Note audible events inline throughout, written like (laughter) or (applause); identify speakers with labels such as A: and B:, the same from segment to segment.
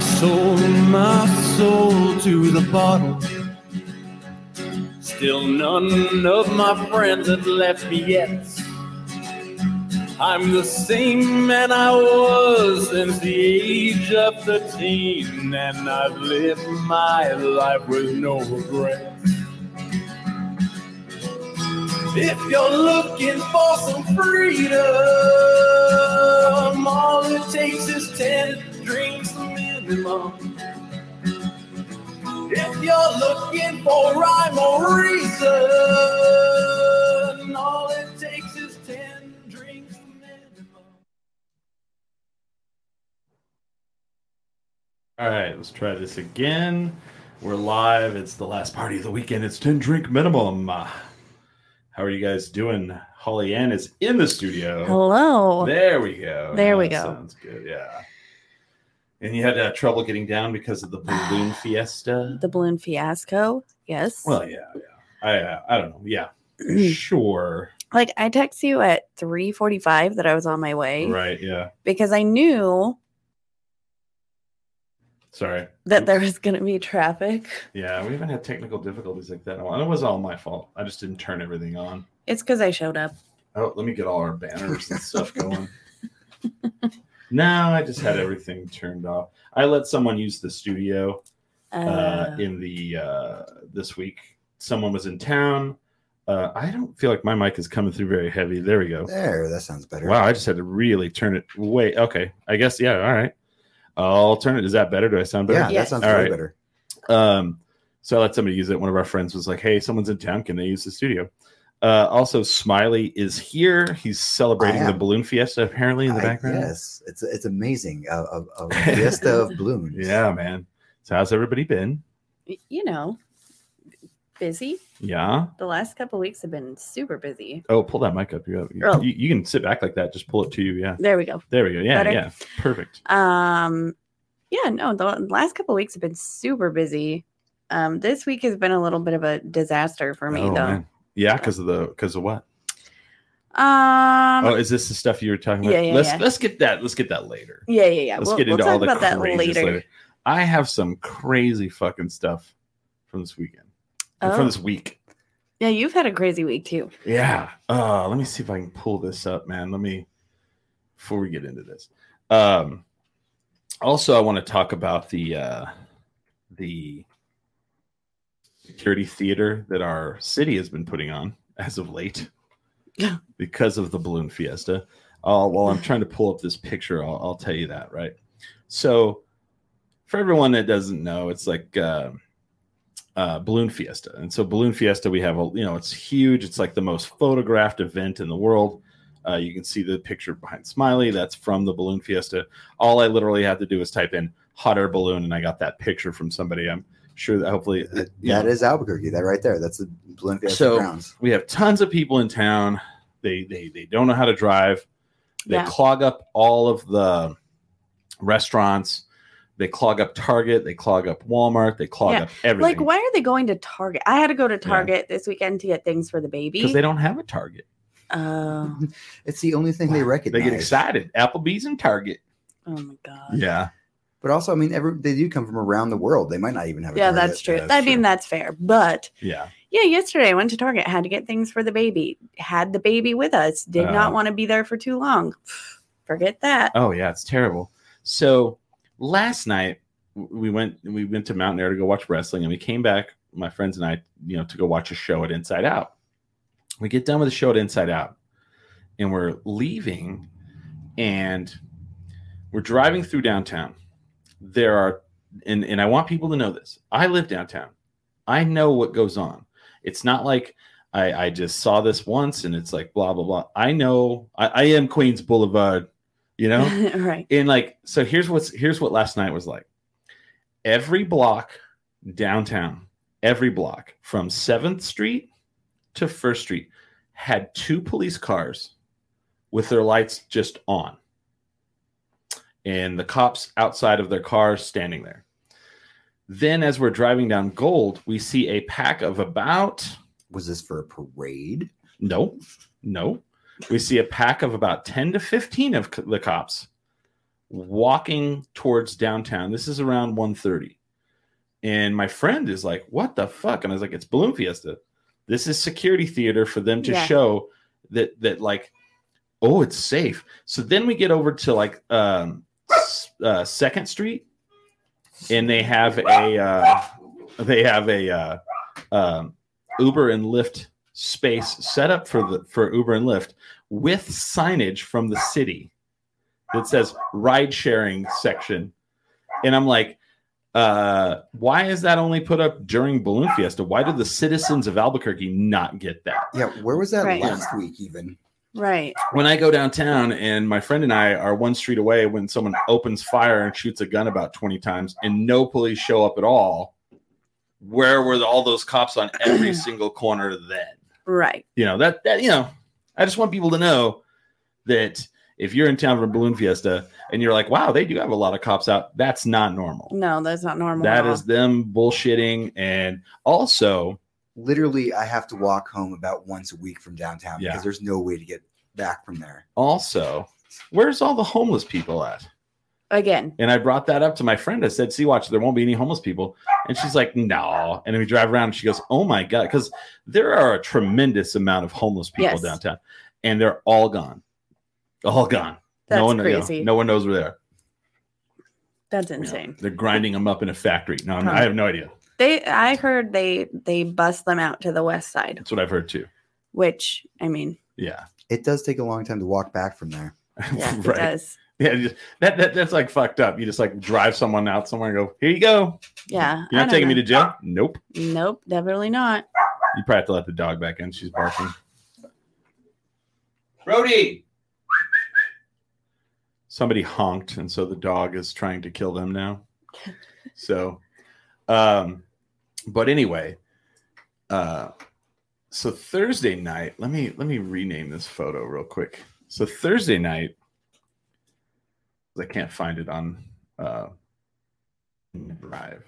A: sold my soul to the bottle. Still none of my friends have left me yet. I'm the same man I was since the age of 13, and I've lived my life with no regrets. If you're looking for some freedom, all it takes is 10 drinks minimum. If you're looking for rhyme or reason, all it takes is 10 drinks minimum.
B: All right, let's try this again. We're live. It's the last party of the weekend. It's 10 drink minimum. Uh, How are you guys doing? Holly Ann is in the studio.
C: Hello.
B: There we go.
C: There we
B: That
C: go.
B: Sounds good. Yeah. And you had uh, trouble getting down because of the balloon fiesta.
C: The balloon fiasco. Yes.
B: Well, yeah, yeah. I, uh, I don't know. Yeah, sure.
C: like I text you at 3:45 that I was on my way
B: Right. Yeah.
C: because I knew
B: Sorry.
C: that there was going to be traffic.
B: Yeah, we haven't had technical difficulties like that in a while. And it was all my fault. I just didn't turn everything on.
C: It's cuz I showed up.
B: Oh, let me get all our banners and stuff going. no, I just had everything turned off. I let someone use the studio
C: Uh,
B: uh, in the uh, this week. Someone was in town. Uh, I don't feel like my mic is coming through very heavy. There we go.
D: There, that sounds better.
B: Wow, I just had to really turn it. Wait, okay. I guess yeah. All right. I'll turn it. Is that better? Do I sound better?
D: Yeah,
C: Yes.
D: that sounds
B: All
D: way
B: right.
D: better.
B: Um, so I let somebody use it. One of our friends was like, "Hey, someone's in town. Can they use the studio?" Uh, also, Smiley is here. He's celebrating
D: I
B: the
D: am.
B: balloon fiesta apparently in the
D: I-
B: background.
D: yes, it's it's amazing. A, a, a
B: (laughs)
D: fiesta of balloons.
B: Yeah, man. So how's everybody been?
C: y- you know, busy.
B: Yeah.
C: The last couple weeks have been super busy.
B: Oh, pull that mic up. You, you,
C: Oh.
B: you can sit back like that. Just pull it to you. Yeah.
C: There we go.
B: There we go. Yeah.
C: Better?
B: Yeah. Perfect.
C: Um yeah, no, the last couple weeks have been super busy. Um this week has been a little bit of a disaster for me
B: Oh,
C: though.
B: man. Yeah, because of the because of what?
C: Um
B: oh, is this the stuff you were talking about?
C: Yeah, yeah,
B: let's
C: yeah.
B: let's get that. Let's get that later.
C: yeah, yeah, yeah.
B: Let's
C: we'll
B: get
C: we'll
B: into all
C: talk
B: the
C: about that
B: craziest
C: later.
B: later. I have some crazy fucking stuff from this weekend. and
C: Oh.
B: From this week.
C: Yeah, you've had a crazy week too.
B: Yeah. Uh, let me see if I can pull this up, man. Let me before we get into this. Um, also, I want to talk about the uh, the security theater that our city has been putting on as of late,
C: Yeah.
B: because of the balloon fiesta. Uh, while I'm trying to pull up this picture, I'll, I'll tell you that. Right. So, for everyone that doesn't know, it's like. um uh, Balloon Fiesta. And so Balloon Fiesta, we have a you know it's huge. It's like the most photographed event in the world. Uh, you can see the picture behind Smiley. That's from the Balloon Fiesta. All I literally had to do was type in hot air balloon, and I got that picture from somebody. I'm sure that hopefully
D: That-
B: you know,
D: that is Albuquerque. That right there. That's the balloon fiesta
B: So-
D: grounds.
B: we have tons of people in town. They they they don't know how to drive. They
C: Yeah.
B: clog up all of the restaurants. They clog up Target. They clog up Walmart. They clog
C: Yeah.
B: up everything.
C: Like, why are they going to Target? I had to go to Target this weekend to get things for the baby.
B: Because they don't have a Target.
C: oh,
B: (laughs)
D: It's the only thing they recognize.
B: They get excited. Applebee's and Target.
C: oh my god.
B: Yeah.
D: But also, I mean, every, they do come from around the world. They might not even have. a
C: Yeah,
D: Target.
C: that's true.
B: that's
C: I mean,
B: true.
C: that's fair. But
B: Yeah.
C: yeah, yesterday I went to Target, had to get things for the baby, had the baby with us, did
B: Uh.
C: not want to be there for too long. (sighs) Forget that.
B: Oh yeah, it's terrible. So last night w- we went we went to Mountain Air to go watch wrestling and we came back, my friends and I, you know, to go watch a show at Inside Out. We get done with the show at Inside Out and we're leaving and we're driving through downtown. There are and, and I want people to know this. I live downtown. I know what goes on. It's not like I, I just saw this once and it's like blah blah blah. I know I, I am Queens Boulevard, you know?
C: (laughs) right.
B: and like so here's what's here's what last night was like every block downtown every block from 7th street to 1st street had two police cars with their lights just on and the cops outside of their cars standing there then as we're driving down gold we see a pack of about
D: Was this for a parade?
B: no, no. We see a pack of about 10 to 15 of c- the cops walking towards downtown. This is around 1.30. And my friend is like, what the fuck? And I was like, it's Balloon Fiesta. This is security theater for them to
C: Yeah.
B: show that that like, oh, it's safe. So then we get over to like um s- uh, Second Street, and they have a uh, they have a uh, um, Uber and Lyft space set up for the for Uber and Lyft with signage from the city that says ride sharing section, and I'm like, uh, why is that only put up during Balloon Fiesta? Why did the citizens of Albuquerque not get that?
D: Yeah, where was that
C: Right.
D: last week? Even
C: Right.
B: when I go downtown and my friend and I are one street away when someone opens fire and shoots a gun about 20 times and no police show up at all, where were all those cops on every single corner then?
C: Right.
B: You know, that, that, you know, I just want people to know that if you're in town for Balloon Fiesta and you're like, wow, they do have a lot of cops out, that's not normal.
C: No, that's not normal.
B: That
C: at all.
B: is them bullshitting. And also,
D: literally, I have to walk home about once a week from downtown
B: Yeah.
D: because there's no way to get back from there.
B: also, where's all the homeless people at?
C: again.
B: And I brought that up to my friend. I said, "See, watch, there won't be any homeless people." And she's like, "No." And then we drive around, and she goes, "Oh my god!" Because there are a tremendous amount of homeless people
C: Yes.
B: downtown, and they're all gone, all gone.
C: That's
B: no one, you know,
C: crazy.
B: no one knows where they are.
C: That's
B: You know,
C: insane.
B: they're grinding them up in a factory. No, I'm-
C: Huh.
B: I have no idea.
C: They I heard they they bust them out to the west side,
B: That's what I've heard too.
C: which
B: (laughs)
C: I mean,
B: Yeah,
D: It does take a long time to walk back from there.
C: yeah, it
B: right.
C: does.
B: Yeah, just, that, that that's like fucked up. You just like drive someone out somewhere and go, "Here you go."
C: Yeah.
B: You're not taking me to jail. Nope.
C: to Nope, definitely not.
B: You probably have to let the dog back in. She's barking.
A: Brody!
B: somebody honked and so the dog is trying to kill them now so um but anyway uh so thursday night let me let me rename this photo real quick so thursday night i can't find it on uh drive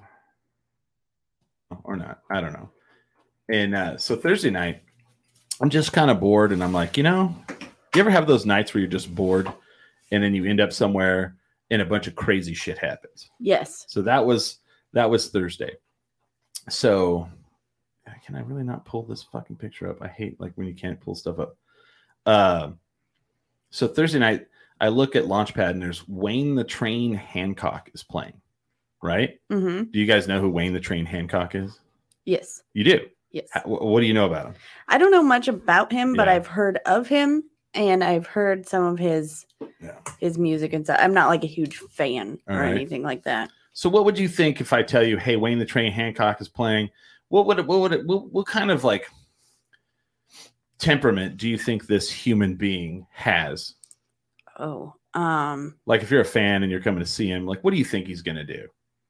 B: or not i don't know and uh so thursday night i'm just kind of bored and i'm like you know you ever have those nights where you're just bored and then you end up somewhere and a bunch of crazy shit happens.
C: Yes.
B: So that was that was Thursday. So can I really not pull this fucking picture up? I hate like when you can't pull stuff up. Um so Thursday night, I look at Launchpad and there's Wayne the Train Hancock is playing. Right?
C: Mhm.
B: Do you guys know who Wayne the Train Hancock is?
C: Yes.
B: You do.
C: Yes.
B: How- wh- what do you know about him?
C: I don't know much about him, but
B: Yeah.
C: I've heard of him and I've heard some of his
B: Yeah.
C: his music and stuff. I'm not like a huge fan
B: All
C: or
B: right.
C: anything like that.
B: So, what would you think if I tell you, "Hey, Wayne the Train Hancock is playing"? What would it, what would it, what, what kind of like temperament do you think this human being has?
C: Oh, um,
B: Like, if you're a fan and you're coming to see him, like, what do you think he's going to do?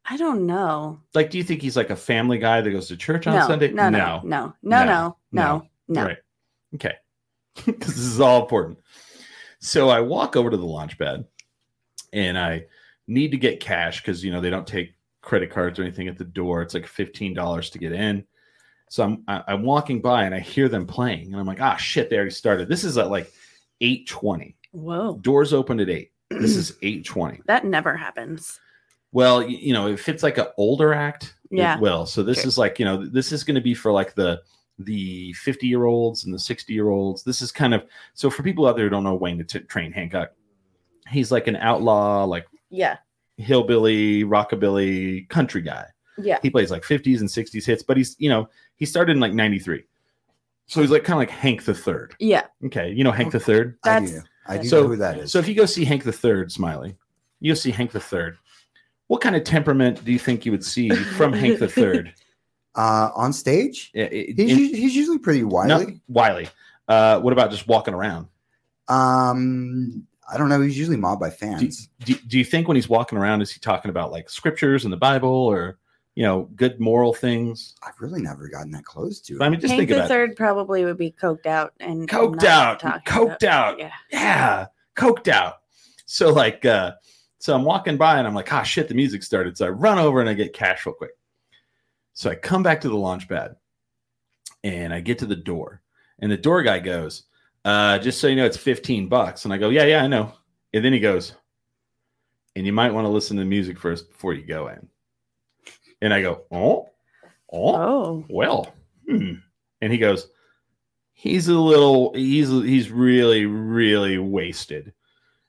C: I don't know.
B: Like, do you think he's like a family guy that goes to church on
C: no,
B: Sunday?
C: No, no, no, no, no, no, no.
B: Right. Okay. (laughs) this is all important. So I walk over to the launch pad and I need to get cash because, you know, they don't take credit cards or anything at the door. It's like $15 to get in. So I'm, I- I'm walking by and I hear them playing and I'm like, ah, shit, they already started. This is at like 820.
C: Whoa,
B: Doors opened at eight. This is 820.
C: (clears throat) that never happens.
B: Well, y- you know, if it's like an older act,
C: Yeah.
B: it will. So this
C: Sure.
B: is like, you know, this is going to be for like the the 50 year olds and the 60 year olds. This is kind of so for people out there who don't know Wayne the T- Train Hancock, he's like an outlaw, like
C: Yeah,
B: hillbilly, rockabilly, country guy.
C: yeah,
B: He plays like 50s and 60s hits, but he's, you know, he started in like 93. So he's like kind of like Hank the Third.
C: yeah.
B: Okay. You know, Hank the Third.
D: I do.
C: That's-
D: know- I do
B: So-
D: know who that is.
B: So if you go see Hank the Third, Smiley, you'll see Hank the Third. What kind of temperament do you think you would see from Hank the
D: (laughs)
B: Third?
D: uh, on stage,
B: I- I-
D: he's,
B: in-
D: u- he's usually pretty
B: no,
D: wily.
B: Wiley. Uh, what about just walking around?
D: Um, I don't know. He's usually mobbed by fans.
B: Do, do you think when he's walking around, is he talking about like scriptures and the Bible or you know good moral things?
D: I've really never gotten that close to
B: I
D: it.
B: mean, just
C: Hank
B: think about
C: the
B: it.
C: Third probably would be coked out and
B: Coked
C: not
B: out,
C: talking
B: coked out.
C: Yeah,
B: yeah, coked out. So like, uh, so I'm walking by and I'm like, ah, shit, the music started. So I run over and I get cash real quick. So I come back to the launch pad and I get to the door and the door guy goes, uh, just so you know, it's 15 bucks. And I go, yeah, yeah, I know. And then he goes, and you might want to listen to the music first before you go in. And I go, oh, oh,
C: Oh, (laughs)
B: well, hmm. and he goes, he's a little, he's he's really really wasted,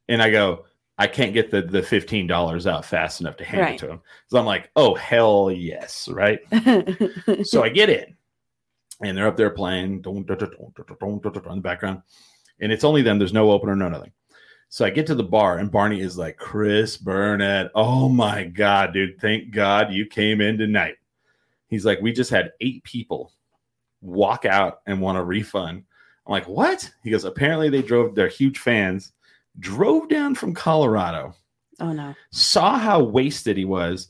B: and I go, I can't get the the fifteen dollars out fast enough to hand
C: Right.
B: it to him, so I'm like, oh hell yes, right? so I get in, and they're up there playing dun, dun, dun, dun, dun, dun, dun, dun, dun, in the background, and it's only them. There's no opener, no nothing. So I get to the bar, and Barney is like, "Chris Burnett, oh my god, dude! Thank God you came in tonight." He's like, "We just had eight people walk out and want a refund." I'm like, "What?" He goes, "Apparently they drove. They're huge fans. Drove down from Colorado."
C: oh no.
B: saw how wasted he was,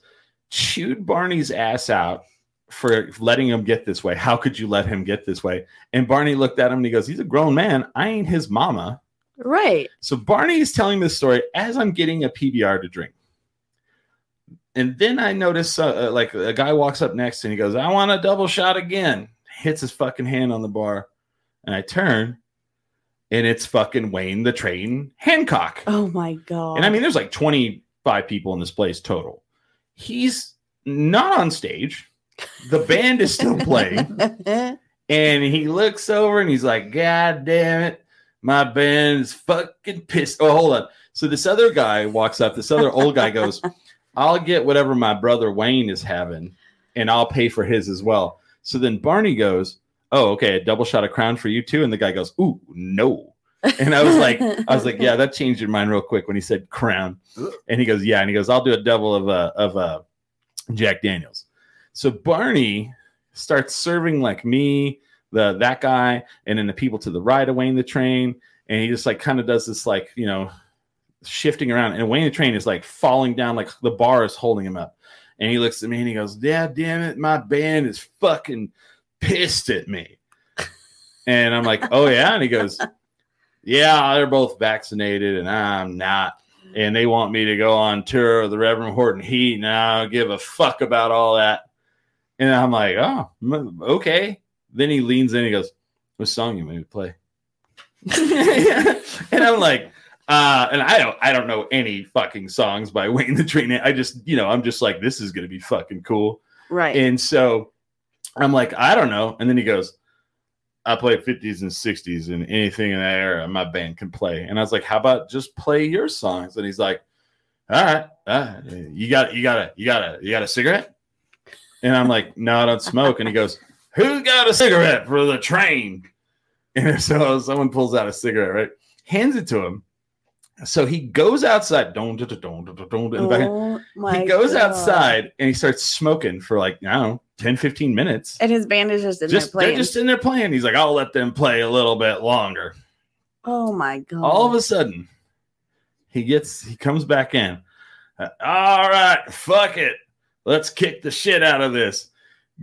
B: chewed Barney's ass out for letting him get this way. How could you let him get this way? And Barney looked at him and he goes, He's a grown man. I ain't his mama.
C: Right.
B: So Barney is telling this story as I'm getting a PBR to drink. And then I notice uh, uh, like a guy walks up next and he goes, I want a double shot again. Hits his fucking hand on the bar. And I turn and it's fucking Wayne the Train Hancock.
C: Oh my god. (laughs)
B: And I mean, there's like 25 people in this place total. He's not on stage. The band is still
C: (laughs)
B: playing. And he looks over and he's like, God damn it. My band is fucking pissed. Oh, hold on. So this other guy walks up. This other old guy goes, I'll get whatever my brother Wayne is having and I'll pay for his as well. So then Barney goes, Oh, okay, a double shot of crown for you too. And the guy goes, Ooh, no. And I was like, I was like, yeah, that changed your mind real quick when he said crown. And he goes, yeah. And he goes, I'll do a double of uh, of uh, Jack Daniels. So Barney starts serving like me, the that guy, and then the people to the right of Wayne the Train. And he just like kind of does this like you know shifting around. And Wayne the Train is like falling down, like the bar is holding him up. And he looks at me and he goes, yeah, damn it, my band is fucking pissed at me. (laughs) And I'm like, oh yeah. And he goes, yeah, they're both vaccinated and I'm not. And they want me to go on tour with the Reverend Horton Heat and I don't give a fuck about all that. And I'm like, oh, m- okay. Then he leans in and he goes, what song you made me play? and I'm like, uh, and I don't, I don't know any fucking songs by Wayne the Train. I just, you know, I'm just like, this is going to be fucking cool.
C: right.
B: And so I'm like, I don't know. And then he goes, I play 50s and 60s and anything in that era my band can play. And I was like, how about just play your songs? And he's like, all right, all right. you got you got a you got a you got a cigarette? And I'm like, no, I don't smoke. And he goes, who got a cigarette for the train? And (laughs) so someone pulls out a cigarette, right? Hands it to him. So he goes outside. Don't, don't, don't, don't, don't. in the back-
C: oh my
B: he goes
C: God.
B: outside and he starts smoking for like I don't know 10 15 minutes
C: And his band is just in
B: just
C: there playing.
B: they're just in there playing he's like I'll let them play a little bit longer
C: oh my god.
B: all of a sudden he gets he comes back in Uh, all right fuck it let's kick the shit out of this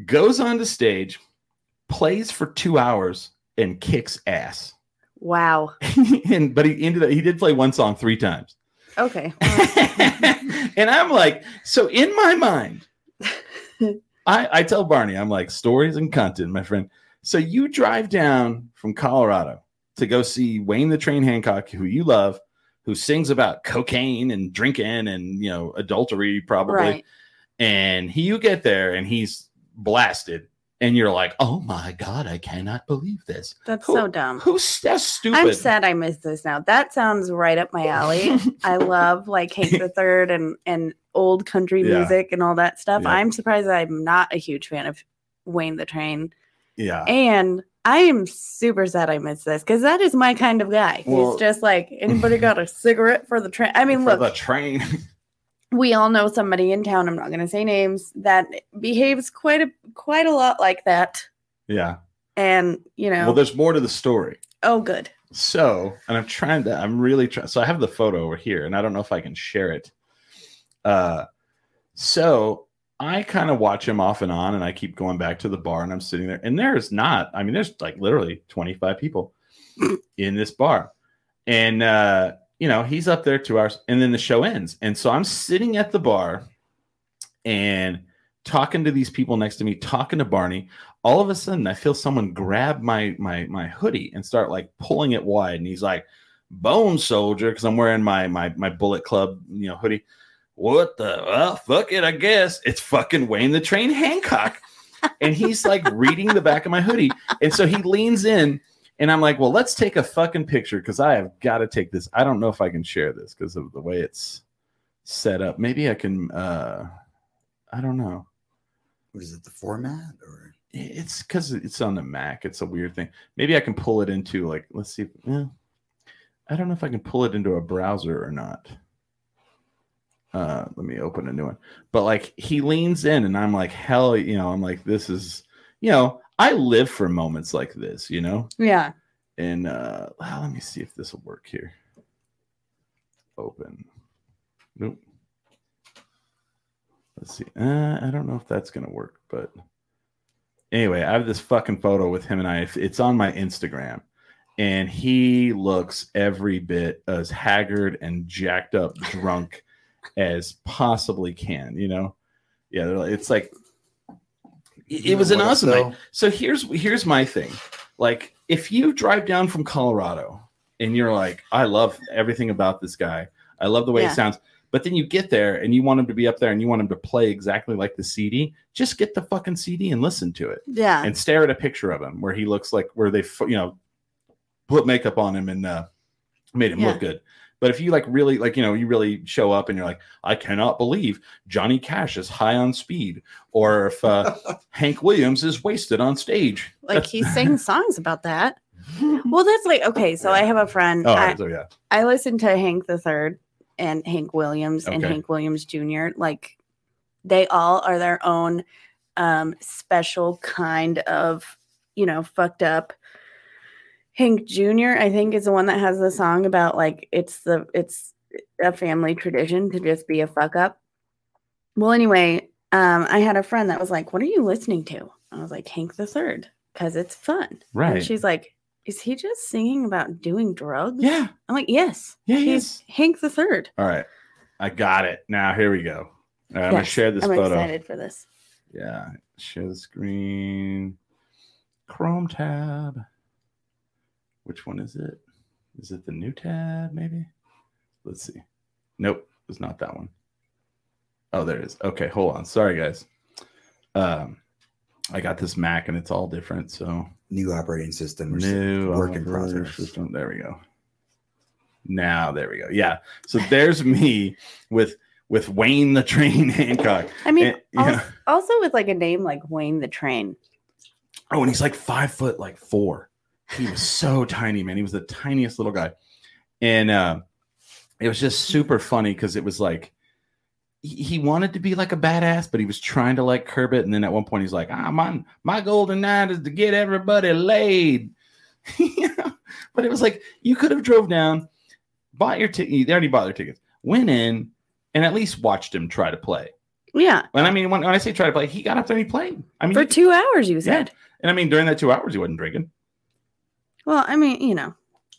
B: goes onto stage plays for 2 hours and kicks ass (laughs)
C: Wow.
B: and but he ended up he did play one song 3 times (laughs)
C: Okay.
B: and I'm like, so in my mind, I, I tell Barney, I'm like, stories and content, my friend. So you drive down from Colorado to go see Wayne the Train Hancock, who you love, who sings about cocaine and drinking and you know adultery probably.
C: Right.
B: And he, you get there and he's blasted, and you're like, oh my god, I cannot believe this.
C: That's
B: Who-
C: so dumb.
B: Who's that's stupid?
C: I'm sad I missed this now. That sounds right up
B: (laughs)
C: my alley. I love like Hank the Third and and old country
B: Yeah.
C: music and all that stuff.
B: Yeah.
C: I'm surprised I'm not a huge fan of Wayne the Train.
B: yeah.
C: And I am super sad I missed this because that is my kind of guy.
B: Well-
C: He's just like anybody got a cigarette for the train. I mean,
B: For
C: look,
B: the train. (laughs)
C: we all know somebody in town. I'm not going to say names that behaves quite a quite a lot like that.
B: yeah.
C: And you know,
B: Well, there's more to the story.
C: oh, good.
B: So, and I'm trying to, I'm really trying. So, I have the photo over here, and I don't know if I can share it. Uh, so I kind of watch him off and on, and I keep going back to the bar, and I'm sitting there, and there's not, I mean, there's like literally 25 people in this bar, and uh, you know, he's up there two hours, and then the show ends, and so I'm sitting at the bar, and talking to these people next to me, talking to Barney, all of a sudden I feel someone grab my my my hoodie and start like pulling it wide, and he's like, Bone Soldier because I'm wearing my my my Bullet Club you know hoodie. What the well, fuck it? I guess it's fucking Wayne the Train Hancock, and he's like reading the back of my hoodie, and so he leans in, and I'm like, well, let's take a fucking picture because I have got to take this. I don't know if I can share this because of the way it's set up. Maybe I can. uh I don't know.
D: What is it? The format or
B: It's because it's on the Mac. It's a weird thing. Maybe I can pull it into like. Let's see. Yeah. I don't know if I can pull it into a browser or not. Uh, let me open a new one. But like he leans in, and I'm like, hell, you know, I'm like, this is, you know, I live for moments like this, you know.
C: Yeah.
B: And uh, well, let me see if this will work here. Open. Nope. Let's see. Uh, I don't know if that's gonna work, but anyway, I have this fucking photo with him and I. It's on my Instagram, and he looks every bit as haggard and jacked up, drunk as possibly can. You know? Yeah. they're like- It's like it, it was an
D: What if
B: awesome
D: so?
B: night. So here's here's my thing. Like if you drive down from Colorado and you're like, I love everything about this guy. I love the way
C: Yeah.
B: it sounds. But then you get there and you want him to be up there and you want him to play exactly like the CD. Just get the fucking CD and listen to it
C: Yeah.
B: and stare at a picture of him where he looks like where they f- you know put makeup on him and uh, made him look good. But if you like really like you know you really show up and you're like I cannot believe Johnny Cash is high on speed or if
C: (laughs)
B: uh, Hank Williams is wasted on stage.
C: like he sang songs about that. Well, that's like okay. So I have a friend.
B: Oh,
C: I,
B: so
C: (laughs)
B: yeah.
C: I listened to Hank the Third and Hank Williams and
B: Okay.
C: Hank Williams Jr. Like they all are their own um special kind of, you know, fucked up. Hank Jr. I think is the one that has the song about like it's the it's a family tradition to just be a fuck up. Well, anyway, um I had a friend that was like, "What are you listening to?" I was like, "Hank the Third, cuz it's fun."
B: Right.
C: And she's like, "Is he just singing about doing drugs?"
B: Yeah.
C: I'm like, yes,
B: Yeah, he
C: he's Hank the Third.
B: All right. I got it. Now here we go. All right, I'm gonna
C: Yes,
B: share this
C: I'm
B: photo.
C: excited for this.
B: Yeah, share the screen. Chrome tab. Which one is it? Is it the new tab? Maybe. Let's see. Nope, it's not that one. Oh, there it is. Okay, hold on. Sorry, guys. Um, I got this Mac and it's all different. So
D: new operating system or something?
B: new
D: work in
B: operating
D: progress.
B: system. There we go. Now there we go. Yeah. So there's (laughs) me with with Wayne the Train Hancock.
C: I mean,
B: Eh,
C: als-
B: yeah.
C: also, with like a name like Wayne the Train.
B: Oh, and he's like five foot, like four. He was
C: (laughs)
B: so tiny, man. He was the tiniest little guy, and uh, it was just super funny because it was like he he wanted to be like a badass, but he was trying to like curb it. And then at one point, he's like, "Ah, my my golden night is to get everybody laid." (laughs) You know? But it was like you could have drove down, bought your ticket. They already bought their tickets, went in, and at least watched him try to play.
C: Yeah,
B: And I mean, when, when I say try to play, he got up there and he played. I mean,
C: for
B: he-
C: two hours, you said.
B: and I mean during that two hours, he wasn't drinking.
C: Well, I mean, you know,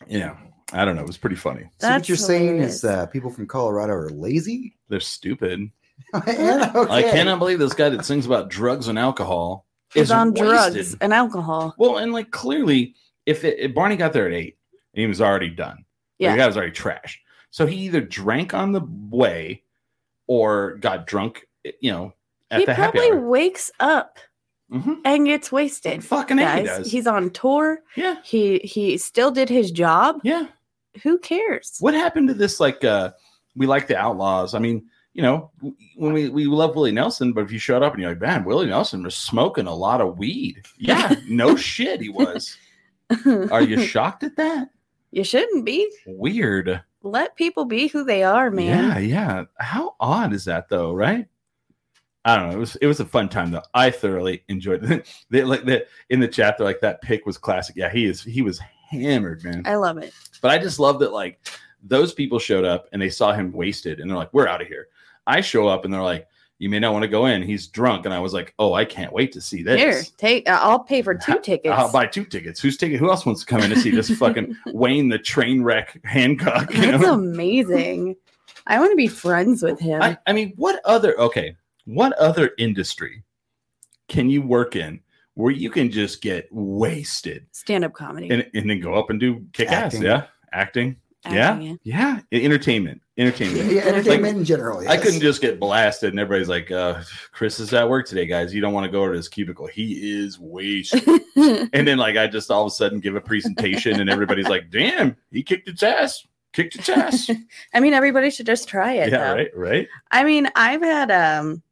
B: Yeah. I don't know. It was pretty funny.
D: So what you're
C: That's
D: saying
C: hilarious.
D: is that people from Colorado are lazy? (laughs)
B: They're stupid.
D: And
B: I
D: okay.
B: cannot believe this guy that sings about drugs and alcohol
C: he's
B: is
C: on
B: wasted.
C: drugs and alcohol.
B: Well, and like clearly, if, it, if Barney got there at eight and he was already done, yeah,
C: Yeah.
B: the guy was already trashed. So he either drank on the way or got drunk, you know, at
C: He
B: the happy
C: probably
B: hour.
C: wakes up
B: Mhm.
C: and gets wasted.
B: Fucking A he
C: guys,
B: does.
C: he's on tour.
B: yeah.
C: He he still did his job.
B: Yeah.
C: Who cares?
B: What happened to this? Like, uh, we like the Outlaws. I mean, you know, w- when we, we love Willie Nelson, but if you showed up and you're like, man, Willie Nelson was smoking a lot of weed. Yeah, (laughs) no shit, he was.
C: (laughs)
B: Are you shocked at that?
C: you shouldn't be.
B: Weird.
C: Let people be who they are, man.
B: Yeah, yeah. How odd is that though, right? I don't know. It was it was a fun time though. I thoroughly enjoyed it. (laughs) they like that in the chat, they're like that pick was classic. Yeah, he is he was hammered, man.
C: I love it.
B: But I just love that like those people showed up and they saw him wasted and they're like, we're out of here. I show up and they're like, you may not want to go in. He's drunk. And I was like, oh, I can't wait to see
C: Here,
B: this.
C: take. I'll pay for two tickets.
B: (laughs) I'll buy two tickets. Who's taking? Who else wants to come in to see this
C: (laughs)
B: fucking Wayne the train wreck Hancock? (laughs) You
C: That's
B: know?
C: amazing. I want to be friends with him.
B: I, I mean, what other? Okay, what other industry can you work in where you can just get wasted
C: Stand up comedy.
B: and, and then go up and do kick
D: Acting.
B: ass? Yeah, acting. Yeah.
C: acting in.
B: Yeah, E-, entertainment, entertainment.
D: (laughs) Yeah, entertainment in general.
B: I
D: yes.
B: couldn't just get blasted, and everybody's like, uh, "Chris is at work today, guys. You don't want to go to his cubicle. He is (laughs) wasted." and then, like, I just all of a sudden give a presentation, and everybody's like, "Damn, he kicked its ass! Kicked its (laughs) ass!"
C: (laughs) I mean, everybody should just try it.
B: yeah,
C: though.
B: right, right.
C: I mean, I've had um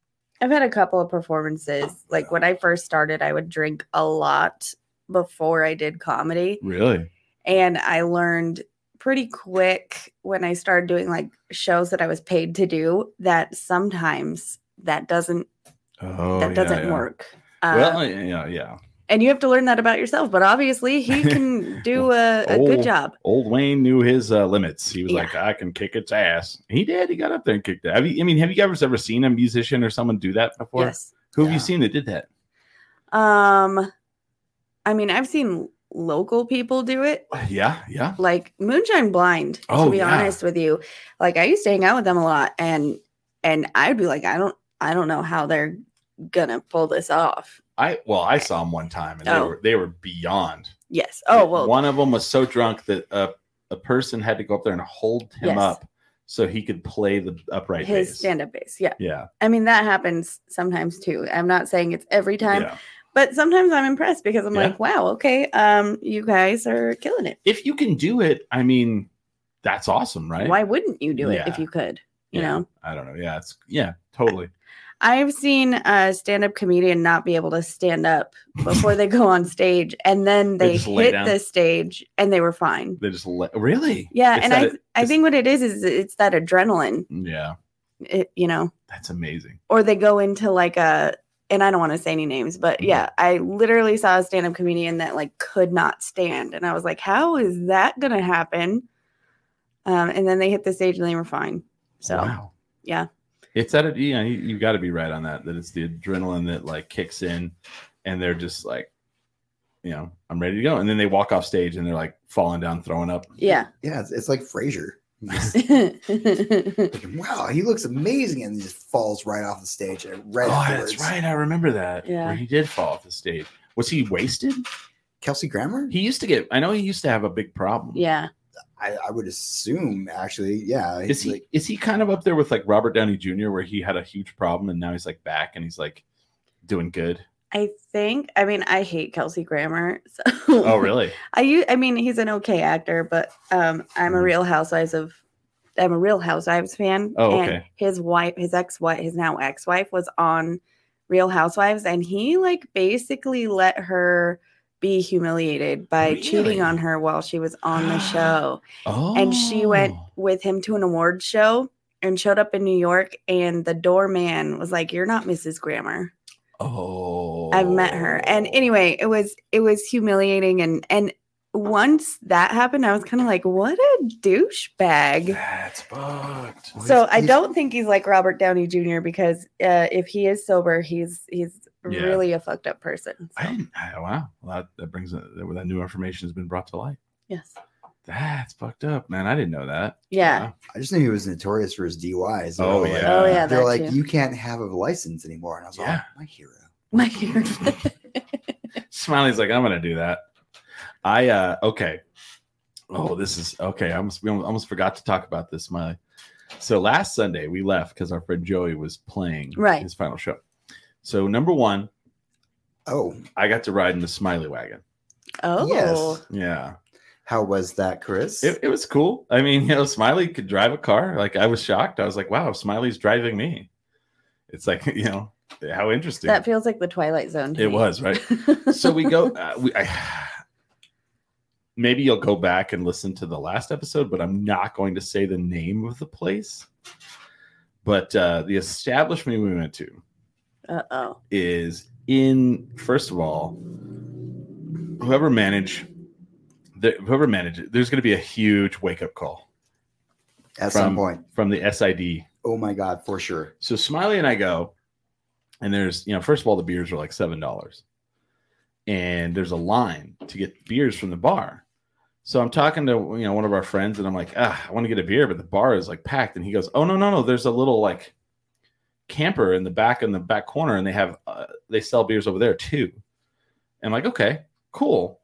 C: I've had a couple of performances. Like when I first started, I would drink a lot before I did comedy.
B: Really?
C: And I learned pretty quick when I started doing like shows that I was paid to do that sometimes that doesn't
B: Oh,
C: that
B: yeah,
C: doesn't
B: yeah.
C: work.
B: Well,
C: Uh,
B: yeah, yeah.
C: and you have to learn that about yourself, but
B: (laughs)
C: obviously he can do a, a
B: Oh.
C: good job.
B: Old Wayne knew his uh, limits. He was like, "I can kick its ass." He did. He got up there and kicked it. Have you, I mean, have you guys ever seen a musician or someone do that before?
C: Yes.
B: Who have
D: Yeah.
B: you seen that did that?
C: Um I mean, I've seen local people do it.
B: Yeah, yeah.
C: like moonshine blind to
B: Oh,
C: be
B: yeah.
C: honest with you like i used to hang out with them a lot and and i'd be like i don't i don't know how they're gonna pull this off
B: I well, I saw them one time, and they
C: Oh.
B: were they were beyond.
C: yes oh well
B: one of them was so drunk that a a person had to go up there and hold him
C: Yes.
B: up so he could play the upright
C: his
B: bass.
C: stand-up bass yeah
B: yeah,
C: i mean that happens sometimes too i'm not saying it's every time
B: yeah.
C: but sometimes i'm impressed because i'm
B: Yeah.
C: like wow okay um you guys are killing it
B: If you can do it, I mean, that's awesome, right?
C: why wouldn't you do it if
B: Yeah.
C: you could you
B: Yeah.
C: know
B: I don't know. Yeah, it's yeah, totally.
C: I've seen a stand-up comedian not be able to stand up before they go on stage, and then
B: They
C: they,
B: just lay
C: hit
B: down?
C: the stage and they were fine.
B: They just let really.
C: Yeah,
B: It's
C: and
B: that
C: I
B: it-
C: I
B: it's-
C: think what it is is it's that adrenaline,
B: yeah,
C: it, you know,
B: that's amazing.
C: or they go into like a and I don't want to say any names, but
B: Mhm.
C: yeah, I literally saw a stand-up comedian that like could not stand, and I was like, how is that gonna happen? Um, and then they hit the stage and they were fine. So
B: wow.
C: yeah.
B: It's that you know you, you got to be right on that that it's the adrenaline that like kicks in, and they're just like, you know, I'm ready to go, and then they walk off stage and they're like falling down, throwing up.
C: yeah, (laughs)
D: Yeah, it's, it's like Frasier. He
B: (laughs)
D: just-
C: yeah,
D: wow, he looks amazing, and he just falls right off the stage uh, right
B: oh,
D: afterwards.
B: that's right. I remember that.
C: Yeah.
B: Where he did fall off the stage. Was he wasted?
D: Kelsey Grammer.
B: He used to get. I know he used to have a big problem.
D: I, I would assume actually. Yeah,
B: Is
D: he's
B: he
D: like-
B: is he kind of up there with like Robert Downey Jr. where he had a huge problem and now he's like back and he's like doing
C: (laughs)
B: good?
C: I think. I mean, I hate Kelsey Grammer. So
B: Oh, really?
C: (laughs) I u- I mean, he's an okay actor, but um, I'm a
B: Mhm.
C: Real Housewives of I'm a Real Housewives fan.
B: Oh,
C: And
B: okay.
C: his wife, his ex-wife, his now ex-wife was on Real Housewives, and he like basically let her be humiliated by
B: Really?
C: cheating on her while she was on the show.
B: (gasps) Oh.
C: And she went with him to an award show and showed up in New York, and the doorman was like, "You're not Mrs. Grammer."
B: Oh.
C: I've met her. And anyway, it was it was humiliating and and once that happened, I was kind of like, what a douchebag.
B: That's fucked.
D: Well,
C: So
D: he's-
C: I
D: he's-
C: don't think he's like Robert Downey Jr. because uh, if he is sober, he's he's
B: Yeah.
C: really a fucked up person.
B: I
C: So,
B: didn't. I, wow. Well, that, that brings that, that new information has been brought to light.
C: yes.
B: That's fucked up, man. I didn't know that.
C: Yeah.
D: I just knew he was notorious for his DUIs. They were
B: Oh,
D: like-
B: yeah. Oh,
C: yeah,
D: They're
C: that
D: like,
C: too.
D: you can't have a license anymore, and I was like,
B: Yeah.
D: oh, my hero.
C: (laughs) My hero.
B: Smiley's like, I'm gonna do that. I uh okay. Oh, this is okay. I almost we almost forgot to talk about this, Smiley. So last Sunday we left because our friend Joey was playing
C: Right.
B: his final show. So number one,
D: Oh,
B: I got to ride in the Smiley wagon.
C: (laughs) oh.
D: Yes.
B: Yeah,
D: how was that, Chris?
B: it, it was cool. I mean, you know, Smiley could drive a car. Like I was shocked. I was like, wow, Smiley's driving me. It's like (laughs) you know how interesting
C: That feels like the Twilight Zone. to
B: it
C: me. (laughs)
B: was, right? so we go uh, we, I, maybe you'll go back and listen to the last episode but i'm not going to say the name of the place but uh, the establishment we went to
C: Uh oh.
B: is in first of all whoever manage the, whoever manages there's going to be a huge wake-up call
D: At
B: from-
D: some point.
B: from the sid
D: Oh my God, for sure.
B: so smiley and i go and there's you know first of all the beers are like seven dollars and there's a line to get beers from the bar so i'm talking to you know one of our friends and i'm like ah, i want to get a beer but the bar is like packed and he goes oh no no no there's a little like camper in the back in the back corner and they have uh, they sell beers over there too and i'm like okay cool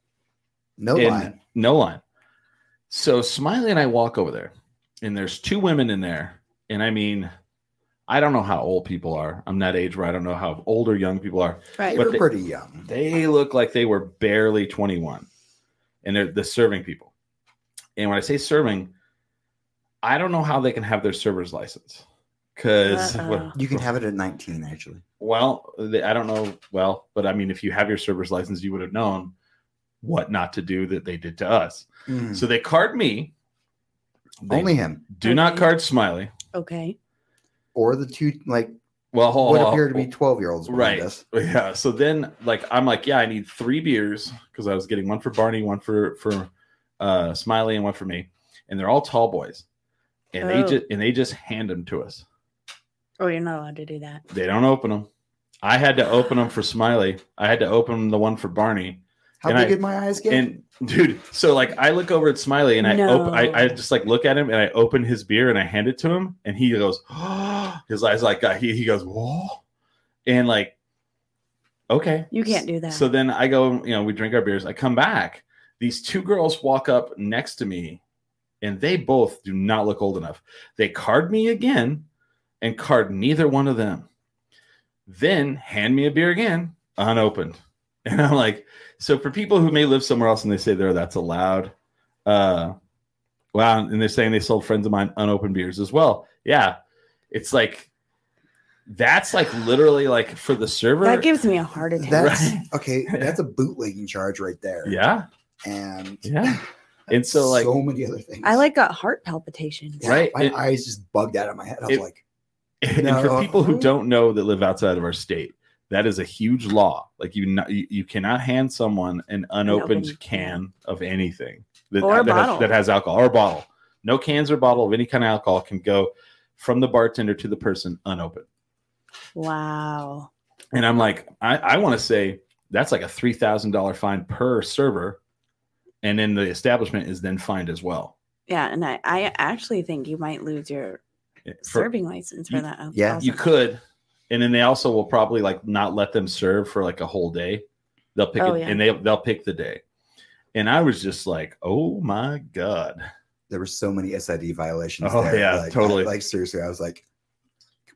D: No
B: and
D: line.
B: no line So Smiley and I walk over there, and there's two women in there. And I mean, I don't know how old people are. I'm that age where I don't know how old or young people are.
C: Right.
B: But
D: You're
B: they-
D: pretty young.
B: They look like they were barely 21, and they're the serving people. And when I say serving, I don't know how they can have their server's license because
C: Uh-oh.
D: You can have it at 19, actually.
B: well, the- I don't know. Well, but I mean, if you have your server's license, you would have known what not to do that they did to us.
D: Mm.
B: So they card me. They
D: Only him
B: do not
C: Okay.
B: card Smiley.
C: Okay.
D: or the two, like
B: Well, hold
D: what
B: hold-
D: appear to be 12 year olds.
B: Right. Yeah. So then, like, I'm like, yeah, I need three beers because I was getting one for Barney, one for for uh, Smiley, and one for me, and they're all tall boys, and
C: Oh.
B: they just and they just hand them to us.
C: Oh, you're not allowed to do that.
B: They don't open them. I had to open them for Smiley. I had to open the one for Barney.
D: How
B: And
D: big
B: I-
D: did my eyes get?
B: And dude, so like I look over at Smiley and I op-
C: No.
B: I, I just like look at him and I open his beer and I hand it to him and he goes, (gasps) his eyes like got- he he goes, whoa, and like, okay,
C: You can't do that.
B: So then I go, you know, we drink our beers. I come back. These two girls walk up next to me, and they both do not look old enough. They card me again, and card neither one of them. Then hand me a beer again, unopened, (laughs) and I'm like, so for people who may live somewhere else and they say there that's allowed, uh, wow, and they're saying they sold friends of mine unopened beers as well. Yeah, it's like that's like literally like for the server.
C: that gives me a heart attack.
D: That's
B: Right. (laughs)
D: okay. That's a bootlegging charge right there.
B: yeah,
D: And
B: yeah. And so, like-
D: (laughs) so many other things.
C: I like got heart palpitations.
D: Yeah,
B: right,
D: My
B: it-
D: eyes just bugged out of my head. I was
B: it-
D: like,
B: and
D: No,
B: for
D: uh,
B: people who
D: who-
B: don't know that live outside of our state that is a huge law like you not, you, you cannot hand someone an unopened
C: open
B: can of anything that,
C: Or a
B: that,
C: bottle.
B: has, that has alcohol or a bottle no cans or bottle of any kind of alcohol can go from the bartender to the person unopened
C: Wow.
B: and i'm like i, I want to say that's like a $3000 fine per server and then the establishment is then fined as well
C: Yeah, and I, I actually think you might lose your
B: eh, For-
C: serving license for
B: You-
C: that.
D: yeah,
B: you could and then they also will probably like not let them serve for like a whole day they'll pick
C: Oh,
B: it,
C: yeah.
B: and they, they'll pick the day and i was just like oh my god
D: there were so many SID violations.
B: Oh,
D: there.
B: yeah,
D: like,
B: totally.
D: Like, seriously, I was like,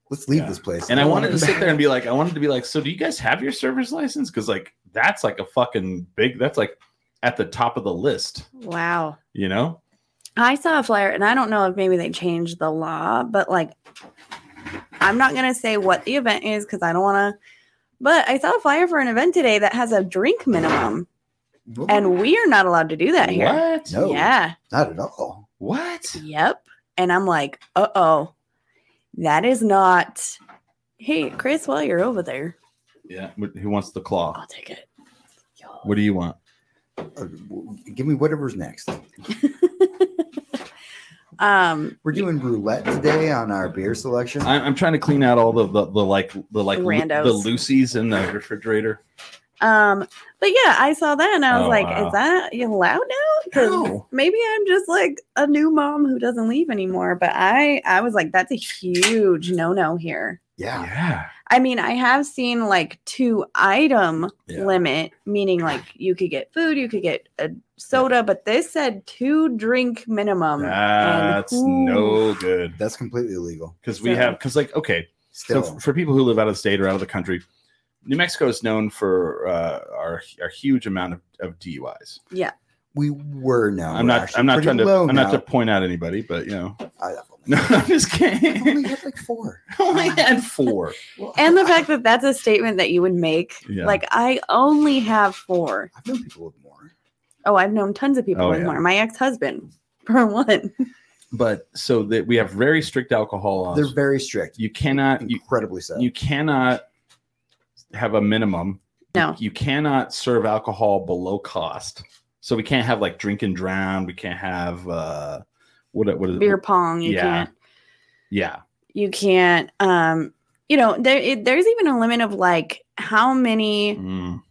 D: let's leave
B: Yeah.
D: this place.
B: and i
D: don't
B: wanted
D: wanna
B: to
D: be
B: sit
D: back.
B: there
C: (laughs)
B: and be like i wanted to be like so do you guys have your server's license because like that's like a fucking big that's like at the top of the list
C: Wow.
B: you know
C: I saw a flyer, and I don't know if maybe they changed the law, but like, I'm not going to say what the event is because I don't want to. But I saw a flyer for an event today that has a drink minimum, and we are not allowed to do that here.
B: what
D: No.
C: Yeah.
D: Not at all.
B: what
C: Yep. And I'm like, uh oh, that is not. Hey, Chris, while you're over there,
B: yeah wh- who wants the claw
C: I'll take it. Oh.
B: what do you want
D: Uh, w- Give me whatever's next.
C: Um,
D: We're doing roulette today on our beer selection.
B: I, i'm trying to clean out all the the, the like the like
C: Randos.
B: the lucy's in the refrigerator
C: um, but yeah, I saw that and I was
B: Oh,
C: like,
B: wow.
C: is that allowed now? 'Cause (laughs)
B: No.
C: maybe I'm just like a new mom who doesn't leave anymore. But I, I was like, that's a huge no no here.
D: yeah.
B: yeah
C: I mean, I have seen like two item
B: Yeah.
C: limit, meaning like you could get food, you could get a soda, but this said two drink minimum. Um, and
B: That's
C: who-
B: no good.
D: That's completely illegal.
B: Because we
C: So-
B: have, because like, okay, so
D: Still.
B: f- for people who live out of the state or out of the country, New Mexico is known for uh, our our huge amount of, of DUIs.
D: we were now.
B: I'm not, I'm not trying to, I'm not to point out anybody, but you know, (laughs)
D: I
B: no,
D: only,
B: I'm just
D: I
B: kidding.
D: (laughs) only had like four.
B: I only had four.
D: Well,
C: And the
D: I-
C: fact that that's a statement that you would make,
B: Yeah.
C: like I only have four.
D: I've known people with more.
C: Oh, I've known tons of people
B: Oh,
C: with
B: yeah.
C: more. My ex husband, (laughs) for one.
B: But so that we have very strict alcohol laws.
D: They're very strict.
B: you cannot, you,
D: Incredibly so.
B: you cannot have a minimum.
C: No.
B: You cannot serve alcohol below cost. So we can't have like drink and drown. We can't have uh what what is
C: Beer
B: it?
C: pong. You
B: Yeah.
C: can't.
B: Yeah.
C: You can't. Um, you know, there, it, there's even a limit of like how many
B: Mm.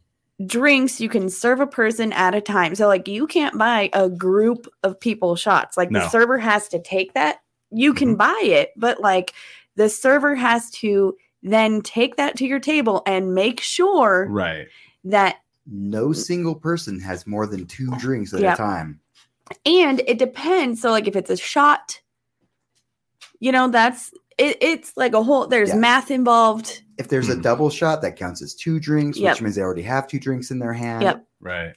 C: drinks you can serve a person at a time. So like you can't buy a group of people shots. Like
B: No. Mm-hmm.
C: the server has to take that. You can buy it, but like the server has to then take that to your table and make sure
B: Right.
C: that
D: no single person has more than two drinks at
C: Yeah.
D: a time.
C: and it depends. So like if it's a shot, you know, that's it, it's like a whole there's
D: Yeah.
C: math involved.
D: If there's a
B: Hmm.
D: double shot, that counts as two drinks,
C: Yep.
D: which means they already have two drinks in their hand.
C: Yep.
B: Right.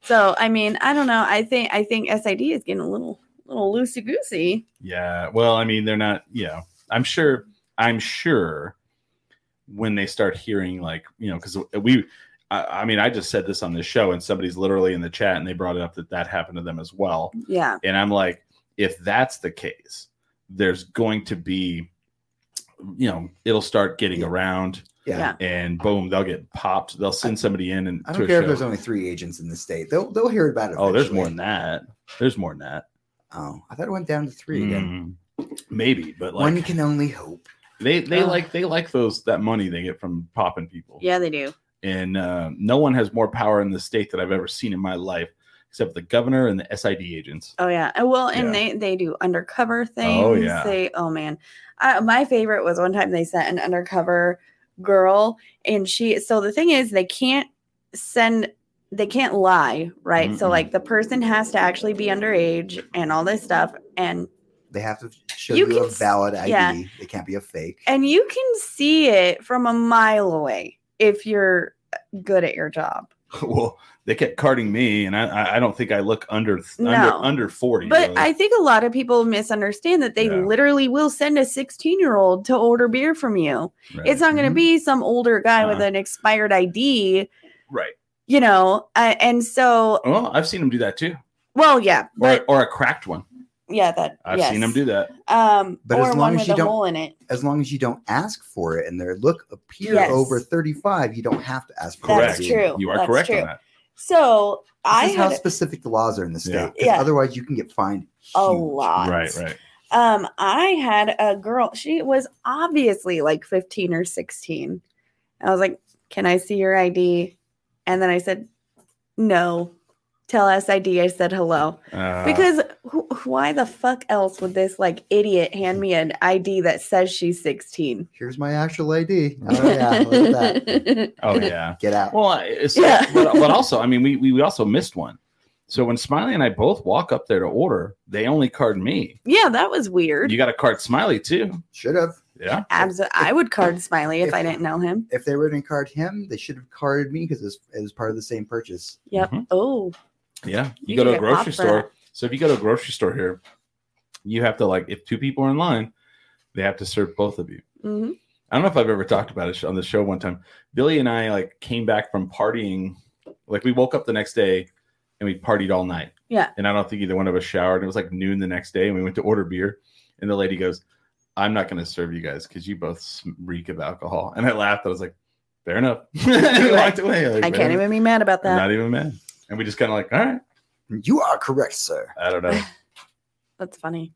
C: So I mean, I don't know. I think I think SID is getting a little little loosey goosey.
B: Yeah. Well, I mean, they're not, you know, I'm sure, I'm sure when they start hearing, like, you know, because we, I, I mean, I just said this on this show and somebody's literally in the chat and they brought it up that that happened to them as well.
C: Yeah.
B: And I'm like, if that's the case, there's going to be, you know, it'll start getting around
D: Yeah.
C: Yeah.
B: and boom, they'll get popped. They'll send somebody in and
D: I
B: to
D: don't
B: a
D: care
B: show.
D: if there's only three agents in the state. They'll they'll hear about it.
B: oh, there's more than
D: eventually.
B: that. There's more than that.
D: Oh, I thought it went down to three again.
B: Mm, Maybe, but like
D: One can Oh. only hope.
B: They they
C: Ugh.
B: like they like those that money they get from popping people.
C: Yeah, they do.
B: And uh, no one has more power in the state that I've ever seen in my life, except the governor and the SID agents. (laughs)
C: Oh yeah. And Well, and
B: Yeah.
C: they they do undercover things.
B: Oh, yeah.
C: They oh man. I, my favorite was one time they sent an undercover girl and she so the thing is they can't send they can't lie, right? So
B: Mm-mm.
C: like the person has to actually be underage and all this stuff and
D: They have to show
C: You
D: you,
C: can
D: a
C: s-
D: valid ID.
C: yeah.
D: It can't be a fake.
C: and you can see it from a mile away if you're uh, good at your job.
B: well, they kept carding me, and I- I I don't think I look under under
C: No.
B: under forty.
C: But
B: really.
C: I think a lot of people misunderstand that they
B: Yeah.
C: literally will send a 16 year old to order beer from you.
B: right.
C: It's not going to
D: Mhm.
C: be some older guy with
B: Uh-uh.
C: an expired ID,
B: right.
C: you know. Uh, and so,
B: Well, I've seen them do that too,
C: well, yeah, but
B: or or a cracked one.
C: yeah, that
B: I've
C: yes.
B: seen them do that.
C: Um,
D: But
C: or
D: as long
C: one
D: as
C: with
D: you
C: a
D: don't-
C: hole in it.
D: As long as you don't ask for it and their look appear
C: Yes.
D: over 35, you don't have to ask for
C: That's
B: Correct.
D: it.
C: true.
B: You are
C: Oh, That's
B: correct
C: true.
B: on that.
C: So
D: This
C: I
D: is how
C: had
D: specific the laws are in the state.
B: Yeah.
D: 'cause
C: Yeah. Oh,
D: Otherwise, you can get fined.
C: a
D: huge.
C: lot.
B: Right. Right.
C: Um, I had a girl. She was obviously like 15 or 16. I was like, "Can I see your ID?" And then I said, "No." Tell SID I said hello
B: Uh,
C: because wh- why the fuck else would this like idiot hand me an ID that says she's 16?
D: Here's my actual ID.
B: (laughs)
D: Oh, yeah. look at that.
B: oh yeah.
D: Get out.
B: Well, I- it's,
C: Yeah.
B: but, but also, I mean, we, we we also missed one. So when Smiley and I both walk up there to order, they only card me.
C: (laughs) yeah, that was weird.
B: You got to card Smiley too.
D: Should have.
B: Yeah.
C: Abs- I would card Smiley if
D: if-
C: I didn't know him.
D: If they were going to card him, they should have carded me because it, was- it was part of the same purchase.
C: Yep.
B: Mhm.
C: Oh,
B: Yeah. You,
C: You
B: go
C: can
B: to a
C: get
B: grocery
C: popped for
B: store. So if you go to a grocery store here, you have to like if two people are in line, they have to serve both of you.
C: hmm
B: I don't know if I've ever talked about it on the show one time. Billy and I like came back from partying. Like we woke up the next day and we partied all night.
C: Yeah.
B: And I don't think either one of us showered. It was like noon the next day and we went to order beer. And the lady goes, I'm not going to serve you guys because you both sm- reek of alcohol. And I laughed. I was like, fair enough. (laughs)
C: (laughs)
B: I walked away. Like,
C: I
B: "Fair
C: can't
B: enough."
C: even be mad about
B: I'm
C: that.
B: not even mad. And we just kind of like, all right.
D: You are correct, sir.
B: I don't
C: (laughs)
B: know.
C: That's funny.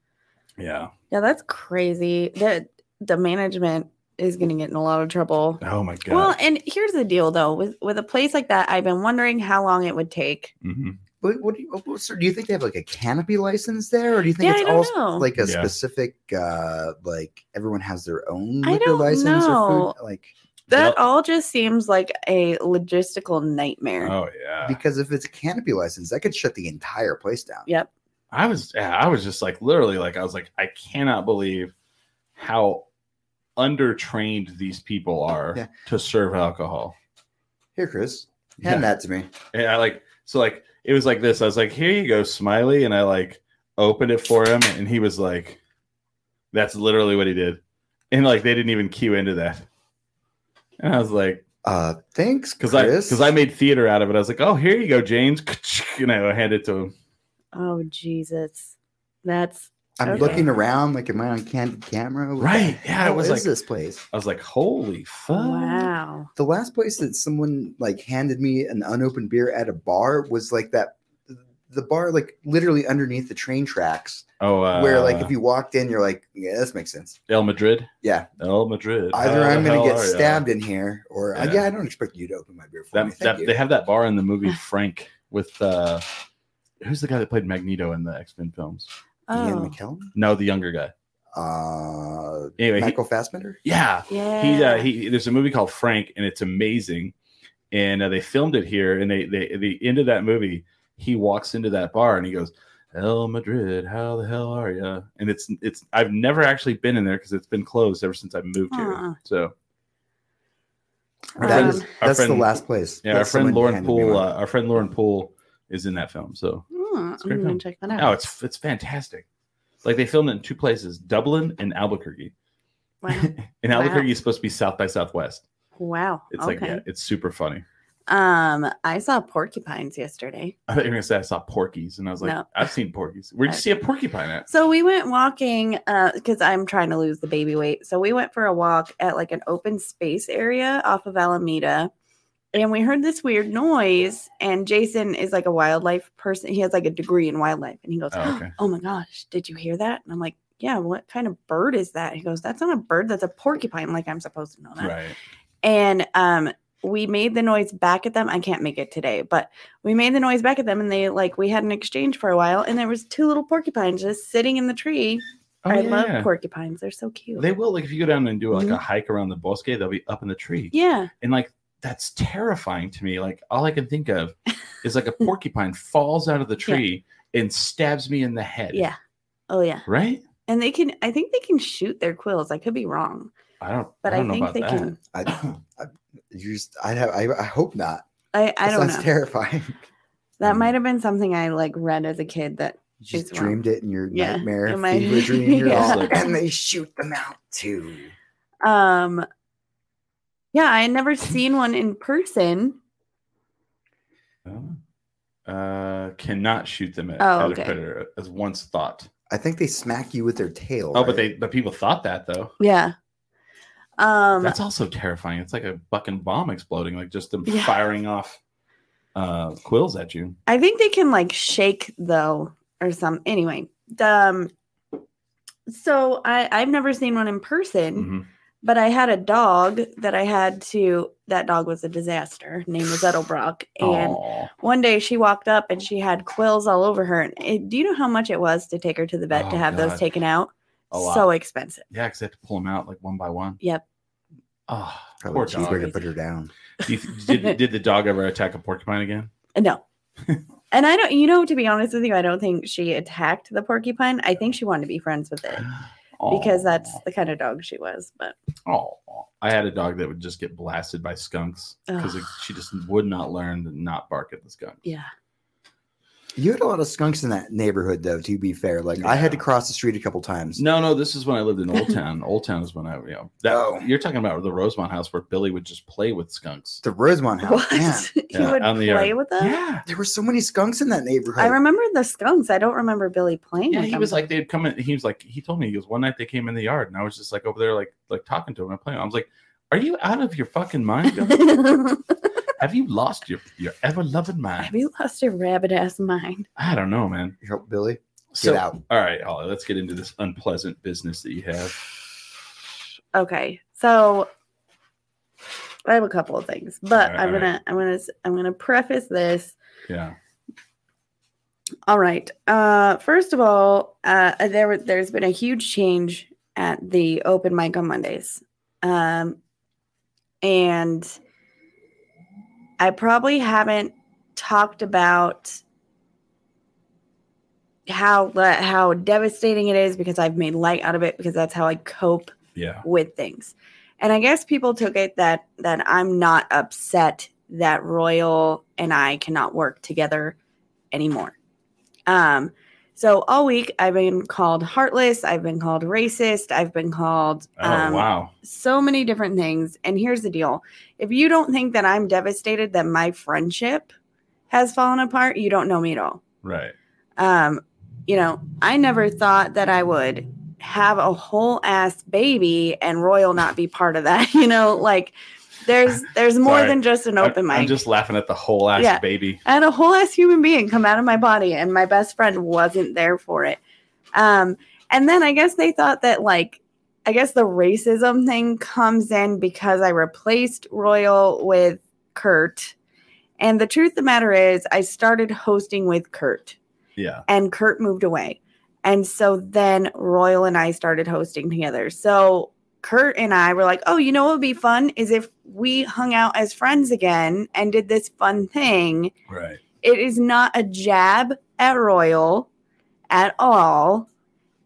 B: Yeah.
C: Yeah, that's crazy. That the management is going to get in a lot of trouble.
B: Oh my God.
C: Well, and here's the deal though, with with a place like that, I've been wondering how long it would take.
B: Mhm.
D: But what do you, what- sir, do you think they have like a canopy license there, or do you think
C: Yeah,
D: it's
C: I don't
D: all sp-
C: know.
D: like a
B: Yeah.
D: specific uh like everyone has their own
C: I
D: liquor
C: don't
D: license
C: know.
D: or food like
C: That
B: Well-
C: all just seems like a logistical nightmare.
B: Oh yeah.
D: because if it's a canopy license, that could shut the entire place down.
C: Yep.
B: I was yeah, I was just like literally like I was like I cannot believe how undertrained these people are
D: Yeah.
B: to serve alcohol.
D: Here, Chris, hand that to me.
B: And I like so like it was like this. I was like, here you go, Smiley, and I like opened it for him, and he was like, that's literally what he did, and like they didn't even cue into that. And I was like,
D: Uh, thanks,
B: because I
D: Chris.
B: because I made theater out of it. I was like, oh, here you go, James, (laughs) and I handed it to him.
C: Oh Jesus. That's
D: I'm
C: Okay.
D: looking around like, am I on candid camera? What the
B: Right? Yeah,
D: hell
B: it was
D: is
B: like
D: this place?
B: I was like, holy fuck!
C: wow.
D: The last place that someone like handed me an unopened beer at a bar was like that. The bar, like literally underneath the train tracks,
B: Oh, uh,
D: where like if you walked in, you're like, yeah, this makes sense.
B: El Madrid.
D: Yeah.
B: El Madrid.
D: Either
B: How
D: I'm
B: the
D: going to
B: hell
D: get
B: are ya?
D: stabbed in here, or I-
B: Yeah.
D: yeah, I don't expect you to open my beer for me.
B: That,
D: Thank
B: that,
D: you.
B: they have that bar in the movie Frank with uh, who's the guy that played Magneto in the X Men films?
D: Ian
C: Oh.
D: McKellen,
B: No, the younger guy.
D: uh,
B: Anyway, he-
D: Michael Fassbender.
B: yeah,
C: Yeah.
B: he uh, he. There's a movie called Frank, and it's amazing. And uh, they filmed it here, and they they at the end of that movie, he walks into that bar and he goes, El Madrid, how the hell are ya? And it's it's I've never actually been in there because it's been closed ever since I moved here.
C: Aw.
B: So our
D: That
B: friend-
D: is-
B: our
D: that's the
B: friend-
D: last place.
B: Yeah,
D: that
B: our friend
D: someone
B: Lauren
D: handed me
B: Poole.
D: one.
B: Uh, our friend Lauren Poole is in that film. So
C: Hmm,
B: It's a
C: I'm
B: great
C: gonna
B: film.
C: check that out.
B: oh, it's it's fantastic. Like they filmed it in two places, Dublin and Albuquerque.
C: wow.
B: And Albuquerque is supposed to be South by Southwest.
C: Wow.
B: (laughs) It's
C: okay.
B: like yeah, it's super funny. (laughs)
C: Um, I saw porcupines yesterday.
B: I thought you were gonna say I saw porkies, and I was like,
C: No.
B: I've seen porkies. Where'd you
C: I-
B: see a porcupine
C: (laughs)
B: at?
C: So we went walking uh because I'm trying to lose the baby weight. So we went for a walk at like an open space area off of Alameda. And we heard this weird noise and Jason is like a wildlife person. He has like a degree in wildlife and he goes,
B: Oh, okay.
C: "Oh my gosh, did you hear that?" And I'm like, "Yeah, what kind of bird is that?" He goes, "That's not a bird, that's a porcupine." Like I'm supposed to know that.
B: Right.
C: and um we made the noise back at them i can't make it today but we made the noise back at them and they like we had an exchange for a while and there was two little porcupines just sitting in the tree
B: Oh,
C: i
B: yeah,
C: love
B: yeah.
C: porcupines they're so cute
B: They will like if you go down and do like a hike around the bosque, they'll be up in the tree.
C: yeah
B: And like that's terrifying to me. Like all I can think
C: (laughs)
B: of is like a porcupine falls out of the tree and stabs me in the head.
C: yeah oh yeah
B: Right?
C: and they can i think they can shoot their quills i could be wrong
B: I don't
C: but
B: I
C: i,
B: don't know
C: think
B: about
C: they
B: that.
C: can
D: I, I, you just, I have. I, I hope not.
C: i i
D: That
C: don't
D: sounds
C: know
D: terrifying. (laughs)
B: mm.
C: that might have been something i like read as a kid that
D: You just
C: It's wrong.
D: dreamed it in your
C: Yeah,
D: nightmare
C: in my- (laughs)
D: fever dream. You're all
B: Yeah.
D: like, and they shoot them out too.
C: um yeah i had never seen one in person
B: uh cannot shoot them at,
C: Oh,
B: at
C: okay.
B: a predator as once thought.
D: I think they smack you with their tail.
B: Oh, but
D: right?
B: they but people thought that though.
C: yeah um
B: That's also terrifying. It's like a fucking bomb exploding, like just them
C: Yeah.
B: firing off uh quills at you.
C: I think they can like shake though or some anyway. The, um so I I've never seen one in person,
B: Mhm.
C: but I had a dog that I had to that dog was a disaster. Her name was Edelbrock
B: (sighs)
C: and
B: Aw.
C: one day she walked up and she had quills all over her. And it, do you know how much it was to take her to the vet to
B: Oh,
C: have
B: God.
C: those taken out?
B: A lot.
C: So expensive.
B: yeah, because they have to pull them out like one by one.
C: Yep.
B: Oh, poor
D: probably
B: dog.
D: cheaper to put her down.
B: Do you th- did, did the dog ever attack a porcupine again? (laughs)
C: No. and I don't you know to be honest with you, I don't think she attacked the porcupine. I think she wanted to be friends with it. (laughs) because that's the kind of dog she was. But
B: oh. I had a dog that would just get blasted by skunks because
C: Ugh.
B: she just would not learn to not bark at the skunk.
C: yeah,
D: You had a lot of skunks in that neighborhood, though. To be fair, like I had to
B: Yeah.
D: cross the street a couple times.
B: No, no, this is when I lived in (laughs) Old Town. Old Town is when I, you know, that
D: Oh.
B: you're talking about the Rosemont house where Billy would just play with skunks.
D: The Rosemont house.
C: what (laughs)
D: Man,
C: you
B: Yeah,
C: would
B: on the
C: play
B: yard.
C: with them?
B: Oh, Yeah.
D: there were so many skunks in that neighborhood.
C: I remember the skunks. I don't remember Billy playing.
B: Yeah,
C: with
B: he
C: them.
B: was like they'd come in. He was like he told me he was one night they came in the yard and I was just like over there like like talking to him and playing. I was like, "Are you out of your fucking mind?
C: (laughs)
B: Bill? Have you lost your your ever loving
C: "Have
B: mind?"
C: you lost your rabbit ass mind?"
B: I don't know, man.
D: Here, Billy,
B: So
D: get out.
B: all right, Ollie, let's get into this unpleasant business that you have.
C: Okay, so I have a couple of things, but
B: All right,
C: I'm
B: all
C: gonna, I'm gonna, I'm gonna preface this.
B: Yeah,
C: All right. Uh, first of all, uh, there were- there's been a huge change at the open mic on Mondays, um, and I probably haven't talked about how le- how devastating it is because I've made light out of it because that's how I cope
B: yeah.
C: with things. And I guess people took it that that I'm not upset that Royal and I cannot work together anymore. Um so all week I've been called heartless, I've been called racist, I've been called
B: Oh
C: um,
B: wow.
C: so many different things. And here's the deal. If you don't think that I'm devastated that my friendship has fallen apart, you don't know me at all
B: Right.
C: um, you know, I never thought that I would have a whole ass baby and Royal not be part of that. (laughs) You know, like there's there's more
B: Sorry.
C: than just an
B: I-
C: open
B: I'm
C: mic.
B: just laughing at the whole ass
C: Yeah.
B: baby.
C: I had a whole ass human being come out of my body, and my best friend wasn't there for it. Um, and then I guess they thought that like. I guess the racism thing comes in because I replaced Royal with Kurt. And the truth of the matter is, I started hosting with Kurt
B: Yeah.
C: and Kurt moved away. And so then Royal and I started hosting together. So Kurt and I were like, oh, you know what would be fun is if we hung out as friends again and did this fun thing.
B: Right.
C: It is not a jab at Royal. at all.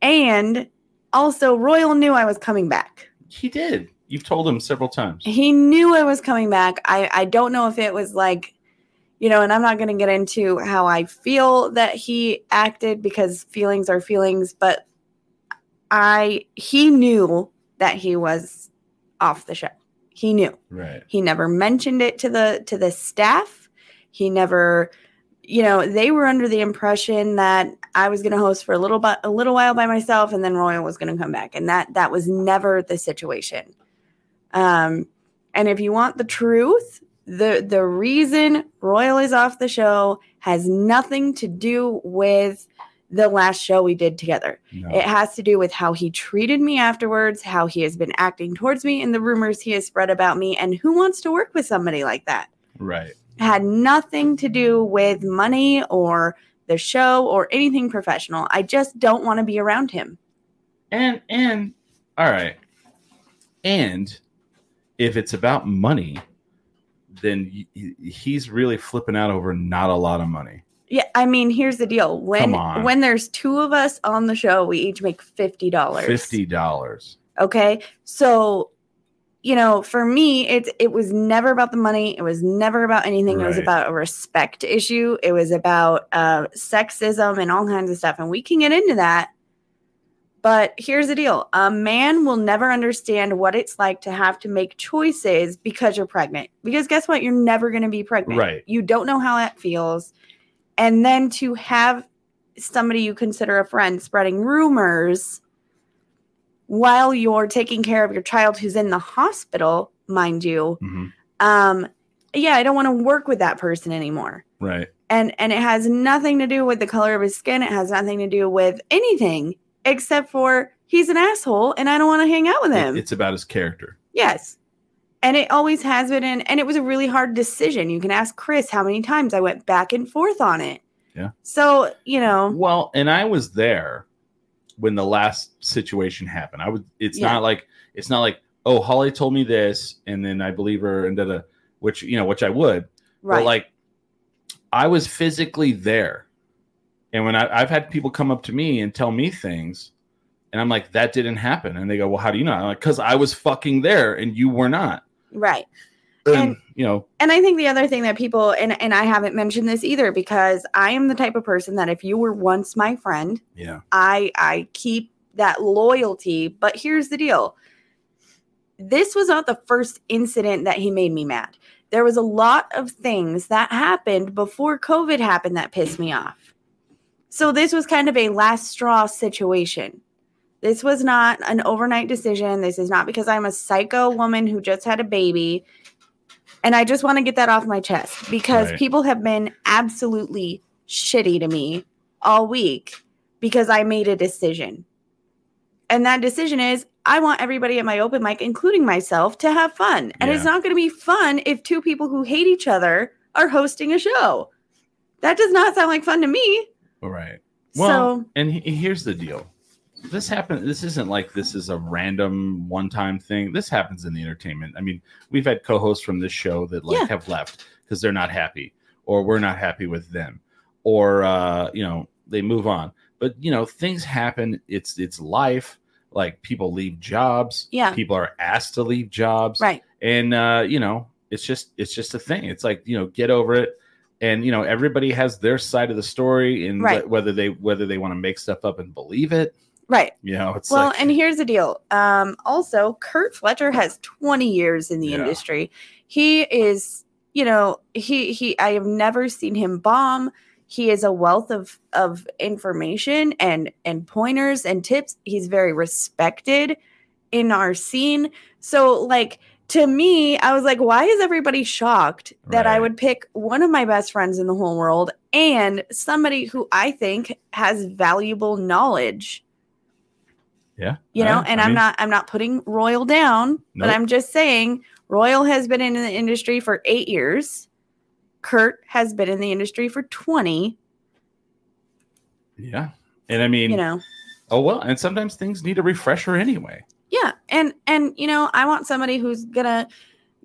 C: And also, Royal knew I was coming back.
B: He did. You've told him several times.
C: He knew I was coming back. I, I don't know if it was like, you know, and I'm not going to get into how I feel that he acted because feelings are feelings, but I, he knew that he was off the show. He knew.
B: Right.
C: He never mentioned it to the to the staff. He never, you know, they were under the impression that I was going to host for a little but a little while by myself, and then Royal was going to come back, and that that was never the situation. Um, and if you want the truth, the the reason Royal is off the show has nothing to do with the last show we did together.
B: No.
C: It has to do with how he treated me afterwards, how he has been acting towards me, and the rumors he has spread about me. And who wants to work with somebody like that?
B: right.
C: It had nothing to do with money or the show or anything professional. I just don't want to be around him.
B: And and all right. And if it's about money, then y- y- he's really flipping out over not a lot of money.
C: Yeah, I mean, here's the deal. When
B: Come on.
C: when there's two of us on the show, we each make fifty dollars.
B: Fifty dollars.
C: Okay. So, you know, for me, it it was never about the money. It was never about anything. It was
B: Right.
C: about a respect issue. It was about uh, sexism and all kinds of stuff. And we can get into that. But here's the deal: a man will never understand what it's like to have to make choices because you're pregnant. Because guess what? You're never going to be pregnant.
B: Right.
C: You don't know how that feels. And then to have somebody you consider a friend spreading rumors while you're taking care of your child who's in the hospital, mind you.
B: Mhm.
C: Um, yeah, I don't want to work with that person anymore.
B: Right.
C: And and it has nothing to do with the color of his skin. It has nothing to do with anything except for he's an asshole and I don't want to hang out with
B: It-
C: him.
B: it's about his character.
C: Yes. And it always has been. And, and it was a really hard decision. You can ask Chris how many times I went back and forth on it.
B: Yeah.
C: So, you know,
B: Well, and I was there when the last situation happened. I was. It's
C: Yeah.
B: not like it's not like oh Holly told me this and then I believe her and da da, which you know which I would.
C: right.
B: But like I was physically there. And when I, I've had people come up to me and tell me things, and I'm like, that didn't happen. And they go, Well, how do you know? I'm like, because I was fucking there and you were not.
C: right.
B: And,
C: And-
B: you know,
C: And I think the other thing that people, and, and I haven't mentioned this either because I am the type of person that if you were once my friend,
B: yeah.
C: I I keep that loyalty. But here's the deal. This was not the first incident that he made me mad. There was a lot of things that happened before COVID happened that pissed me off. So this was kind of a last straw situation. This was not an overnight decision. This is not because I'm a psycho woman who just had a baby. And I just want to get that off my chest because
B: Right.
C: people have been absolutely shitty to me all week because I made a decision. And that decision is I want everybody at my open mic, including myself, to have fun. And it's
B: Yeah.
C: not going to be fun if two people who hate each other are hosting a show. That does not sound like fun to me.
B: All right. Well,
C: so,
B: and he- here's the deal. This happened. This isn't like this is a random one-time thing. This happens in the entertainment. I mean, we've had co-hosts from this show that like
C: Yeah.
B: have left because they're not happy, or we're not happy with them, or uh, you know they move on. But you know things happen. It's it's life. Like people leave jobs.
C: Yeah.
B: People are asked to leave jobs
C: right.
B: and uh, you know it's just it's just a thing it's like you know get over it and you know everybody has their side of the story and
C: Right.
B: wh- whether they whether they want to make stuff up and believe it
C: Right.
B: you know it's
C: well,
B: like
C: and here's the deal. Um, also, Kurt Fletcher has 20 years in the
B: Yeah.
C: industry. He is, you know, he he. I have never seen him bomb. He is a wealth of of information and and pointers and tips. He's very respected in our scene. So, like to me, I was like, why is everybody shocked that I
B: Right.
C: would pick one of my best friends in the whole world and somebody who I think has valuable knowledge?
B: yeah
C: you know
B: I-
C: and
B: I
C: I, am
B: mean,
C: not i'm not putting royal down but
B: Nope.
C: i'm just saying royal has been in the industry for eight years kurt has been in the industry for 20
B: yeah and i mean
C: you know
B: oh well and sometimes things need a refresher anyway
C: yeah and and you know i want somebody who's gonna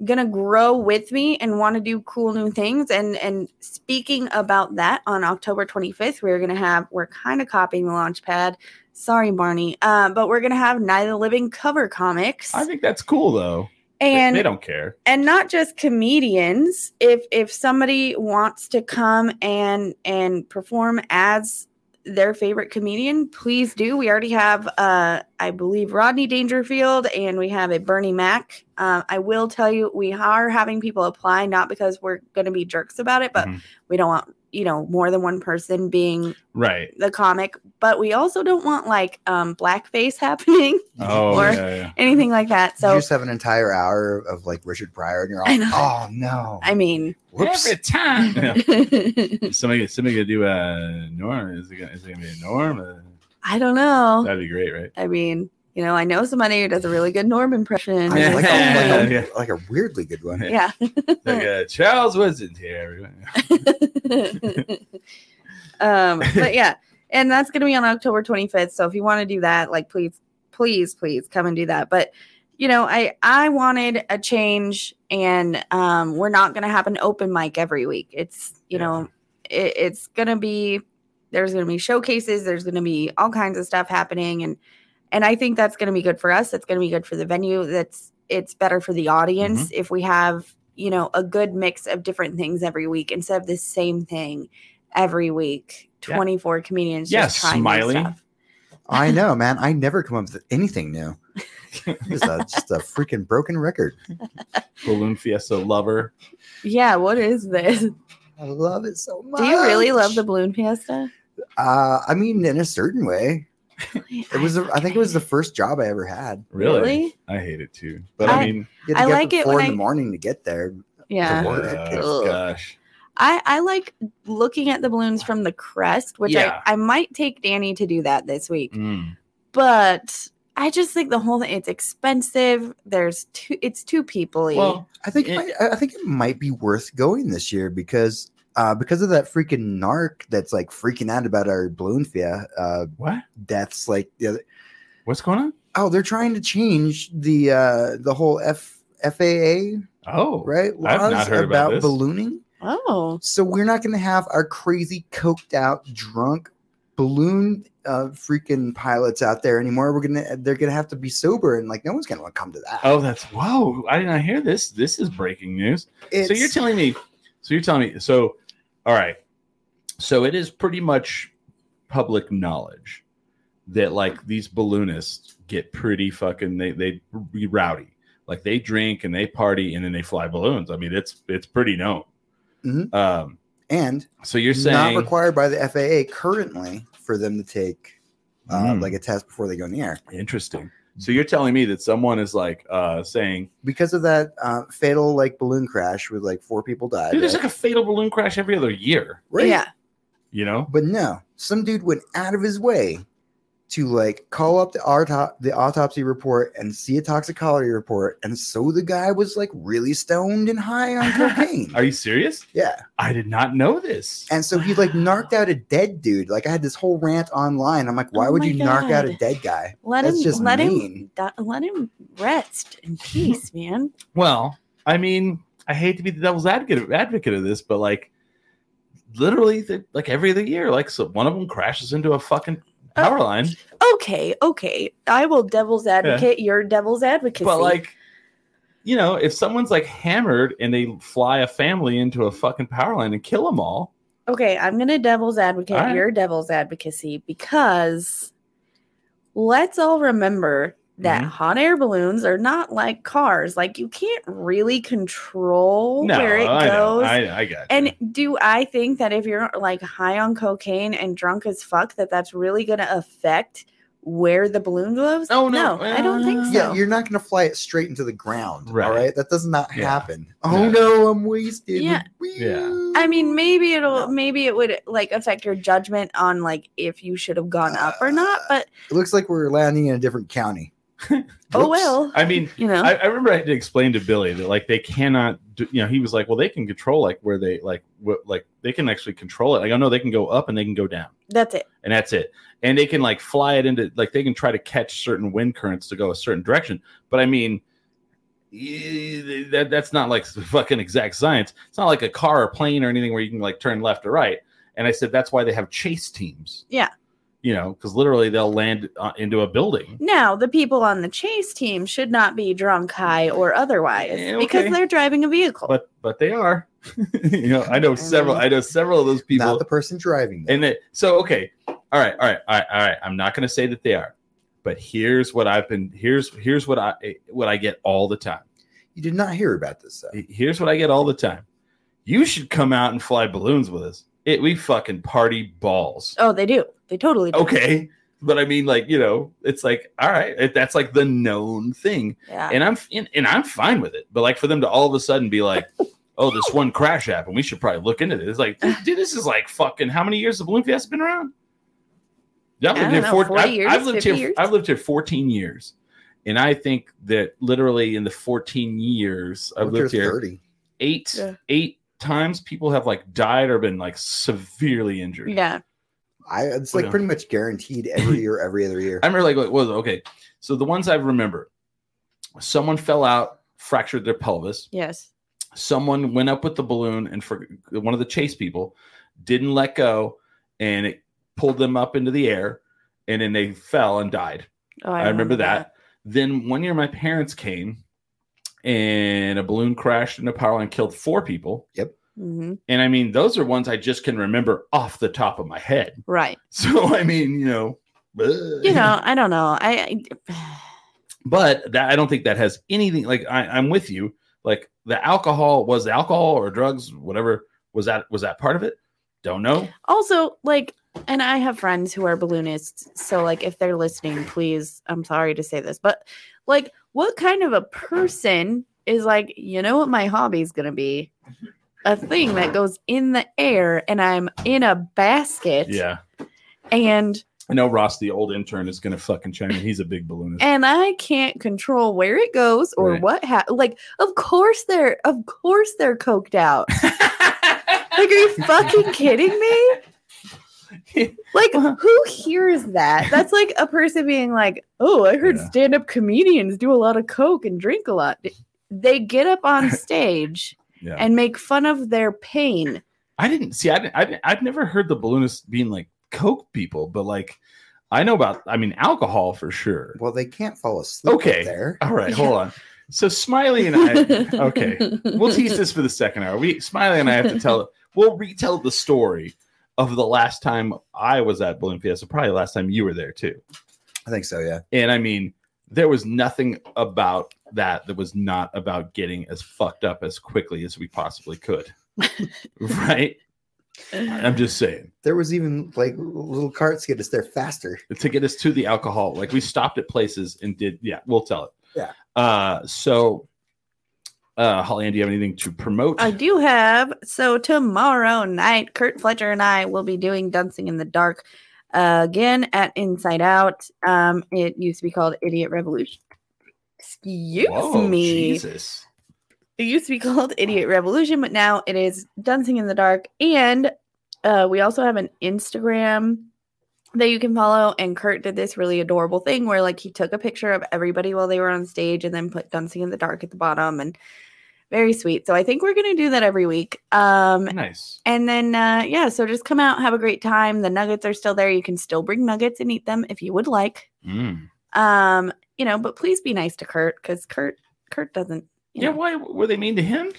C: gonna grow with me and want to do cool new things and and speaking about that on october 25th we're gonna have we're kind of copying the launch pad sorry barney uh, but we're gonna have night of the living cover comics
B: I think that's cool though. They-
C: and
B: they don't care.
C: and not just comedians if if somebody wants to come and and perform as their favorite comedian please do we already have uh i believe rodney dangerfield and we have a bernie mac uh, i will tell you we are having people apply not because we're going to be jerks about it but
B: Mhm.
C: we don't want you know more than one person being (laughs)
B: Right.
C: the comic but we also don't want like um blackface (laughs) happening
B: Oh
C: Or-
B: yeah, yeah.
C: anything like that
D: you
C: so
D: just have an entire hour of like Richard Pryor, and you're
C: I
D: all,
C: know.
D: oh no,
C: i mean
D: whoops.
B: Every time. (laughs) Yeah. Somebody, somebody gonna do a norm. Is it gonna, is it gonna be a norm? Uh,
C: (laughs) i don't know
B: That'd be great,
C: (laughs)
B: right?
C: I mean, you know, I know somebody who does a really good Norm impression.
D: I like, a, like,
B: (laughs)
D: a,
B: Yeah.
D: like a weirdly good one.
C: yeah.
B: Like, uh, Charles Woodson here, everyone.
C: (laughs) um, but yeah, and that's gonna be on October 25th. So if you want to do that, like, please, please, please come and do that. But you know, I I wanted a change, and um, we're not gonna have an open mic every week. It's you
B: Yeah.
C: know, it, it's gonna be there's gonna be showcases. There's gonna be all kinds of stuff happening, and and I think that's gonna be good for us. That's gonna be good for the venue. That's it's better for the audience if we have you know a good mix of different things every week instead of the same thing every week.
B: Yeah.
C: 24 comedians
B: Yeah,
C: just trying new
B: Smiley.
C: stuff.
D: I know, man. I never come up with
C: (laughs)
D: anything new. It's a, just a freaking broken record.
B: Balloon Fiesta lover.
C: Yeah, what is this? (laughs) Do
D: I love it so much.
C: you really love the balloon fiesta?
D: Uh, I mean, in a certain way, it was.
C: I
D: I think it was the first job I ever had.
B: Really?
C: Really?
B: I hate it too. But
C: I-
B: I, mean,
D: You had to
C: I
D: get up
C: like
D: at
C: it
D: four
C: when
D: in
C: I-
D: the morning to get there.
C: (laughs) yeah.
D: The work.
B: uh, gosh,
C: I, I like looking at the balloons from the crest, which
B: Yeah.
C: I, I might take Danny to do that this week.
B: Mm.
C: But I just think the whole thing it's expensive. There's two it's two people.
B: Well,
D: I think
B: It-
D: might- I, I think it might be worth going this year because uh, because of that freaking narc that's like freaking out about our balloon fia uh,
B: what?
D: deaths. Like the other,
B: What's going on?
D: oh, they're trying to change the uh, the whole F FAA
B: Oh,
D: right
B: I've not heard about this.
D: ballooning.
C: oh.
D: So we're not going to have our crazy coked out drunk balloon uh, freaking pilots out there anymore. We're gonna they're gonna have to be sober and like no one's gonna want to come to that.
B: Oh, that's whoa! I did not hear this. This is breaking news. so you're
D: It's-
B: telling me? So you're telling me? So, all right. So it is pretty much public knowledge that like these balloonists get pretty fucking they they be rowdy. Like they drink and they party and then they fly balloons. I mean, it's it's pretty known.
D: Mhm.
B: Um,
D: and
B: so you're saying
D: not required by the FAA currently for them to take uh,
B: Mm.
D: like a test before they go in the air
B: Interesting. So you're telling me that someone is like uh, saying,
D: because of that uh, fatal like balloon crash with like four people died.
B: dude, there's
D: right?
B: like a fatal balloon crash every other year,
D: Right?
C: Yeah.
B: you know?
D: But no, some dude went out of his way to like call up the auto- the autopsy report and see a toxicology report, and so the guy was like really stoned and high on cocaine.
B: Are you serious?
D: yeah,
B: I did not know this.
D: and so he like narked out a dead dude. Like I had this whole rant online. I'm like, why
C: Oh
D: would
C: my
D: you narc out a
C: God.
D: dead guy?
C: Let
D: That's
C: him
D: just
C: let him
D: mean.
C: di- let him rest in peace, man.
B: Well, I mean, I hate to be the devil's advocate advocate of this, but like, literally, the, like every other year, like so one of them crashes into a fucking
C: Oh,
B: power line.
C: Okay, okay. I will devil's advocate your devil's advocacy.
B: But like, you know, if someone's like hammered and they fly a family into a fucking power line and kill them all,
C: Okay, I'm gonna devil's advocate
B: All right.
C: your devil's advocacy because let's all remember that
B: Mhm.
C: hot air balloons are not like cars. Like you can't really control
B: no,
C: where it
B: I know,
C: goes.
B: I, I got. you.
C: and do I think that if you're like high on cocaine and drunk as fuck, that that's really gonna affect where the balloon goes?
B: Oh, no.
C: I don't think so.
D: Yeah, you're not gonna fly it straight into the ground.
B: Right.
D: All right, that does not
B: Yeah.
D: happen. Oh
B: No.
D: no, I'm wasted.
C: Yeah.
B: Yeah.
C: I mean, maybe it'll
D: No.
C: maybe it would like affect your judgment on like if you should have gone up or not.
B: Uh,
C: But
D: it looks like we're landing in a different county.
C: oh
D: Whoops.
C: well,
B: I mean,
C: you know.
B: I, I remember I had to explain to Billy that like they cannot, do, you know, he was like, well, they can control like where they like what like they can actually control it. Like, oh no, they can go up and they can go down,
C: that's it.
B: and that's it. And they can like fly it into like they can try to catch certain wind currents to go a certain direction. But I mean, eh, that, that's not like fucking exact science. It's not like a car or plane or anything where you can like turn left or right. And I said that's why they have chase teams.
C: Yeah.
B: You know, because literally they'll land uh, into a building.
C: Now, the people on the chase team should not be drunk, high, or otherwise
B: Eh,
C: because
B: okay.
C: they're driving a vehicle.
B: But but they are. (laughs) you know, I know
C: I
B: several.
C: know.
B: I know several of those people.
D: not the person driving. Them.
B: And that, so, okay, all right, all right, all right, all right. I'm not going to say that they are, but here's what I've been. Here's here's what I what I get all the time.
D: you did not hear about this. Though.
B: Here's what I get all the time. You should come out and fly balloons with us. It we fucking party balls.
C: oh, they do. They totally do.
B: Okay, but I mean, like you know, it's like all right, it, that's like the known thing,
C: Yeah.
B: and I'm and, and I'm fine with it. But like for them to all of a sudden be like. Oh, this one crash happened. We should probably look into this. Like, dude, this is like fucking. How many years the balloon fiesta been around? Yeah, I've
C: I
B: lived
C: don't
B: here.
C: know,
B: four-
C: 40
B: I've,
C: years,
B: I've lived
C: 50
B: here.
C: years?
B: I've lived here 14 years, and I think that literally in the 14 years I've
D: Once you're
B: lived here,
D: 30.
B: eight
C: Yeah.
B: eight times people have like died or been like severely injured.
C: yeah.
D: I, it's like
B: Oh, Yeah.
D: pretty much
B: (laughs)
D: guaranteed every year, every other year.
B: I remember like what was it? okay. So the ones I remember, someone fell out, fractured their pelvis.
C: Yes.
B: Someone went up with the balloon and for one of the chase people didn't let go, and it pulled them up into the air, and then they fell and died.
C: Oh,
B: I, remember that. Then one year my parents came and a balloon crashed into power line, killed four people.
C: hmm
B: And I mean, those are ones I just can remember off the top of my head. (laughs)
C: Right.
B: So I mean, you know, bleh. (laughs)
C: You know, I don't know. I, I
B: but that I don't think that has anything like I, I'm with you. Like the alcohol was the alcohol or drugs, whatever was that was that part of it? Don't know.
C: also like and i have friends who are balloonists so like if they're listening please i'm sorry to say this but like what kind of a person is like you know what my hobby is going to be a thing that goes in the air and i'm in a basket
B: Yeah.
C: and
B: I know Ross, the old intern, is gonna fucking chime in. He's a big balloonist.
C: and i can't control where it goes or
B: Right.
C: what ha- like of course they're of course they're coked out like are
B: (laughs)
C: you fucking kidding me Like, who hears that? That's like a person being like, oh, I heard
B: Yeah.
C: stand up comedians do a lot of coke and drink a lot. They get up
B: (laughs)
C: on stage
B: (laughs) yeah.
C: and make fun of their pain.
B: I didn't see. I didn't, I didn't, I've never heard the balloonists being like coke people, but like I know about. I mean, alcohol for sure.
D: Well, they can't fall asleep okay.
B: Okay.
D: up there.
B: All right, hold on. So Smiley and
C: (laughs)
B: I. okay, we'll tease this for the second hour. We Smiley and I have to tell. We'll retell the story of the last time I was at Balloon Fiesta. Probably the last time you were there too.
D: I think so. Yeah.
B: And I mean, there was nothing about that that was not about getting as fucked up as quickly as we possibly could. right? I'm just saying.
D: There was even like little carts to get us there faster.
B: to get us to the alcohol. Like we stopped at places and did, yeah, we'll tell it.
D: Yeah.
B: Uh, so, uh, Holly, do you have anything to promote?
C: I do have. So tomorrow night, Kurt Fletcher and I will be doing Dancing in the Dark uh, again at Inside Out. Um, it used to be called Idiot Revolution. Excuse
B: Whoa,
C: me.
B: Jesus.
C: it used to be called (laughs) Idiot Revolution, but now it is Dancing in the Dark. And uh, we also have an Instagram that you can follow. And Kurt did this really adorable thing where, like, he took a picture of everybody while they were on stage and then put Dancing in the Dark at the bottom. And very sweet. So I think we're going to do that every week. Um,
B: Nice.
C: and then, uh, yeah, so just come out, have a great time. The nuggets are still there. You can still bring nuggets and eat them if you would like.
B: Mm.
C: Um, you know, but please be nice to Kurt because Kurt, Kurt doesn't. you
B: Yeah.
C: know.
B: Why were they mean to him?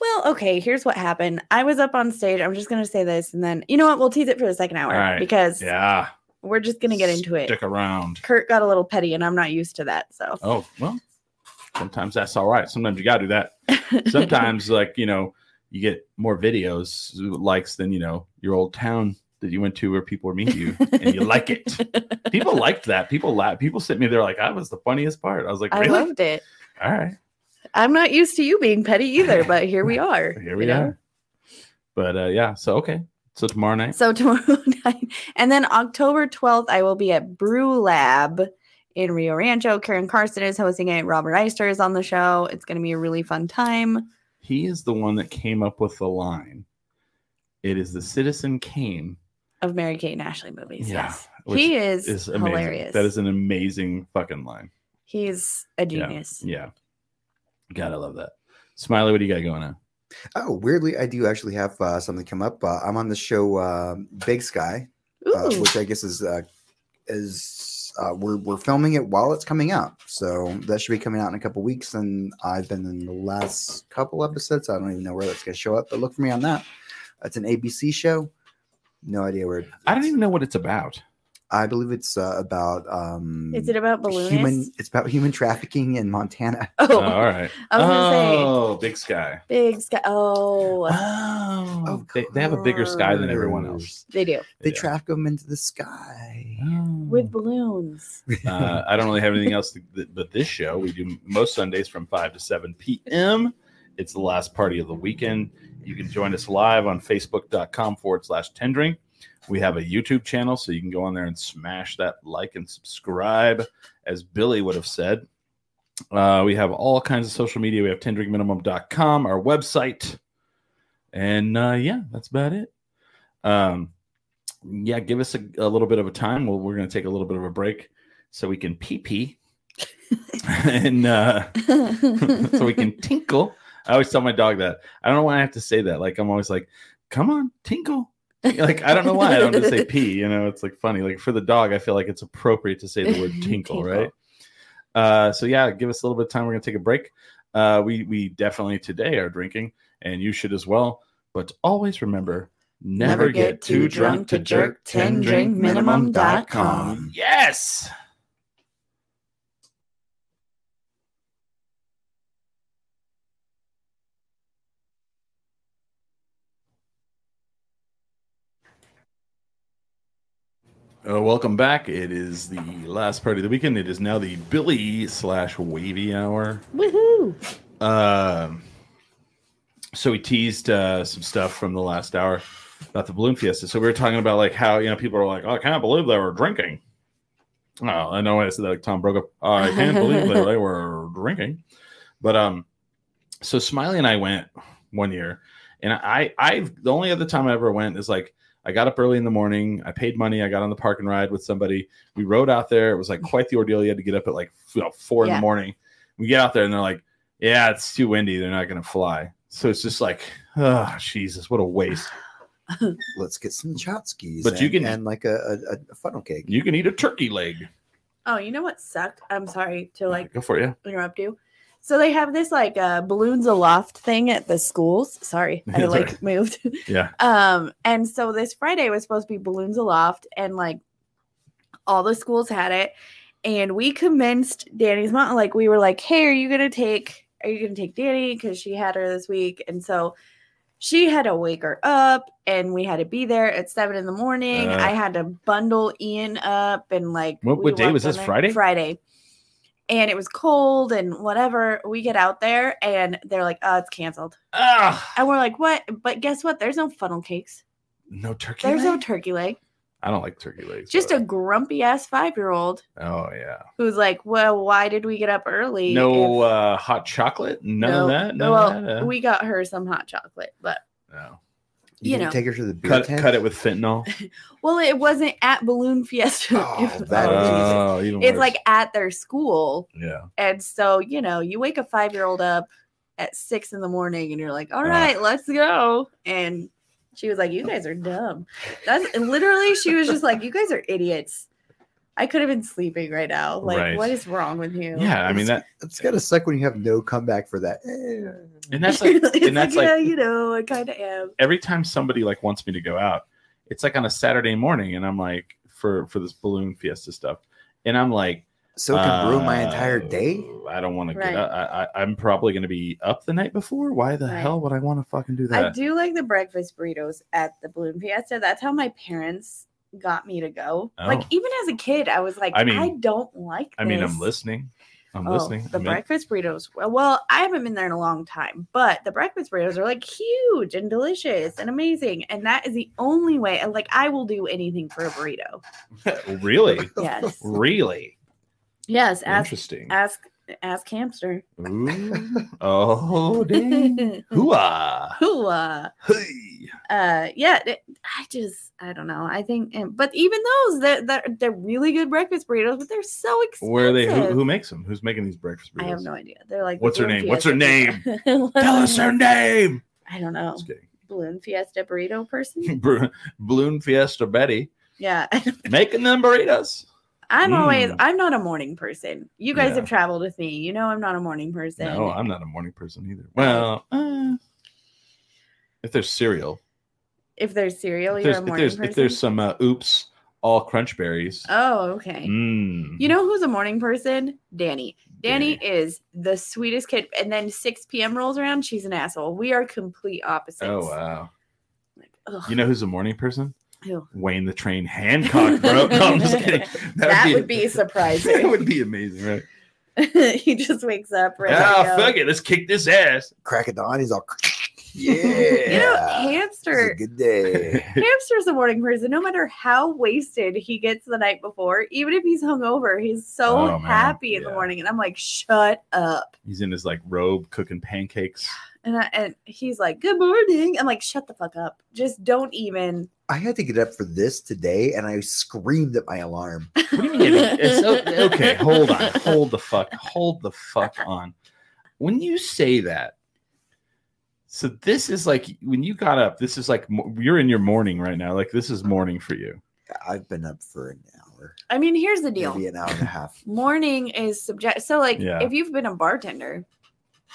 C: Well, okay, here's what happened. I was up on stage. I'm just going to say this and then, you know what? We'll tease it for the second hour
B: All right.
C: because
B: Yeah.
C: we're just going to get into it.
B: Stick around.
C: Kurt got a little petty and I'm not used to that. So, (laughs)
B: Oh, well, sometimes that's all right. Sometimes you got to do
C: (laughs)
B: that. Sometimes, like, you know, you get more videos likes than, you know, your old town that you went to where people were mean to you and you like it.
C: (laughs)
B: people liked that. People laugh. People sent me. They're like, "That was the funniest part." I was like,
C: I
B: "Really?
C: loved it.
B: All right,
C: I'm not used to you being petty either, but
B: (laughs)
C: here we are.
B: here we
C: you know?
B: are." But uh, yeah, so okay, so tomorrow night,
C: So, (laughs) tomorrow night. And then October 12th, I will be at Brew Lab in Rio Rancho. Karen Carson is hosting it. Robert Eister is on the show. It's going to be a really fun time.
B: he is the one that came up with the line. It is the Citizen Kane.
C: Of Mary Kate and Ashley movies.
B: Yeah,
C: Yes.
B: which
C: He is,
B: Is amazing.
C: hilarious.
B: That is an amazing fucking line.
C: He's a genius.
B: Yeah, God, I love that. Smiley, what do you got going on?
D: Oh, weirdly, I do actually have uh, something come up. Uh, I'm on the show uh, Big Sky, uh,
C: Ooh.
D: which I guess is uh, is uh, we're we're filming it while it's coming out, so that should be coming out in a couple weeks. And I've been in the last couple episodes. I don't even know where that's going to show up, but look for me on that. It's an ABC show. No idea where. It,
B: I don't even know what it's
C: (laughs)
B: about.
D: I believe it's uh, about. Um,
C: Is it about balloons?
D: human? It's about human trafficking in Montana.
C: Oh,
B: (laughs) Oh, all right.
C: (laughs) I was gonna say
B: oh, big sky.
C: big sky. Oh,
B: (laughs) Oh,
D: Of
B: they, they have a bigger sky than everyone else.
D: course.
C: they do
D: They
B: Yeah. Oh.
D: traffic them into the sky.
C: with balloons.
B: uh, I don't really have anything else th- th- but this show. We do most Sundays from 5 to 7 p.m. It's the last party of the weekend. You can join us live on facebook.com forward slash tendering. We have a YouTube channel, so you can go on there and smash that like and subscribe, as Billy would have said. Uh, we have all kinds of social media. We have tenderingminimum.com, our website. And uh, yeah, that's about it. Um, yeah, give us a, a little bit of a time. Well, we're going to take a little bit of a break so we can pee (laughs) pee and uh, (laughs) (laughs)
C: (laughs)
B: so we can tinkle. I always tell my dog that. I don't know why I have to say that. Like I'm always like, come on, tinkle. Like I don't know why I don't (laughs)
C: (laughs)
B: just say pee. You know, it's like funny. Like for the dog, I feel like it's appropriate to say the (laughs) word tinkle,
C: Tinkle.
B: right? Uh, so yeah, give us a little bit of time. We're gonna take a break. Uh, we we definitely today are drinking, and you should as well. But always remember, never, get, too drunk, to jerk. Ten drink
C: minimum dot
D: com.
B: Yes. Uh, welcome back. It is the last part of the weekend. It is now the Billy slash Wavy hour.
C: Woohoo!
B: Um, so we teased uh, some stuff from the last hour about the balloon fiesta. So we were talking about like how you know people are like, oh, I can't believe they were drinking. Oh, I know I said that like Tom broke up. Oh, I can't believe that they were drinking. But um, so Smiley and I went one year, and I I've the only other time I ever went is like I got up early in the morning. I paid money. I got on the park and ride with somebody. We rode out there. It was like quite the ordeal. You had to get up at like you know, four in
C: Yeah.
B: the morning. We get out there and they're like, "Yeah, it's too windy. They're not going to fly." So it's just like, oh Jesus, what a waste.
D: Let's get some chot skis.
B: But you
D: and-
B: can-
D: and like a, a, a funnel cake.
B: You can eat a turkey leg.
C: Oh, you know what sucked? I'm sorry to
B: (laughs)
C: like
B: go for it. Yeah.
C: interrupt you. So they have this like uh, balloons aloft thing at the schools. Sorry, I
B: That's
C: like
B: all right.
C: moved.
B: Yeah.
C: Um, and so this Friday was supposed to be balloons aloft, and like all the schools had it. And we commenced Danny's mom. Like we were like, "Hey, are you gonna take? Are you gonna take Danny? Because she had her this week." And so she had to wake her up, and we had to be there at seven in the morning.
B: Uh.
C: I had to bundle Ian up, and like,
B: What-
C: we
B: what day
C: walked
B: was
C: on
B: this,
C: there-
B: Friday?
C: Friday. And it was cold and whatever. We get out there, and they're like, "Oh, it's canceled."
B: Ah,
C: And we're like, "What?" But guess what? There's no funnel cakes.
B: no turkey.
C: There's
B: leg?
C: no turkey leg.
B: I don't like turkey legs.
C: Just
B: but-
C: a grumpy ass five year old
B: Oh yeah.
C: who's like, "Well, why did we get up early?"
B: No
C: if-
B: uh, hot chocolate. None of that. None
C: well,
B: of that. Uh,
C: we got her some hot chocolate, but
B: no.
D: You,
C: You
D: can
C: know.
D: take her to the beer
B: Cut
D: tent.
B: cut it with fentanyl.
C: well, it wasn't at Balloon Fiesta.
D: Oh,
C: It was-
D: that is-
B: oh, even
C: it's
B: worse.
C: like at their school,
B: yeah.
C: and so you know, you wake a five year old up at six in the morning, and you're like, "All
B: Ah.
C: right, let's go," and she was like, "You guys are dumb." That's and literally. She was just like, "You guys are idiots." I could have been sleeping right now. Like,
B: Right.
C: what is wrong with you?
B: Yeah, I mean that,
D: It's gotta suck when you have no comeback for that. Eh.
B: and
C: (laughs)
B: that's like,
C: It's
B: and that's like,
C: yeah, you know, I kind of am.
B: every time somebody like wants me to go out, it's like on a Saturday morning, and I'm like for for this balloon fiesta stuff, and I'm like,
D: So it can ruin my
B: uh,
D: entire day.
B: I don't want to
C: Right.
B: get up. I, I, I'm probably going to be up the night before. Why the
C: Right.
B: hell would I want to fucking do
C: I
B: that?
C: do like the breakfast burritos at the Balloon Fiesta. That's how my parents got me to go. Like
B: Oh.
C: even as a kid, I was like,
B: I
C: I,
B: mean-
C: don't like.
B: I mean, I'm
C: this."
B: listening. I'm
C: Oh,
B: listening.
C: The
B: I'm in.
C: breakfast burritos. Well, I haven't been there in a long time, but the breakfast burritos are like huge and delicious and amazing. And that is the only way. And like, I will do anything for a burrito.
B: (laughs) really,
C: (laughs) Yes.
B: really
C: Yes. Ask
B: interesting.
C: ask Ask hamster. (laughs)
B: Ooh. Oh, dang. Hooah.
C: Hooah.
B: Hey.
C: uh yeah it- i just i don't know i think and- but even those they're, they're, they're really good breakfast burritos but they're so expensive
B: Where are they? Who, who makes them? Who's making these breakfast burritos?
C: i have no idea they're like the
B: What's her
C: Balloon
B: name? What's her
C: Fiesta-
B: (laughs) Tell us her name.
C: (laughs) i don't know
B: Just kidding.
C: balloon fiesta burrito person
B: Bru- Balloon Fiesta Betty
C: yeah (laughs)
B: making them burritos.
C: i'm always
B: Mm.
C: i'm not a morning person you guys
B: Yeah.
C: have traveled with me you know i'm not a morning person
B: No, I'm not a morning person either. Well, uh, if there's cereal,
C: if there's cereal
B: if
C: you're
B: there's
C: a
B: if
C: morning
B: there's,
C: person
B: if there's some uh, oops, all crunch berries.
C: oh okay
B: Mm.
C: You know who's a morning person? Danny. Danny is the sweetest kid. And then 6 p.m. rolls around, she's an asshole. We are complete opposites.
B: Oh wow.
C: Ugh.
B: You know who's a morning person?
C: Who?
B: Wayne the Train Hancock,
C: (laughs)
B: bro. No, I'm just kidding.
C: that, would be,
B: (laughs) that
C: surprising.
B: would be amazing, right?
C: (laughs) he just wakes up right
B: Ah, fuck it, let's kick this ass.
D: Crack of dawn, he's all. (laughs) Yeah.
C: You know,
D: It's a
C: hamster.
D: good
B: (laughs)
D: day.
C: Hamster's a morning person. No matter how wasted he gets the night before, even if he's hungover, he's so
B: Oh, man.
C: happy in the
B: Yeah.
C: morning. And I'm like, shut up.
B: He's in his like robe cooking pancakes.
C: And I, and he's like, good morning. I'm like, shut the fuck up. Just don't even.
D: I had to get up for this today, and I screamed at my alarm.
B: What do you mean? It's,
C: (laughs)
B: o- okay, hold on. Hold the fuck. Hold the fuck on. When you say that, so this is like when you got up, this is like mo- you're in your morning right now. Like this is morning for you.
D: I've been up for an hour,
C: I mean, here's the deal.
D: maybe an hour and a half.
C: morning is subject so like
B: Yeah.
C: if you've been a bartender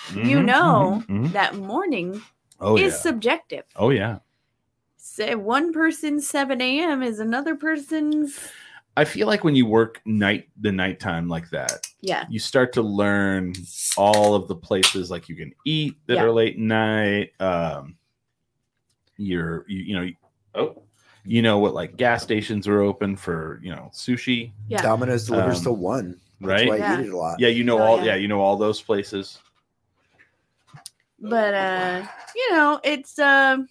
B: Mhm,
C: know
B: mhm, mhm.
C: that morning
B: Oh,
C: is
B: yeah.
C: subjective
B: Oh, yeah.
C: say one person 7 a.m is another person's
B: I feel like when you work night, the nighttime like that,
C: yeah
B: you start to learn all of the places like you can eat that
C: Yeah.
B: are late night. Um, you're you, you know oh you know what like gas stations are open for you know sushi
C: Yeah.
D: Domino's delivers
B: Um,
D: till one. That's
B: right?
D: why
C: Yeah.
D: I eat it a lot.
B: yeah you know
C: Oh,
B: all
C: yeah.
B: yeah. you know all those places
C: but uh you know it's um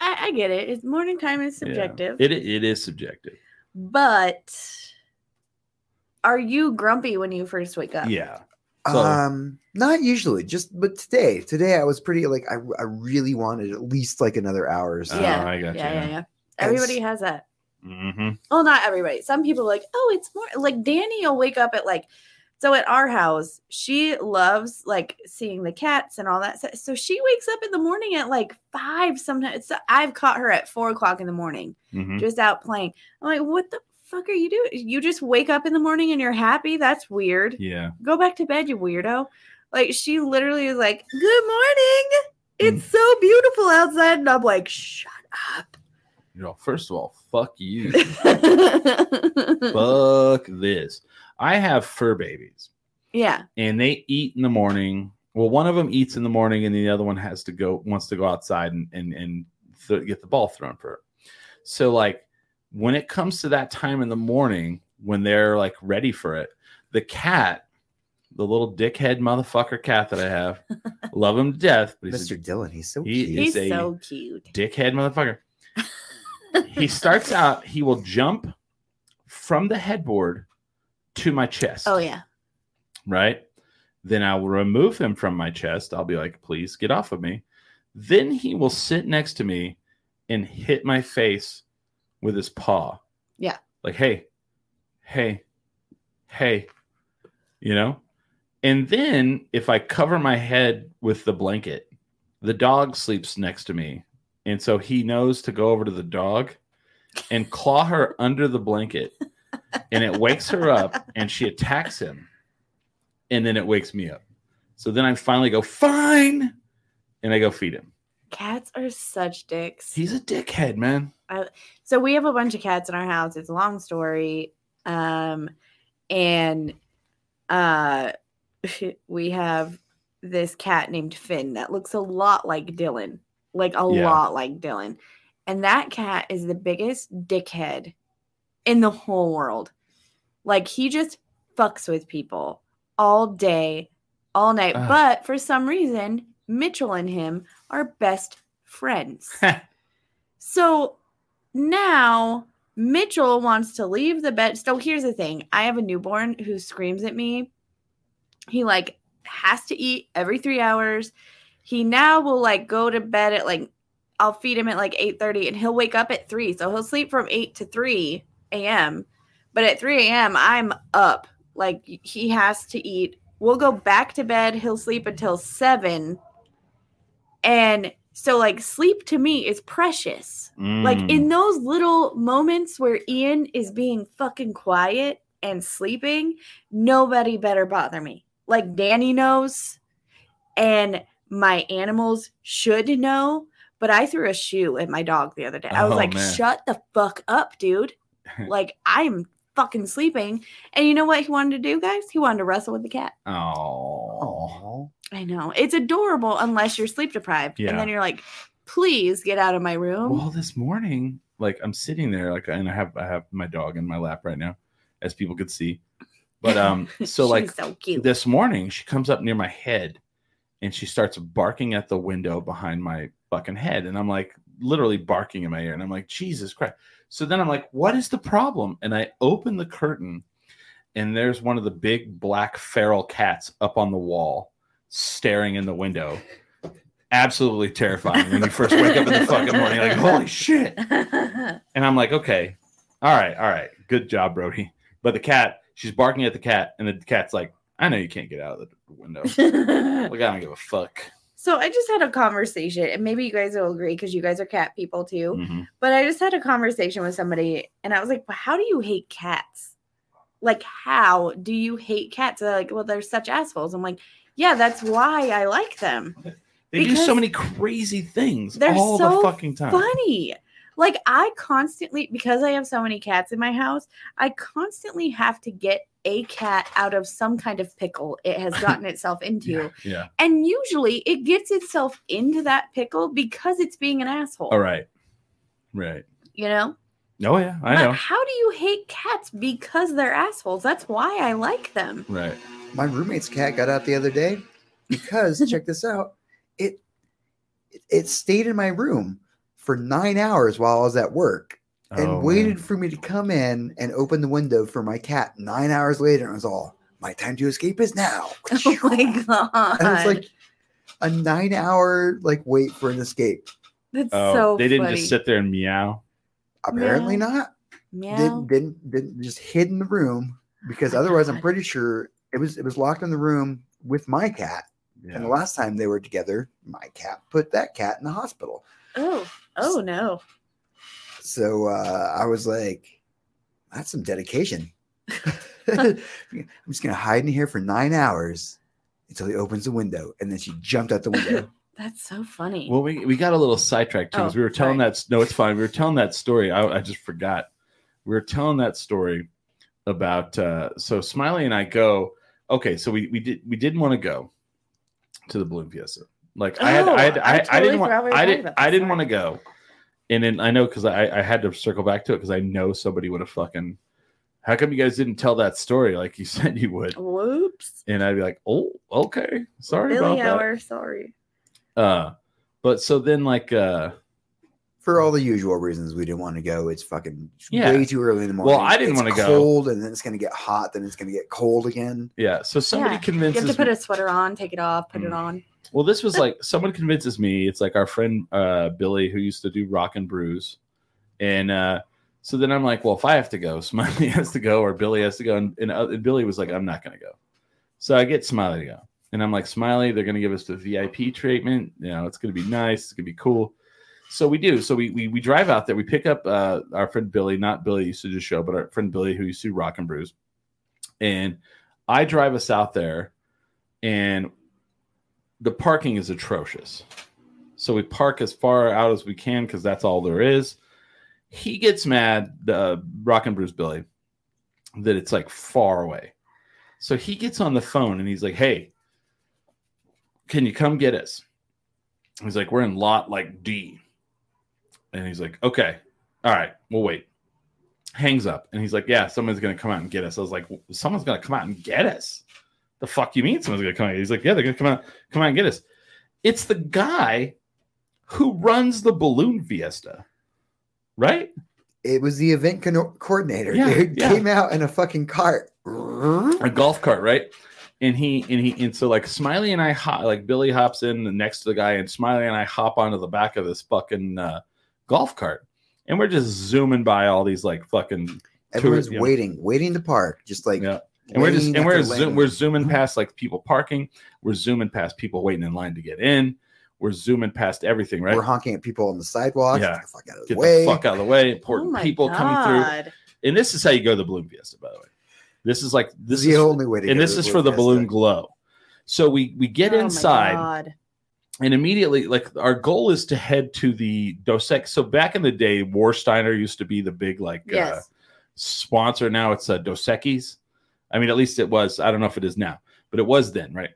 C: I, I get it it's morning time is
B: Yeah.
C: subjective
B: it it is subjective
C: but are you grumpy when you first wake up
B: yeah So-
D: Um, not usually, just but today. Today I was pretty like I, I really wanted at least like another hour or so.
B: Oh,
C: Yeah.
B: I got
C: yeah yeah
B: you
C: yeah everybody has that
B: mm-hmm.
C: well, not everybody. Some people are like, oh, it's more like Danny will wake up at like, so at our house, she loves like seeing the cats and all that. So, so she wakes up in the morning at like five sometimes. So I've caught her at four o'clock in the morning,
B: hmm
C: just out playing. I'm like, what the fuck are you doing? You just wake up in the morning and you're happy? That's weird.
B: yeah
C: Go back to bed, you weirdo. Like she literally is like, good morning. It's so beautiful outside. And I'm like, shut (laughs)
B: you know first of all fuck you
C: up.
B: fuck this i have fur babies
C: yeah.
B: and they eat in the morning. Well, one of them eats in the morning, and the other one has to go wants to go outside and and and th- get the ball thrown for. Her. So like when it comes to that time in the morning when they're like ready for it, the cat, the little dickhead motherfucker cat that I
C: (laughs)
B: have, love him to death, but he's a
D: Mr. Dylan, he's so
B: He
D: cute.
B: is-
C: He's
B: a-
C: so cute.
B: dickhead
C: (laughs)
B: motherfucker. he starts out. He will jump from the headboard to my chest
C: Oh yeah.
B: right? Then I will remove him from my chest. I'll be like, please get off of me. Then he will sit next to me and hit my face with his paw.
C: Yeah.
B: Like, hey, hey, hey, you know? And then if I cover my head with the blanket, the dog sleeps next to me. And so he knows to go over to the dog and claw her under the blanket. And it wakes her up and she attacks him and then it wakes me up. So then I finally go, fine. And I go feed him.
C: Cats are such dicks.
B: He's a dickhead, (laughs) man.
C: so we have a bunch of cats in our house. It's a long story. Um and uh (laughs) we have this cat named Finn that looks a lot like Dylan. Like a
B: Yeah.
C: lot like Dylan. And that cat is the biggest dickhead in the whole world. Like he just fucks with people all day, all night.
B: Ugh.
C: But for some reason, Mitchell and him are best
B: (laughs)
C: friends. So now Mitchell wants to leave the bed. So here's the thing I have a newborn who screams at me He like has to eat every three hours. He now will like go to bed at like I'll feed him at like eight thirty, and he'll wake up at three. So he'll sleep from eight to three a.m. But at three a.m. I'm up. Like he has to eat. We'll go back to bed. He'll sleep until seven. And so like sleep to me is precious. Like
B: Mm.
C: in those little moments where Ian is being fucking quiet and sleeping, nobody better bother me. Like Danny knows, and my animals should know. But I threw a shoe at my dog the other day. I was
B: Oh,
C: like,
B: man.
C: shut the fuck up,
B: (laughs)
C: dude. like I'm fucking sleeping. And you know what he wanted to do, guys? He wanted to wrestle with the cat.
B: oh.
C: I know. It's adorable unless you're sleep deprived.
B: Yeah.
C: And then you're like, please get out of my room.
B: Well, this morning, like I'm sitting there, like and I have I have my dog in my lap right now, as people could see. But um,
C: (laughs)
B: so
C: She's
B: like
C: so cute.
B: this morning, she comes up near my head, and she starts barking at the window behind my fucking head, and I'm like literally barking in my ear, and I'm like Jesus Christ. So then I'm like, what is the problem? And I open the curtain, and there's one of the big black feral cats up on the wall, staring in the window. Absolutely terrifying when you first wake up in the fucking morning, like holy shit. And I'm like, okay, all right, all right, good job, Brody. (laughs) But the cat, she's barking at the cat, and the cat's like, I know you can't get out of the
C: (laughs)
B: window.
C: so
B: like, I don't give a fuck.
C: (laughs) I just had a conversation, and maybe you guys will agree because you guys are cat people too.
B: Mhm.
C: But I just had a conversation with somebody, and I was like, well, "How do you hate cats? Like, how do you hate cats?" They're like, "Well, they're such assholes." I'm like, "Yeah, that's why I like them.
B: They do so
C: Because
B: many crazy things
C: they're
B: all
C: so
B: the fucking time.
C: Funny." Like I constantly, because I have so many cats in my house, I constantly have to get a cat out of some kind of pickle it has
B: (laughs)
C: gotten itself into.
B: Yeah, yeah.
C: And usually it gets itself into that pickle because it's being an asshole.
B: All right. Right.
C: You know?
B: Oh, yeah. I
C: But
B: know.
C: how do you hate cats because they're assholes? That's why I like them. (laughs)
B: Right.
D: My roommate's cat got out the other day
C: (laughs)
D: because check this out. It it stayed in my room for nine hours while I was at work and
B: Oh, man.
D: waited for me to come in and open the window for my cat nine hours later. And I was all, my time to escape is now.
C: (laughs) Oh my god.
D: And it's like a nine hour like wait for an escape.
C: That's
B: Oh,
C: so
B: they didn't
C: funny.
B: just sit there and meow.
D: Apparently
C: No.
D: not.
C: Meow.
D: Didn't, didn't didn't just hid in the room because otherwise I'm
C: God.
D: pretty sure it was it was locked in the room with my cat. And the
B: Yeah.
D: last time they were together, my cat put that cat in the hospital.
C: Oh, oh no.
D: So uh, I was like, that's
B: (laughs)
D: some dedication. I'm just going to hide in here for nine hours until he opens the window. And then she jumped out
B: (laughs)
D: the window.
C: That's so funny.
B: Well, we, we got a little sidetracked too because
C: Oh,
B: we were telling
C: sorry.
B: that. s- No, it's fine. We were telling that story. I, I just forgot. We were telling that story about. Uh, so Smiley and I go. Okay, so we we did we didn't want to go to the balloon fiesta. Like I had
C: Oh,
B: I had,
C: I
B: I, I
C: totally
B: didn't want
C: forgot we were
B: I
C: talking
B: didn't
C: about
B: I
C: this.
B: didn't
C: Sorry.
B: want to go. And then I know because I I had to circle back to it because I know somebody would have fucking. How come you guys didn't tell that story like you (laughs) said you would?
C: Whoops.
B: And I'd be like, oh, okay, sorry about
C: Billy
B: that.
C: hour, sorry.
B: Uh, but so then like uh.
D: For all the usual reasons, we didn't want to go. It's fucking
B: Yeah.
D: way too early in the
B: Well,
D: morning.
B: I didn't
D: It's
B: wanna go.
D: Cold, and then it's going to get hot. Then it's going to get cold again.
B: Yeah. So somebody
C: Yeah, You
B: convinces.
C: have to put
B: me-
C: a sweater on, take it off, put it
B: Mm.
C: on.
B: well, this was like someone convinces me. It's like our friend uh, Billy who used to do Rock and Brews, and uh, so then I'm like, well, if I have to go, (laughs) Smiley has to go, or Billy has to go, and, and, uh, Billy was like, I'm not going to go. So I get Smiley to go, and I'm like, Smiley, they're going to give us the VIP treatment. You know, it's going to be nice. It's going to be cool. So we do. So we, we we drive out there. We pick up uh, our friend Billy, not Billy used to do the show, but our friend Billy who used to do Rock and Brews, and I drive us out there, and the parking is atrocious. So we park as far out as we can because that's all there is. He gets mad, the uh, Rock and Bruce Billy, that it's like far away. So he gets on the phone and he's like, "Hey, can you come get us?" He's like, "We're in lot like D," and he's like, "Okay, all right, we'll wait." Hangs up and he's like, "Yeah, someone's gonna come out and get us." I was like, "Someone's gonna come out and get us." The fuck you mean someone's gonna come out? He's like, "Yeah, they're gonna come out, come out and get us." It's the guy who runs the balloon fiesta, right?
D: It was the event co- coordinator,
B: Yeah,
D: dude.
B: yeah.
D: Came out in a fucking cart.
B: a golf cart, right? and he and he and so like Smiley and I hop like Billy hops in next to the guy, and Smiley and I hop onto the back of this fucking uh, golf cart, and we're just zooming by all these like fucking
D: Everyone's
B: yeah.
D: waiting, waiting to park, just like.
B: Yeah. and we're just
D: lane
B: and we're
D: after
B: zo-
D: lane.
B: we're zooming past like people parking, we're zooming past people waiting in line to get in, we're zooming past everything, right?
D: We're honking at people on the sidewalk.
B: Yeah.
D: Get the fuck out of the
B: Get
D: way.
B: the fuck out of the way. Important people coming through.
C: Oh God.
B: and this is how you go to the balloon fiesta by the way this is like this
D: the
B: is
D: only way to
B: and
D: get
B: this
D: to
B: is for the
D: Fiesta.
B: balloon glow so we we get
C: Oh my
B: inside
C: God.
B: and immediately like our goal is to head to the Dos Equis. so back in the day warsteiner used to be the big like uh,
C: Yes.
B: sponsor now it's uh, Dos Equis. i mean at least it was i don't know if it is now but it was then right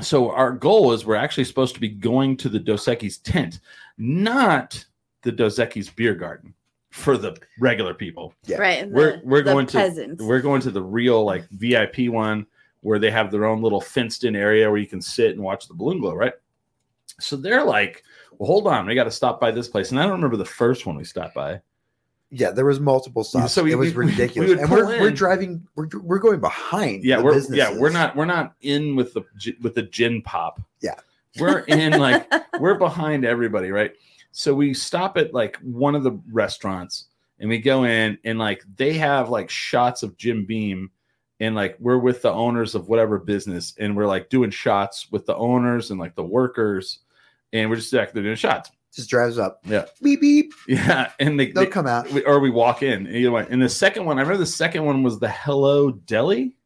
B: so our goal is we're actually supposed to be going to the Dos Equis tent not the Dos Equis beer garden for the regular people
D: Yeah.
C: Right. and
B: We're-
C: the-
B: we're
C: the
B: going to-
C: peasants.
B: we're going to the real like VIP one where they have their own little fenced in area where you can sit and watch the balloon glow, right? So they're like, well, hold on, we got to stop by this place. And I don't remember the first one we stopped by.
D: Yeah, there was multiple stops.
B: So we-
D: it was
B: we- we
D: ridiculous.
B: would
D: and we're,
B: pull
D: we're
B: in.
D: driving. We're, we're going behind.
B: Yeah,
D: the
B: we're yeah,
D: businesses.
B: we're not we're not in with the gi- with the gin pop.
D: Yeah.
B: We're in like we're behind everybody, right? So we stop at like one of the restaurants and we go in and like they have like shots of Jim Beam and like we're with the owners of whatever business and we're like doing shots with the owners and like the workers and we're just like they're doing shots. (laughs)
D: Just drives up.
B: Yeah.
D: Beep beep.
B: Yeah. And they,
D: They'll
B: they-
D: come out.
B: we- or we walk in either way. And the second one, I remember the second one was the Hello Deli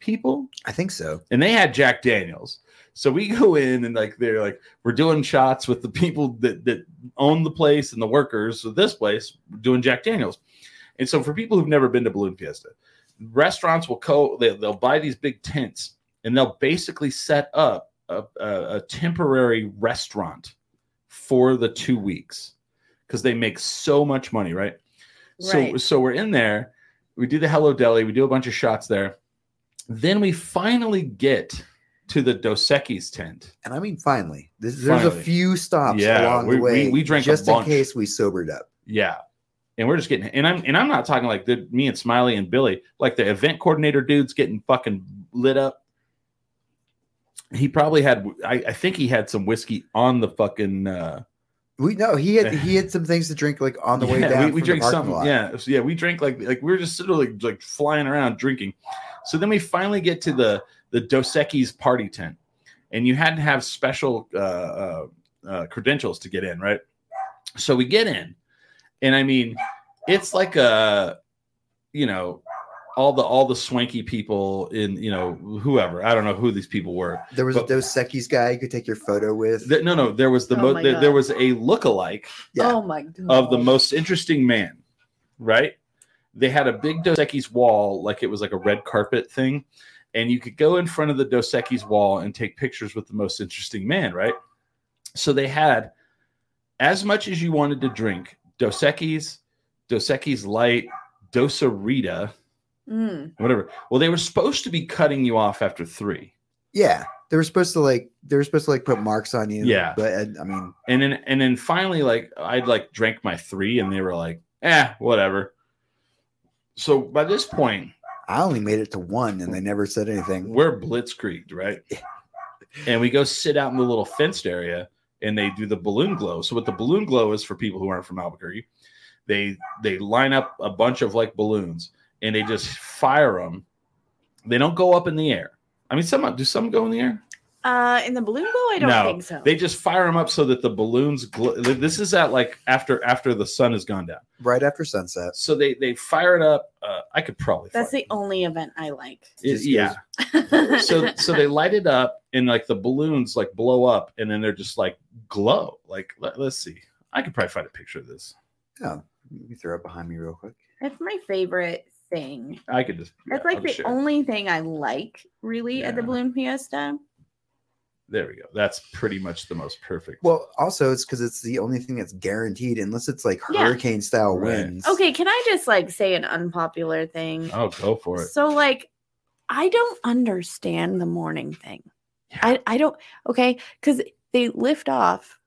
B: people
D: I think so.
B: and they had Jack Daniels. So we go in and like they're like we're doing shots with the people that that own the place and the workers of this place we're doing Jack Daniels. And so for people who've never been to Balloon Fiesta, restaurants will co they, they'll buy these big tents and they'll basically set up a, a, a temporary restaurant for the two weeks because they make so much money, right? So
C: Right.
B: so we're in there. We do the Hello Deli. We do a bunch of shots there. Then we finally get to the Dos Equis tent.
D: And I mean, finally, this, there's
B: Finally.
D: a few stops
B: Yeah,
D: along
B: we-
D: the
B: we-
D: way.
B: we drank a
D: just
B: bunch.
D: in case we sobered up.
B: Yeah, and we're just getting and I'm and I'm not talking like the me and Smiley and Billy like the event coordinator dudes getting fucking lit up. He probably had I, I think he had some whiskey on the fucking uh,
D: We know he had he had some things to drink like on the way
B: yeah,
D: down.
B: We, we
D: from
B: drank
D: the parking
B: something.
D: lot.
B: Yeah, so, yeah, we drank like like we were just sort of like like flying around drinking. So then we finally get to the the Dos Equis party tent, and you had to have special uh, uh, uh, credentials to get in, right? So we get in, and I mean, it's like a, you know, all the all the swanky people in you know whoever I don't know who these people were,
D: There was
B: But-
D: a Dos Equis guy you could take your photo with.
B: Th- no, no, there was the
C: Oh
B: mo-
C: my
B: there,
C: God.
B: there was a lookalike
D: (laughs) yeah.
C: Oh my god.
B: of the most interesting man, right? They had a big Dos Equis wall, like it was like a red carpet thing, and you could go in front of the Dos Equis wall and take pictures with the most interesting man, right? So they had as much as you wanted to drink Dos Equis, Dos Equis Light, Dosarita,
C: Mm.
B: whatever. Well, they were supposed to be cutting you off after three,
D: yeah. They were supposed to like they were supposed to like put marks on you.
B: Yeah.
D: But and, I mean,
B: and then and then finally, like I'd like drank my three, and they were like, "Eh, whatever." So by this point,
D: I only made it to one, and they never said anything.
B: we're blitzkrieged, right? and we go sit out in the little fenced area and they do the balloon glow. So what the balloon glow is for people who aren't from Albuquerque, they they line up a bunch of like balloons and they just fire them. They don't go up in the air. I mean, some do some go in the air.
C: Uh, in the balloon glow, I don't
B: No,
C: think so.
B: They just fire them up so that the balloons. Glow. This is at like after after the sun has gone down.
D: Right after sunset.
B: So they they fire it up. Uh, I could probably.
C: That's
B: fire-
C: the only event I like.
B: it-
D: Just
B: yeah.
D: goes
B: so so they light it up and like the balloons like blow up and then they're just like glow like let, us see i could probably find a picture of this
D: Let me throw it behind me real quick.
C: (laughs) that's my favorite thing.
B: i could just
C: That's
B: yeah,
C: like
B: I'll
C: the
B: share.
C: only thing I like really at the
B: Yeah.
C: balloon fiesta.
B: there we go that's pretty much the most perfect
D: Well, also it's because it's the only thing that's guaranteed, unless it's like
C: Yeah.
D: hurricane style
B: Right.
D: winds.
C: Okay, can I just like say an unpopular thing?
B: oh go for it
C: So like I don't understand the morning thing.
B: Yeah.
C: I I don't okay cuz they lift off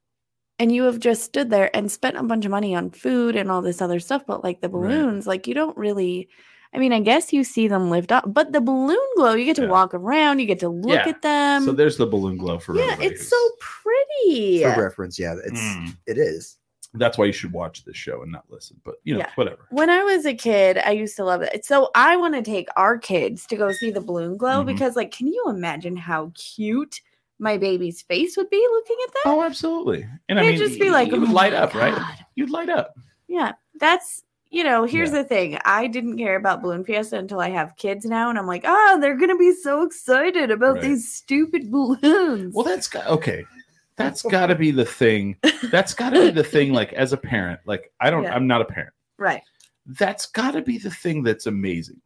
C: and you have just stood there and spent a bunch of money on food and all this other stuff but like the
B: Right.
C: balloons like you don't really I mean, I guess you see them lift off, but the balloon glow, you get to
B: Yeah.
C: walk around, you get to look
B: Yeah.
C: at them.
B: so there's the balloon glow for
C: um, yeah,
B: everybody
C: it's
B: who's-
C: so pretty.
D: For reference, yeah, it's
B: Mm.
D: it is.
B: That's why you should watch this show and not listen. But you know,
C: Yeah.
B: whatever.
C: When I was a kid, I used to love it. So I want to take our kids to go see the balloon glow
B: Mhm.
C: because, like, can you imagine how cute my baby's face would be looking at that?
B: Oh, absolutely. And I
C: It'd
B: mean,
C: just be like,
B: it would
C: "Oh
B: light
C: my
B: up, right?
C: God."
B: You'd light up.
C: Yeah, that's you know. Here's the thing: I didn't care about Balloon Fiesta until I have kids now, and I'm like, oh, they're gonna be so excited about
B: Right.
C: these stupid balloons.
B: Well, that's got, okay.
C: (laughs)
B: That's got to be the thing. That's got to be the thing. Like as a parent, like I don't,
C: Yeah.
B: I'm not a parent.
C: right.
B: that's got to be the thing that's amazing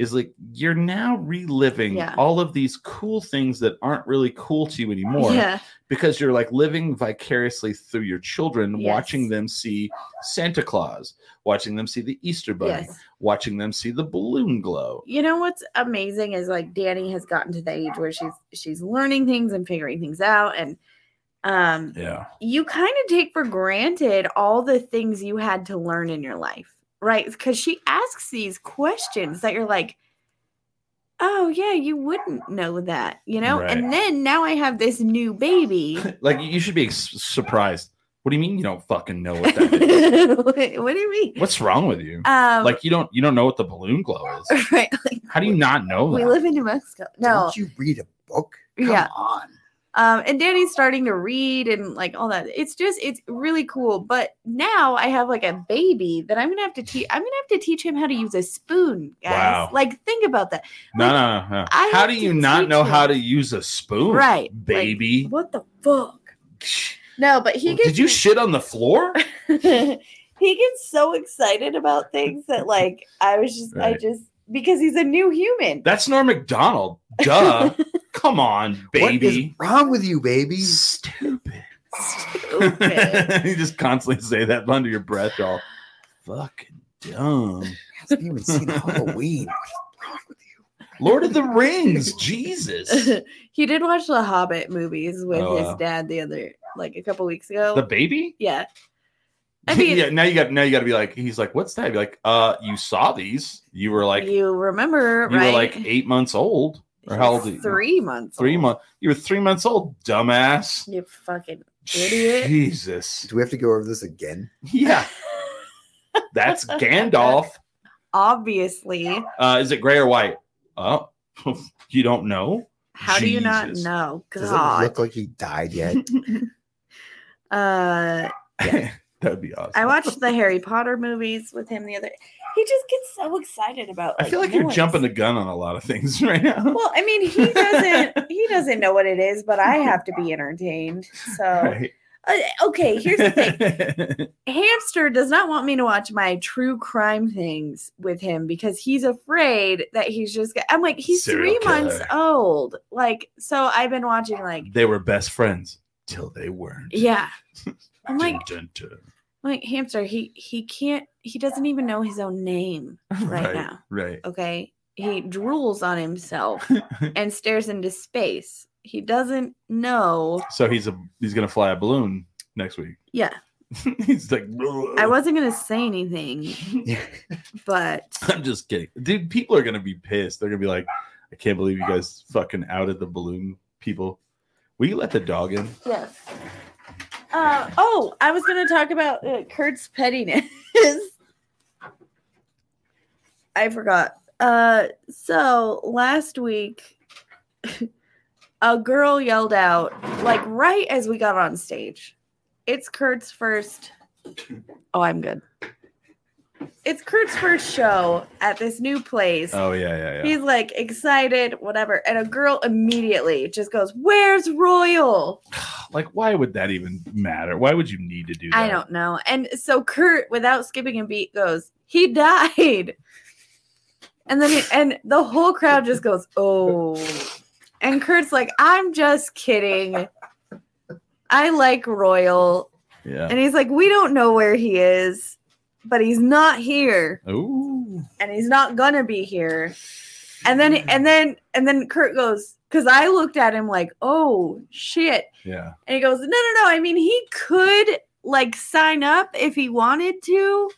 B: is like you're now reliving
C: Yeah.
B: all of these cool things that aren't really cool to you anymore
C: Yeah.
B: because you're like living vicariously through your children
C: Yes.
B: watching them see santa claus watching them see the easter bunny
C: Yes.
B: watching them see the balloon glow
C: You know what's amazing is like Danny has gotten to the age where she's she's learning things and figuring things out, and um,
B: yeah
C: you kind of take for granted all the things you had to learn in your life, right? Because she asks these questions that you're like, oh, yeah, you wouldn't know that, you know?
B: Right.
C: And then now I have this new baby.
B: like you should be ex- surprised what do you mean you don't fucking know what (laughs) that
C: (laughs)
B: is
C: Wait, what do you mean?
B: what's wrong with you
C: um,
B: like you don't you don't know what the balloon glow is
C: (laughs) right, like,
B: how do you not know
C: we
B: that
C: live in New Mexico. No,
D: Don't you read a book? Come
C: yeah.
D: on.
C: um, and Danny's starting to read and like all that. It's just it's really cool. But now I have like a baby that I'm gonna have to teach. I'm gonna have to teach him how to use a spoon, guys.
B: Wow.
C: Like think about that.
B: No, no, no. no.
C: I
B: How
C: have
B: do
C: to
B: you not
C: teach
B: know how
C: him.
B: to use a spoon?
C: Right, like,
B: Baby.
C: What the fuck? No, but he gets
B: Did you shit on the floor?
C: (laughs) he gets so excited about things that like I was just I
B: Right.
C: just because he's a new human.
B: That's Norm McDonald.
C: (laughs)
B: Duh. Come on, baby.
D: What is wrong with you, baby?
B: Stupid.
C: (laughs) Stupid.
B: (laughs) you just constantly say that under your breath, y'all. Fucking dumb.
D: Haven't even seen Halloween. (laughs)
B: Lord
C: (laughs)
B: of the Rings. Jesus. (laughs)
C: he did watch the Hobbit movies with
B: Oh,
C: his
B: wow.
C: dad the other like a couple weeks ago.
B: The baby?
C: yeah. I
B: (laughs)
C: mean-
B: yeah, now you got now you gotta be like, he's like, what's that? You're like, uh, you saw these. You were like you,
C: you remember, right?
B: were like eight months old. Or how old are you?
C: Three months.
B: Three
C: old.
B: months. You were three months old, dumbass.
C: You fucking Idiot.
B: Jesus.
D: Do we have to go over this again?
B: (laughs) Yeah, that's Gandalf.
C: obviously.
B: Uh, is it gray or white? Oh, (laughs) you don't know.
C: How do you not
B: Jesus.
C: know?
D: Does
C: God.
D: it look like he
C: (laughs)
D: died yet?
C: uh,
B: (laughs) That'd be awesome.
C: I watched the Harry Potter movies with him the other. He just gets so excited about.
B: I feel like you're
C: noise.
B: jumping the gun on a lot of things (laughs) right now.
C: Well, I mean,
B: (laughs)
C: he doesn't. he doesn't know what it is, but I have to be entertained. So,
B: Right.
C: uh, okay, here's the thing. Hamster does not want me to watch my true crime things with him because he's afraid that he's just. go- I'm like, he's
B: Serial
C: three months
B: killer.
C: old. Like, so I've been watching,
B: (laughs)
C: like,
B: they were best friends till they weren't. (laughs)
C: yeah. I'm like,
B: Dun, dun, dun.
C: I'm like hamster. He he can't. He doesn't even know his own name (laughs) right, now.
B: Right.
C: Okay, he drools on
B: (laughs)
C: himself and stares into space. He doesn't know.
B: So he's a he's gonna fly a balloon next week. (laughs)
C: Yeah,
B: he's like (laughs)
C: I wasn't gonna say anything,
D: Yeah.
C: but
B: (laughs) I'm just kidding. Dude, people are gonna be pissed. They're gonna be like, I can't believe you guys fucking outed the balloon people. Will you let the dog in?
C: Yes. Uh, oh, I was going to talk about uh, Kurt's pettiness. (laughs) I forgot. Uh, so last week, (laughs) a girl yelled out, like right as we got on stage, it's
B: (laughs)
C: Kurt's first. Oh, I'm good. It's Kurt's first show at this new place.
B: Oh yeah, yeah, yeah.
C: He's like excited, whatever. And a girl immediately just goes, Where's Royal?
B: Like, why would that even matter? Why would you need to do that?
C: I don't know. And so Kurt, without skipping a beat, goes, "He died," and then and the whole crowd just goes, "Oh," and Kurt's like, "I'm just kidding. I like Royal,"
B: Yeah.
C: and he's like, "We don't know where he is, but he's not here,
B: Ooh.
C: and he's not gonna be here." And then and then and then Kurt goes, "Cause I looked at him like, oh shit."
B: Yeah.
C: And he goes, No, no, no. I mean, he could like sign up if he wanted to,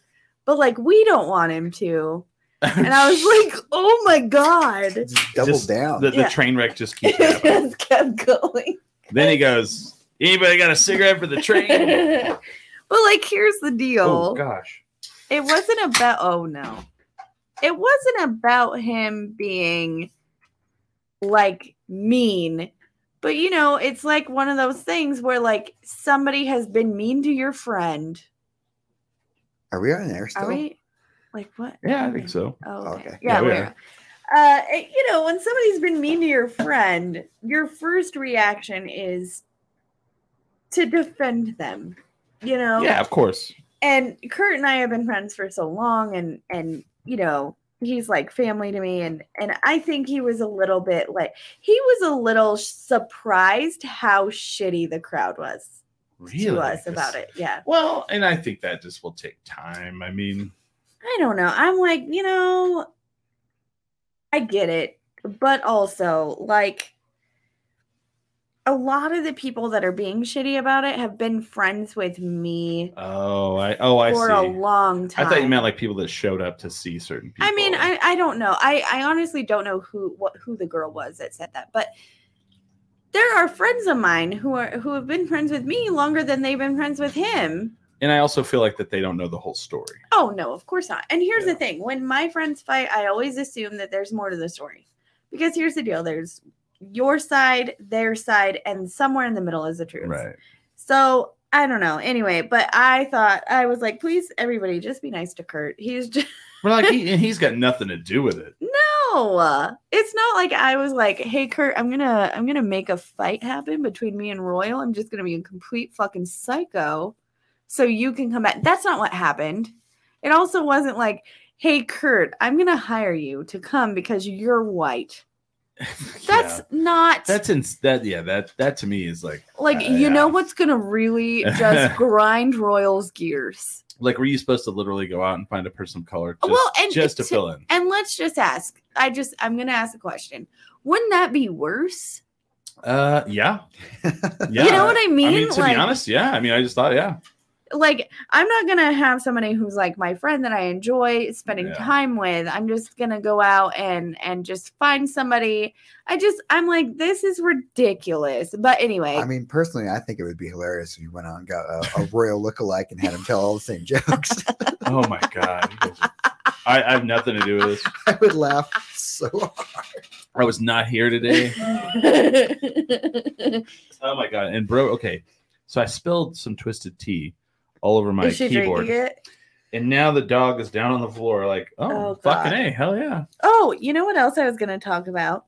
C: but like we don't want him to. And I was like, oh my God. (laughs)
D: Just double
B: Just (laughs)
D: down.
B: the, the
C: Yeah.
B: train wreck just keeps
C: (laughs) It
B: happening.
C: just kept going.
B: then he goes, "Anybody got a cigarette for the
C: (laughs)
B: train?"
C: but like, here's the deal.
B: oh gosh.
C: it wasn't about oh no it wasn't about him being like mean but you know it's like one of those things where like somebody has been mean to your friend
D: Are we on there still?
C: are we like what
B: Yeah, I think so.
C: oh okay,
D: Okay.
C: yeah,
B: Yeah, we
C: we are. uh it- you know when somebody's been mean to your friend your first reaction is to defend them you know
B: Yeah, of course.
C: and Kurt and I have been friends for so long and and you know he's like family to me and and I think he was a little bit like he was a little surprised how shitty the crowd was to us about it yeah
B: Well, and I think that just will take time. I mean,
C: I don't know I'm like you know I get it but also like a lot of the people that are being shitty about it have been friends with me
B: oh, I oh I
C: for
B: see.
C: a long
B: I
C: time
B: thought you meant like people that showed up to see certain people.
C: I mean, I, I don't know. I, I honestly don't know who what who the girl was that said that, but there are friends of mine who are who have been friends with me longer than they've been friends with him.
B: and I also feel like that they don't know the whole story.
C: Oh no, of course not. And here's
B: Yeah.
C: the thing: when my friends fight, I always assume that there's more to the story, because here's the deal: there's your side, their side, and somewhere in the middle is the truth. So I don't know. Anyway, but I thought I was like, please, everybody, just be nice to Kurt. He's just.
B: We're like,
C: (laughs)
B: he, and he's got nothing to do with it.
C: No, it's not like I was like, "Hey, Kurt, I'm gonna, I'm gonna make a fight happen between me and Royal. I'm just gonna be a complete fucking psycho, so you can come back." That's not what happened. It also wasn't like, "Hey, Kurt, I'm gonna hire you to come because you're white." That's
B: Yeah.
C: not
B: that's in that yeah that that to me is like
C: like
B: uh,
C: you
B: yeah.
C: know what's gonna really
B: (laughs)
C: just grind Royal's gears.
B: like were you supposed to literally go out and find a person of color just,
C: Well, and
B: just to
C: to-
B: fill in?
C: And let's just ask. I just, I'm gonna ask a question. Wouldn't that be worse?
B: Uh, yeah, yeah.
C: You know what I mean?
B: I mean, to be honest, yeah. I mean, I just thought, yeah,
C: like I'm not gonna have somebody who's like my friend that I enjoy spending
B: Yeah.
C: time with. I'm just gonna go out and and just find somebody. I just I'm like this is ridiculous. But anyway,
D: I mean, personally, I think it would be hilarious if you went out and got a, a royal lookalike and had him tell all the same jokes. (laughs)
B: Oh my
C: (laughs)
B: god. You guys are- I, I have nothing to do with this.
D: I would laugh so hard.
B: I was not here
C: (laughs)
B: today. Oh my god. And bro, okay. So I spilled some twisted tea all over my
C: is she
B: keyboard.
C: drinking it?
B: And now the dog is down on the floor, like, oh,
C: Oh,
B: fucking
C: God.
B: hey, hell yeah.
C: Oh, you know what else I was gonna talk about?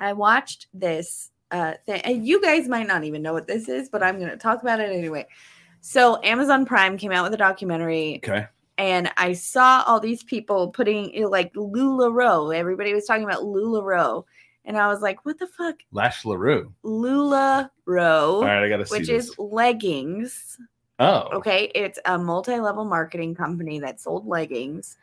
C: I watched this uh thing, and you guys might not even know what this is, but I'm gonna talk about it anyway. So Amazon Prime came out with a documentary
B: Okay.
C: and I saw all these people putting you know, like LuLaRoe. Everybody was talking about LuLaRoe. And I was like, what the fuck?
B: Lash LaRue. All
C: LuLaRoe,
B: right, I gotta see.
C: which
B: this.
C: is leggings.
B: oh.
C: Okay. It's a multi level marketing company that sold leggings.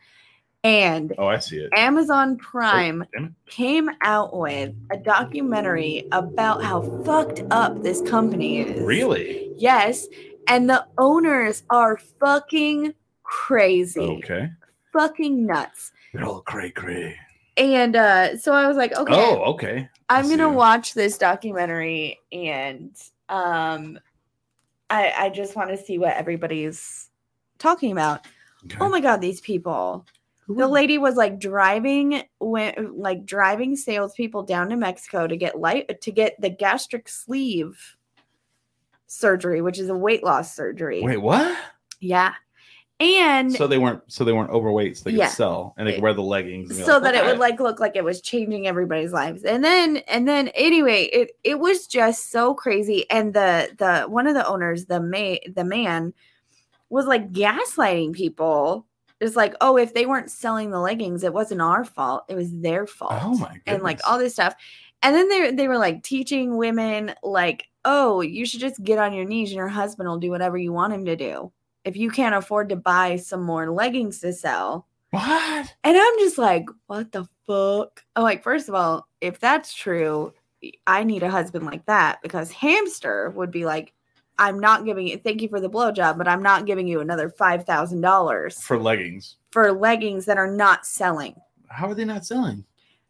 C: And
B: Oh, I see it.
C: Amazon Prime
B: Oh, damn it.
C: came out with a documentary about how fucked up this company is.
B: Really?
C: Yes. And the owners are fucking crazy.
B: Okay.
C: Fucking nuts.
B: They're all cray cray.
C: and uh so i was like okay
B: Oh, okay.
C: i'm
B: I
C: gonna
B: see.
C: watch this documentary and um i i just want to see what everybody's talking about
B: okay.
C: oh my god these people the
B: Who-
C: lady was like driving went like driving salespeople down to mexico to get light to get the gastric sleeve surgery which is a weight loss surgery
B: Wait, what?
C: yeah and
B: So they weren't so they weren't overweight, so they could
C: Yeah.
B: sell and they could wear the leggings. and be
C: so
B: like,
C: that it would
B: "Okay."
C: like look like it was changing everybody's lives and then and then anyway it it was just so crazy and the the one of the owners the may the man was like gaslighting people it's like oh if they weren't selling the leggings it wasn't our fault it was their fault
B: Oh my god.
C: and like all this stuff and then they they were like teaching women like oh you should just get on your knees and your husband will do whatever you want him to do if you can't afford to buy some more leggings to sell
B: What?
C: and I'm just like, what the fuck? I'm like, first of all, if that's true, I need a husband like that because Hamster would be like, I'm not giving you thank you for the blowjob, but I'm not giving you another five thousand dollars
B: for leggings.
C: for leggings that are not selling.
B: How are they not selling?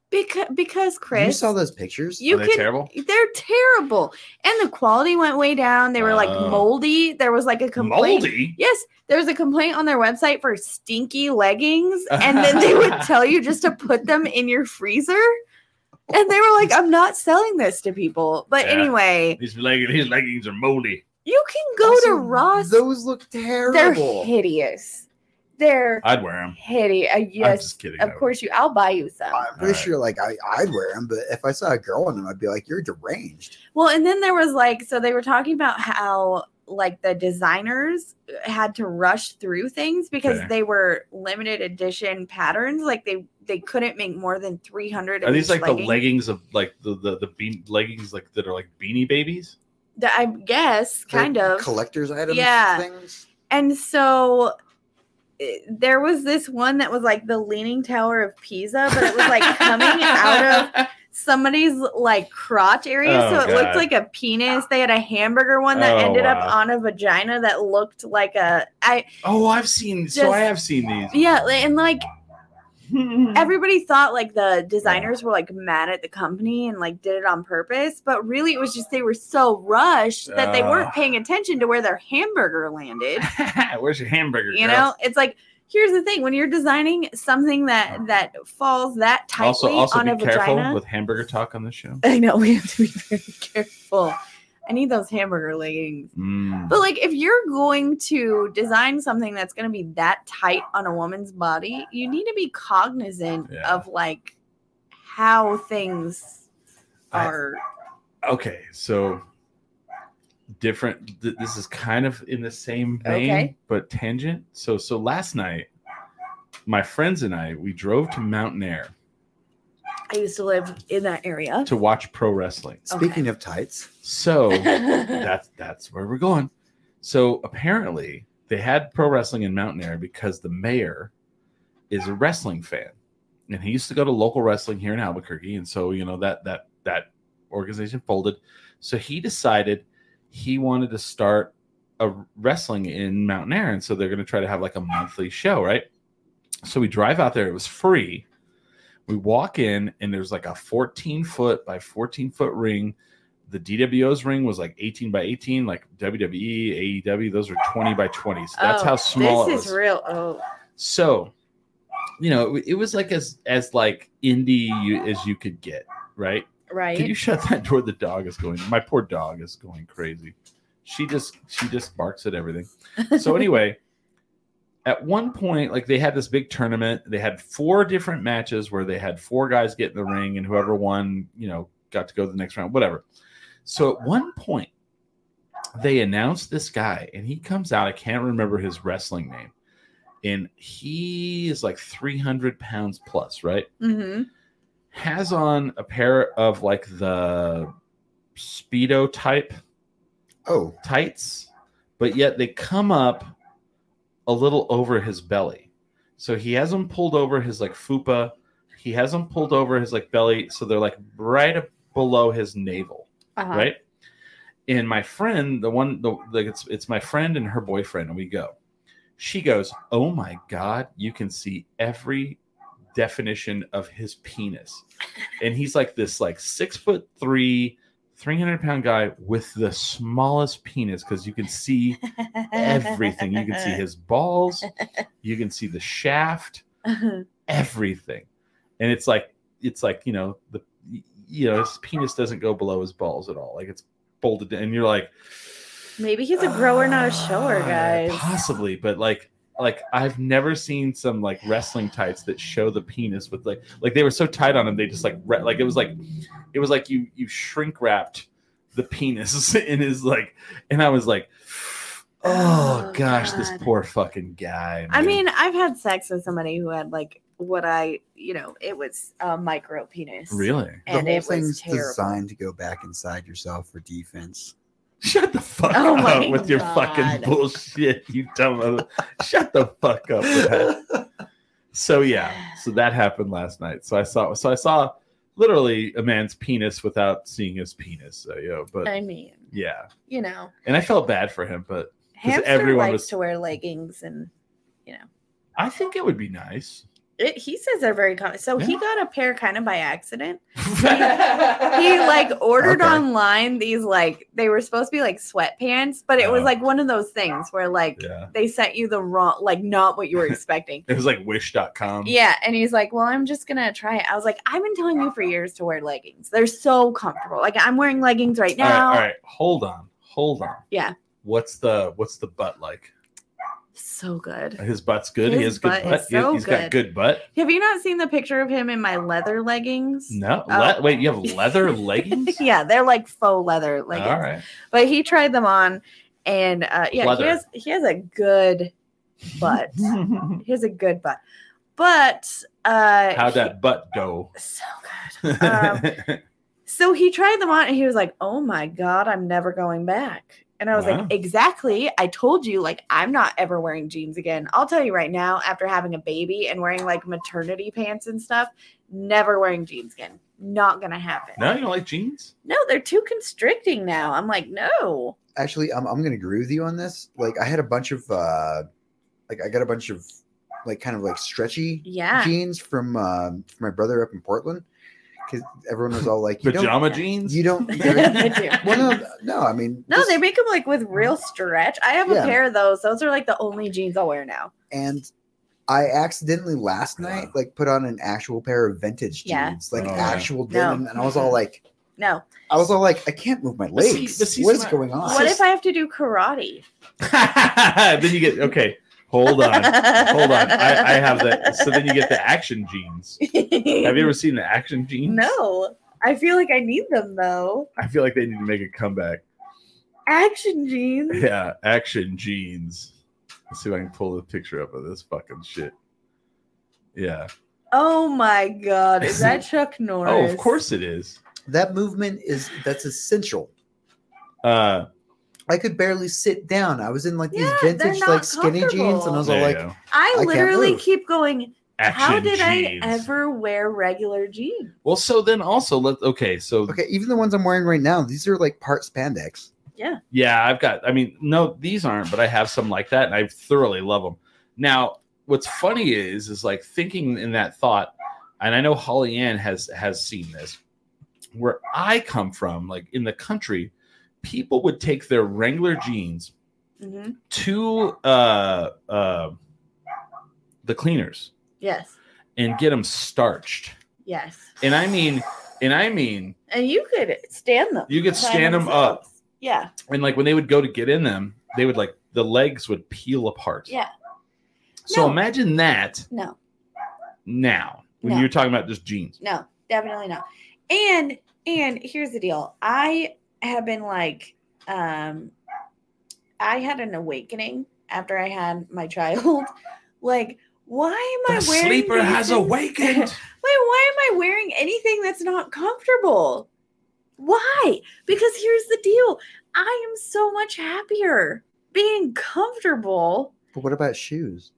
C: Because because Chris
D: you saw those pictures?
C: you
B: are they
C: can
B: terrible?
C: they're terrible. And the quality went way down. They were like
D: Uh.
B: Oh.
C: moldy. There was like a complaint.
B: Moldy.
C: Yes, there was a complaint on their website for stinky leggings, and then
B: (laughs)
C: they would tell you just to put them in your freezer. And they were like, I'm not selling this to people. But
B: Yeah.
C: anyway,
B: These leggings, these leggings are moldy.
C: you can go
D: Also,
C: to Ross.
D: Those look
C: They're
D: terrible.
C: hideous. They're
B: I'd wear them.
C: hideous. Uh,
B: I'm
C: yes,
B: just kidding. I
C: of
B: would.
C: course you. I'll buy you some.
D: I'm pretty
B: Alright.
D: sure, like, I, I'd wear them, but if I saw a girl in them, I'd be like, you're deranged.
C: Well, and then there was like, so they were talking about how like the designers had to rush through things because
B: Okay.
C: they were limited edition patterns. Like they they couldn't make more than three hundred.
B: Are these like the leggings of like the the the bean leggings like that are like beanie babies?
C: I guess
D: They're
C: kind of.
D: Collector's items.
C: Yeah.
D: Things.
C: and so eh, there was this one that was like the Leaning Tower of Pisa, but it was like coming out
B: (laughs)
C: of somebody's like crotch area.
B: Oh,
C: so it
B: God.
C: looked like a penis. They had a hamburger one that
B: Oh,
C: ended up
B: wow.
C: on a vagina that looked like a I
B: Oh, I've seen. so
C: Just-
B: I have seen these.
C: yeah, li- and like
B: Mm-hmm.
C: everybody thought like the designers were like mad at the company and like did it on purpose, but really it was just they were so rushed that they
B: Uh.
C: weren't paying attention to where their
B: (laughs)
C: hamburger landed.
B: (laughs) Where's your hamburger? girl?
C: You know, it's like here's the thing when you're designing something that that falls that tightly
B: Uh-huh. Also, also
C: on
B: be
C: a
B: careful
C: vagina.
B: with hamburger talk on this show.
C: (laughs) I know we have to be very careful. I need those hamburger leggings.
B: Mm.
C: But like if you're going to design something that's going to be that tight on a woman's body, you need to be cognizant
B: Yeah.
C: of like how things
B: I-
C: are.
B: Okay, so different. Th- this is kind of in the same vein,
C: Okay.
B: but tangent. So, so last night, my friends and I we drove to Mountain Air
C: I, used to live in that area. (laughs)
B: to watch pro wrestling.
D: Speaking of tights,
B: So. (laughs) that's that's where we're going. So apparently they had pro wrestling in Mountain Air because the mayor is a wrestling fan, and he used to go to local wrestling here in Albuquerque, and so you know that that that organization folded. So he decided he wanted to start a wrestling in Mountain Air, and so they're going to try to have like a monthly show, right? So we drive out there. It was free. We walk in, and there's like a 14 foot by 14 foot ring the DWO's ring was like 18 by 18, like E, WWE, AEW, those are 20 by 20. So that's
C: Oh,
B: how small it
C: This is
B: was.
C: real. Oh,
B: so, you know, it, it was like as as like indie you, as you could get, right?
C: right.
B: Can you shut that door? The dog is going. My poor dog is going crazy. She just she just barks at everything. So anyway, at one point, like they had this big tournament. They had four different matches where they had four guys get in the ring, and whoever won, you know, got to go to the next round, whatever. So at one point, they announced this guy, and he comes out. I can't remember his wrestling name, and he is like three hundred pounds plus, right?
C: hmm
B: has on a pair of like the speedo type
D: oh,
B: tights, but yet they come up a little over his belly. So he has them pulled over his like fupa. He has them pulled over his like belly, so they're like right up below his navel
C: Uh-huh. (laughs)
B: right? And my friend, the one, the like, it's it's my friend and her boyfriend, and we go. She goes, "Oh my god, you can see every definition of his penis," and he's like this, like six foot three, three hundred pound guy with the smallest penis because you can see
C: (laughs)
B: everything. You can see his balls, you can see the shaft, everything. And it's like it's like, you know, the you know, his penis doesn't go below his balls at all. Like it's bolted in, and you're like
C: (laughs) Maybe he's a grower, not a shower,
B: "Ah,
C: guys.
B: Possibly, but like like I've never seen some like wrestling tights that show the penis with like like they were so tight on them they just like re- like it was like it was like you you shrink wrapped the penis (laughs) in his like and I was like oh,
C: Oh,
B: gosh this
C: God.
B: poor fucking guy
C: I
B: man."
C: mean, I've had sex with somebody who had like what I, you know, it was a micro penis.
B: really
D: the
C: And it
D: whole
C: was
D: thing's
C: terrible.
D: designed to go back inside yourself for defense.
B: Shut the fuck
C: Oh my
B: up with your
C: God.
B: fucking bullshit, you dumb. mother- Shut the fuck up with that. So yeah, so that happened last night. So I saw, so I saw literally a man's penis without seeing his penis. So yeah, but
C: I mean,
B: Yeah.
C: you know.
B: And I felt bad for him, but
C: Hamster
B: everyone
C: likes
B: was-
C: to wear leggings, and
B: I think it would be
C: (laughs)
B: nice.
C: it, he says they're very common. So he
B: Yeah.
C: got a pair kind of by accident. He (laughs)
B: he
C: like ordered
D: Okay.
C: online these like they were supposed to be like sweatpants, but it was
B: Oh.
C: like one of those things where like
B: Yeah.
C: they sent you the wrong, like not what you
B: (laughs)
C: were expecting.
B: It was like wish.com.
C: Yeah, and he's like, "Well, I'm just gonna try it." I was like, "I've been telling you for
B: uh-huh.
C: years to wear leggings. They're so comfortable. Like I'm wearing leggings right
B: All right,
C: now.
B: all right. Hold on. Hold on.
C: Yeah.
B: What's the what's the butt like?
C: So good.
B: His butt's good. he
C: His
B: has good
C: butt
B: butt.
C: is
B: He-
C: so
B: he's got
C: good.
B: good butt.
C: Have you not seen the picture of him in my leather leggings?
B: No.
C: Oh.
B: Le- wait, you have
C: (laughs)
B: leather leggings?
C: yeah, they're like faux leather leggings.
B: All right.
C: But he tried them on, and uh, yeah,
B: Leather.
C: he has he has a good
B: (laughs)
C: butt. (laughs) he has a good butt, but uh,
B: How'd that butt go?
C: he- so good. Um, So he tried them on and he was like, Oh my God, I'm never going back. And I was
B: Wow.
C: like, Exactly. I told you, like, I'm not ever wearing jeans again. I'll tell you right now, after having a baby and wearing like maternity pants and stuff, never wearing jeans again. Not going to happen.
B: (laughs) no, you don't like jeans?
C: No, they're too constricting now. I'm like, No.
D: actually I'm, I'm gonna agree with you on this like i had a bunch of uh like i got a bunch of like kind of like stretchy
C: Yeah. (laughs)
D: jeans from um from my brother up in portland because everyone was all like you don't
B: Pajama
C: yeah.
B: jeans?
D: you don't
C: I
D: (laughs)
C: do.
D: well no no i mean
C: No,
D: just-
C: they make them like with real stretch. I have a
D: Yeah.
C: pair of those. Those are like the only jeans I'll wear now.
D: and I accidentally last night like put on an actual pair of vintage
C: Yeah.
D: jeans, like
B: Oh, yeah.
D: actual
C: No.
D: denim, and I was all like,
C: No.
D: I was all like, I can't move my
B: Does
D: legs.
B: he- does he
D: what is
B: smile?
D: going on?
C: What if I have to do karate?
B: (laughs) then you get okay. Hold on, hold on. I, I
C: (laughs)
B: have that. So then you get the action jeans. Have you ever seen the action jeans?
C: No, I feel like I need them though.
B: I feel like they need to make a comeback.
C: Action jeans.
B: Yeah, action jeans. Let's see if I can pull the picture up of this fucking shit. Yeah.
C: Oh my god, is
D: (laughs)
C: that Chuck Norris?
B: Oh, of course it is.
D: that movement is that's essential.
B: Uh,
D: I could barely sit down. I was in like these
C: Yeah, they're
D: vintage
C: not
D: like skinny jeans, and I was
B: there
D: all
B: you
D: like,
B: go.
C: I,
D: I can't
C: literally
D: move.
C: keep going.
B: action
C: How did
B: jeans.
C: I ever wear regular jeans?
B: Well, so then also let okay. So
D: okay, even the ones I'm wearing right now, these are like part spandex.
B: Yeah, I've got. I mean, no, these aren't, but I have some like that, and I thoroughly love them. Now, what's funny is, is like thinking in that thought, and I know Holly Ann has has seen this. Where I come from, like in the country, people would take their Wrangler jeans
C: hmm
B: to uh, uh, the cleaners
C: Yes,
B: and get them starched,
C: yes.
B: and I mean, and I mean,
C: And you could stand them.
B: you could
C: by
B: stand them up,
C: themselves. Yeah,
B: and like when they would go to get in them, they would like the legs would peel apart.
C: yeah.
B: So
C: No.
B: imagine that
C: No,
B: now when
C: No.
B: you're talking about just jeans.
C: no, definitely not. And and here's the deal. I have been like, um, I had an awakening after I had my (laughs) child. Like, why am I wearing these things? (laughs) Wait, why am I wearing anything that's not comfortable? Why? Because here's the deal. I am so much happier being comfortable.
D: But what about shoes?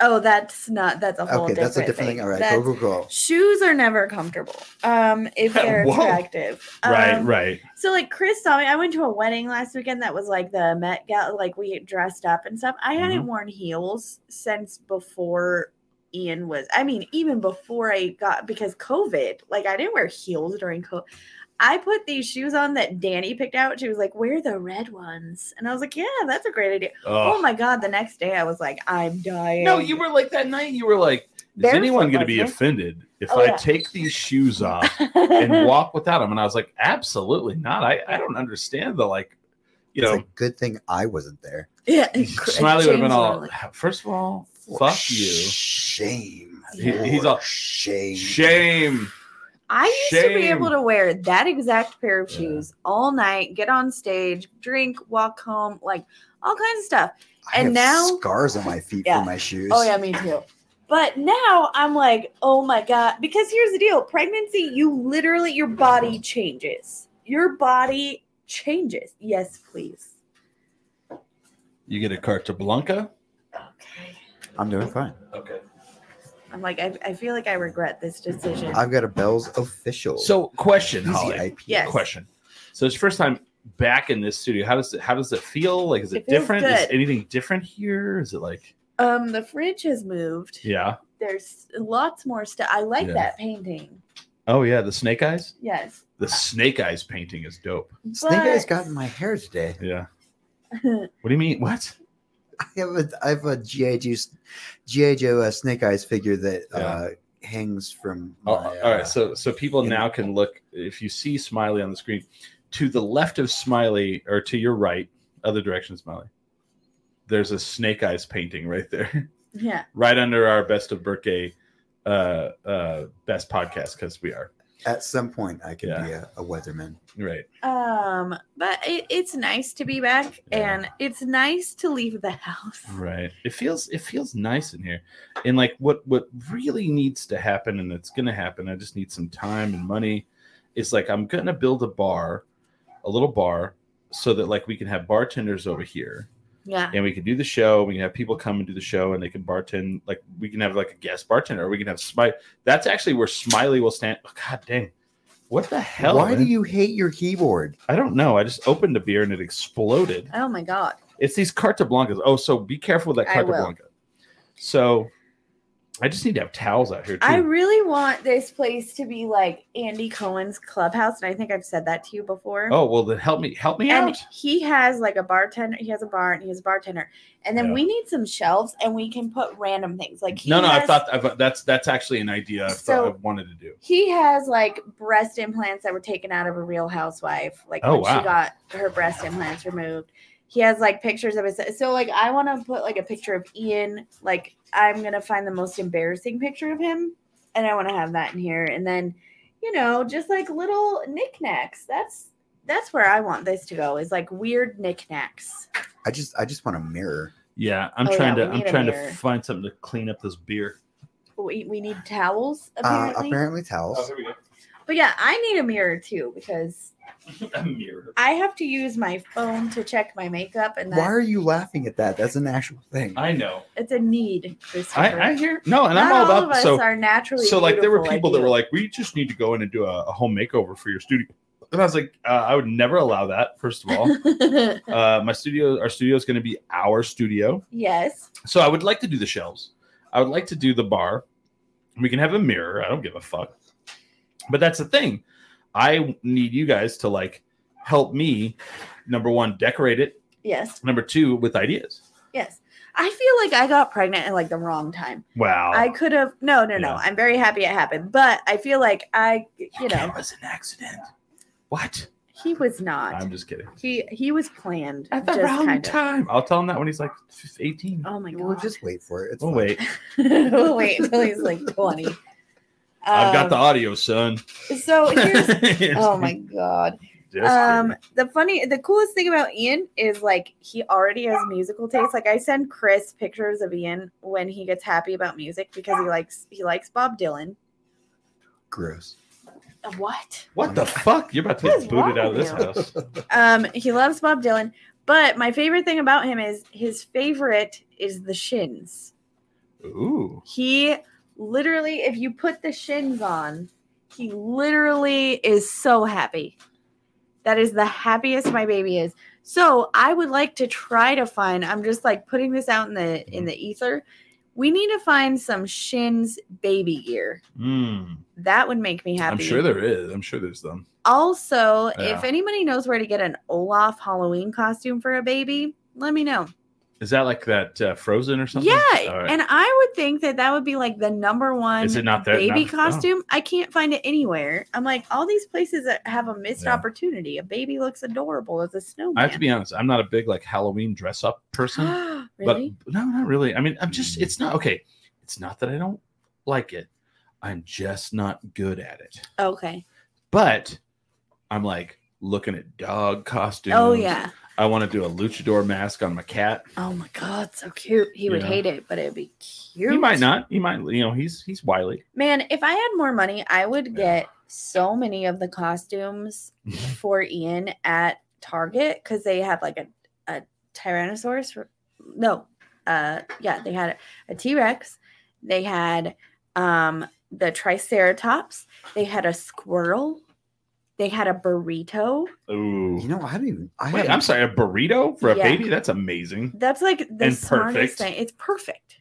C: Oh, that's not that's a whole
D: Okay,
C: different
D: that's a different thing. All right,
C: That's-
D: go go go.
C: shoes are never comfortable. Um,
B: (laughs)
C: if they're
B: Whoa.
C: attractive.
B: right,
C: Um,
B: right.
C: So like Chris saw me. I went to a wedding last weekend that was like the Met Gala. Like we dressed up and stuff. I
B: Mm-hmm.
C: hadn't worn heels since before Ian was. I mean, even before I got because COVID. Like I didn't wear heels during COVID. I put these shoes on that Danny picked out. She was like, "Wear the red ones," and I was like, "Yeah, that's a great idea."
B: Oh,
C: Oh, my god! The next day, I was like, "I'm dying."
B: no,
C: (laughs)
B: you were like that night. You were like, is anyone going to be
C: offended?
B: offended if
C: Oh,
B: I
C: yeah.
B: take these shoes off
C: (laughs)
B: and walk without them? And I was like, absolutely not. I, I don't understand the like, you
D: It's
B: know,
D: a good thing I wasn't there.
C: yeah,
B: (laughs)
C: and Cr-
B: Smiley would have been
C: James
B: all.
C: Rowland.
B: First of all,
D: For
B: fuck you.
D: Shame.
B: He-
D: For
B: he's all,
D: shame.
B: Shame.
C: I used to be
B: Shame.
C: able to wear that exact pair of
B: Yeah.
C: shoes all night, get on stage, drink, walk home, like all kinds of stuff.
D: I
C: And
D: have
C: now-
D: scars on my feet
C: Yeah.
D: from my shoes.
C: Oh yeah, me too. But now I'm like, oh my god, because here's the deal: pregnancy, you literally your body changes. Your body changes. Yes, please.
B: You get a carte blanca.
C: Okay.
D: I'm doing fine.
B: Okay.
C: I'm like, I, I feel like I regret this decision.
D: I've got a Bell's official.
B: So, question,
D: easy
B: Holly.
D: IP.
C: Yes.
B: question. So it's first time back in this studio? How does it how does it feel? Like is it,
C: It feels
B: different? Is
C: good.
B: anything different here? Is it like
C: Um, the fridge has moved.
B: yeah?
C: There's lots more stuff. I like
B: Yeah.
C: that painting.
B: Oh yeah, the snake eyes?
C: Yes.
B: The snake eyes painting is dope.
D: Snake Eyes
C: But-
D: got in my hair today. (laughs)
C: (laughs)
B: Yeah. What do you mean? What?
D: I have a I have a GI Joe s- GI Joe uh, Snake Eyes figure that uh, hangs from.
B: Oh,
D: my,
B: all
D: uh,
B: right. So so people
D: yeah.
B: now can look if you see Smiley on the screen, to the left of Smiley or to your right, other direction Smiley. There's a snake eyes painting right there, (laughs)
C: yeah.
B: right under our best of birthday, uh, uh, best podcast because we are
D: at some point, I could
B: Yeah.
D: be a, a weatherman.
B: right.
C: Um, but it, it's nice to be back,
B: Yeah.
C: and it's nice to leave the house.
B: Right. It feels it feels nice in here. And like what what really needs to happen and it's going to happen. I just need some time and money. Is like I'm going to build a bar, a little bar so that like we can have bartenders over here
C: Yeah.
B: and we can do the show, we can have people come and do the show and they can bartend like we can have like a guest bartender or we can have Smiley. That's actually where Smiley will stand. Oh, God dang. What the hell?
D: Why do
B: man?
D: you hate your keyboard?
B: I don't know. I just opened a beer and it exploded.
C: Oh my god.
B: It's these carta blancas. Oh, so be careful with that
C: I
B: carta
C: will.
B: blanca. So I just need to have towels out here too.
C: I really want this place to be like Andy Cohen's clubhouse, and I think I've said that to you before.
B: oh well, then help me, help me
C: and
B: out.
C: he has like a bartender. He has a bar and he has a bartender. And then
B: Yeah.
C: we need some shelves, and we can put random things like he
B: No, no, I
C: has-
B: thought I've, that's that's actually an idea I thought I
C: So-
B: wanted to do.
C: he has like breast implants that were taken out of a real housewife like
B: Oh,
C: when
B: wow.
C: she got her breast implants removed he has like pictures of his so like i want to put like a picture of ian like i'm gonna find the most embarrassing picture of him and i want to have that in here and then you know just like little knickknacks that's that's where i want this to go is like weird knickknacks
D: I just I just want a mirror.
B: Yeah, I'm
C: Oh, yeah,
B: trying
C: we
B: to I'm
C: need a
B: trying
C: mirror.
B: to find something to clean up this beer.
C: we, we need towels
D: Uh,
C: apparently
D: apparently towels.
B: Oh, we go.
C: but yeah i need a mirror too because
B: (laughs) a mirror.
C: I have to use my phone to check my makeup, and
D: Why
C: that
D: are you laughing at that? That's an actual thing.
B: I know.
C: it's a need. Christopher.
B: I, I hear no, and
C: Not
B: I'm all about
C: of us
B: so
C: are naturally.
B: so like there were
C: beautiful,
B: people that were
C: ideal.
B: like, we just need to go in and do a, a home makeover for your studio. And I was like, uh, I would never allow that. First of
C: (laughs)
B: all, uh, my studio, our studio is going to be our studio.
C: yes,
B: So I would like to do the shelves. I would like to do the bar. We can have a mirror. I don't give a fuck. But that's the thing. I need you guys to like help me. Number one, decorate it.
C: yes,
B: Number two, with ideas.
C: yes. I feel like I got pregnant at like the wrong time.
B: Wow.
C: I could have no, no, no.
B: Yeah.
C: I'm very happy it happened, but I feel like I, you know,
B: it was an accident. What?
C: he was not.
B: I'm just kidding.
C: he he was planned
B: At the
C: just
B: wrong
C: kind of.
B: time. I'll tell him that when he's like 18.
C: Oh my god!
D: We'll just (laughs) wait for it. It's
B: Oh
D: fine.
B: wait,
C: we'll (laughs) wait until he's like twenty.
B: I've got the
C: Um,
B: audio, son.
C: So here's.
B: (laughs) It's
C: oh my god.
B: just
C: um
B: kidding.
C: the funny the coolest thing about ian is like he already has musical taste like i send chris pictures of ian when he gets happy about music because he likes he likes bob dylan
D: Gross.
C: what
B: What the fuck? You're about to
C: What is
B: get booted
C: wrong
B: out of this
C: with you?
B: house.
C: um he loves bob dylan but my favorite thing about him is his favorite is the shins
B: Ooh.
C: he literally if you put the shins on he literally is so happy that is the happiest my baby is so i would like to try to find i'm just like putting this out in the in the ether we need to find some shins baby gear
B: Mm.
C: that would make me happy
B: I'm sure there is. I'm sure there's them.
C: also
B: Yeah.
C: if anybody knows where to get an olaf halloween costume for a baby let me know
B: Is that like that uh, Frozen or something?
C: Yeah,
B: All right.
C: and I would think that that would be like the number one
B: Is it not there?
C: baby
B: Not- oh.
C: costume. I can't find it anywhere. I'm like all these places that have a missed
B: Yeah.
C: opportunity. A baby looks adorable as a snowman.
B: I have to be honest. I'm not a big like Halloween dress up
C: (gasps)
B: person,
C: really?
B: but no, not really. I mean, I'm just. It's not okay. It's not that I don't like it. I'm just not good at it.
C: okay.
B: But I'm like looking at dog costumes.
C: Oh yeah.
B: I want to do a luchador mask on my cat.
C: Oh my god, so cute. He would
B: Yeah.
C: hate it, but it'd be cute.
B: He might not. He might. You know, he's he's wily.
C: Man, if I had more money, I would get so many of the costumes for Ian at Target because they had like a, a Tyrannosaurus. r- No, uh, yeah, they had a T Rex. They had um, the Triceratops. They had a squirrel. They had a burrito.
D: You
B: Ooh.
D: know, I didn't even. I
B: Wait,
D: haven't-
B: I'm sorry, a burrito for a
C: Yeah.
B: baby? That's amazing.
C: That's like the
B: And
C: smartest
B: perfect.
C: thing. It's perfect.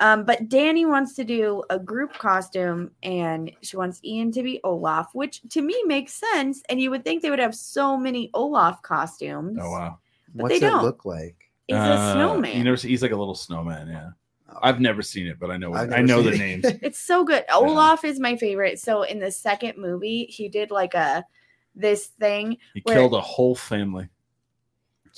C: Um, but Danny wants to do a group costume and she wants Ian to be Olaf, which to me makes sense. And you would think they would have so many Olaf costumes.
B: Oh wow.
D: What's
C: they
D: that
C: don't.
D: look like?
C: He's a
B: Uh,
C: snowman.
B: You never see, he's like a little snowman, yeah. I've never seen it, but I know
D: Oh. I've
B: I
D: never
B: know the
D: seen it.
B: names.
D: (laughs)
C: It's so good. Olaf is my favorite. So in the second movie, he did like a this thing.
B: He
C: Where-
B: killed a whole family.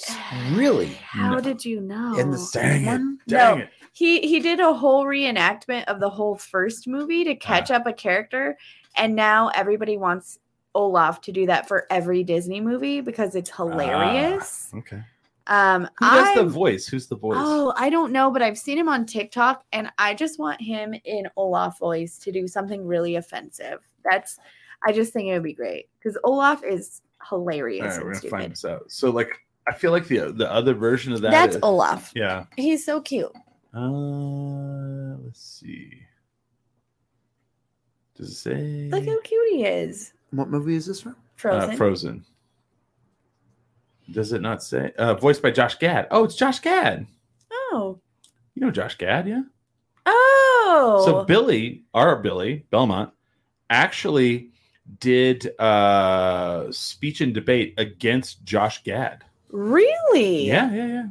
D: (sighs) Really?
C: How
B: No.
C: did you know?
D: In the second
B: Dang it.
D: Oh, one?
B: Dang
C: No.
B: it.
C: he he did a whole reenactment of the whole first movie
B: Ah.
C: to catch up a character, and now everybody wants Olaf to do that for every Disney movie because it's hilarious.
B: Okay.
C: Um,
B: Who Ah. does the
C: I'm-
B: voice? Who's the voice?
C: Oh, I don't know, but I've seen him on TikTok and I just want him in Olaf voice to do something really offensive. That's I just think it would be great because Olaf is
B: All
C: hilarious
B: right, we're
C: and
B: gonna find
C: stupid.
B: this out. So like I feel like the the other version of that
C: That's
B: is-
C: Olaf.
B: yeah.
C: He's so cute.
B: Uh let's see. Does it say
C: Look how cute he is.
D: What movie is this from?
C: Frozen.
B: Uh, Frozen. Does it not say? Uh, voiced by Josh Gad. Oh, it's Josh Gad.
C: oh.
B: You know Josh Gad, yeah.
C: Oh.
B: So Billy, our Billy Belmont, actually did uh speech and debate against Josh Gad.
C: really?
B: Yeah, yeah, yeah.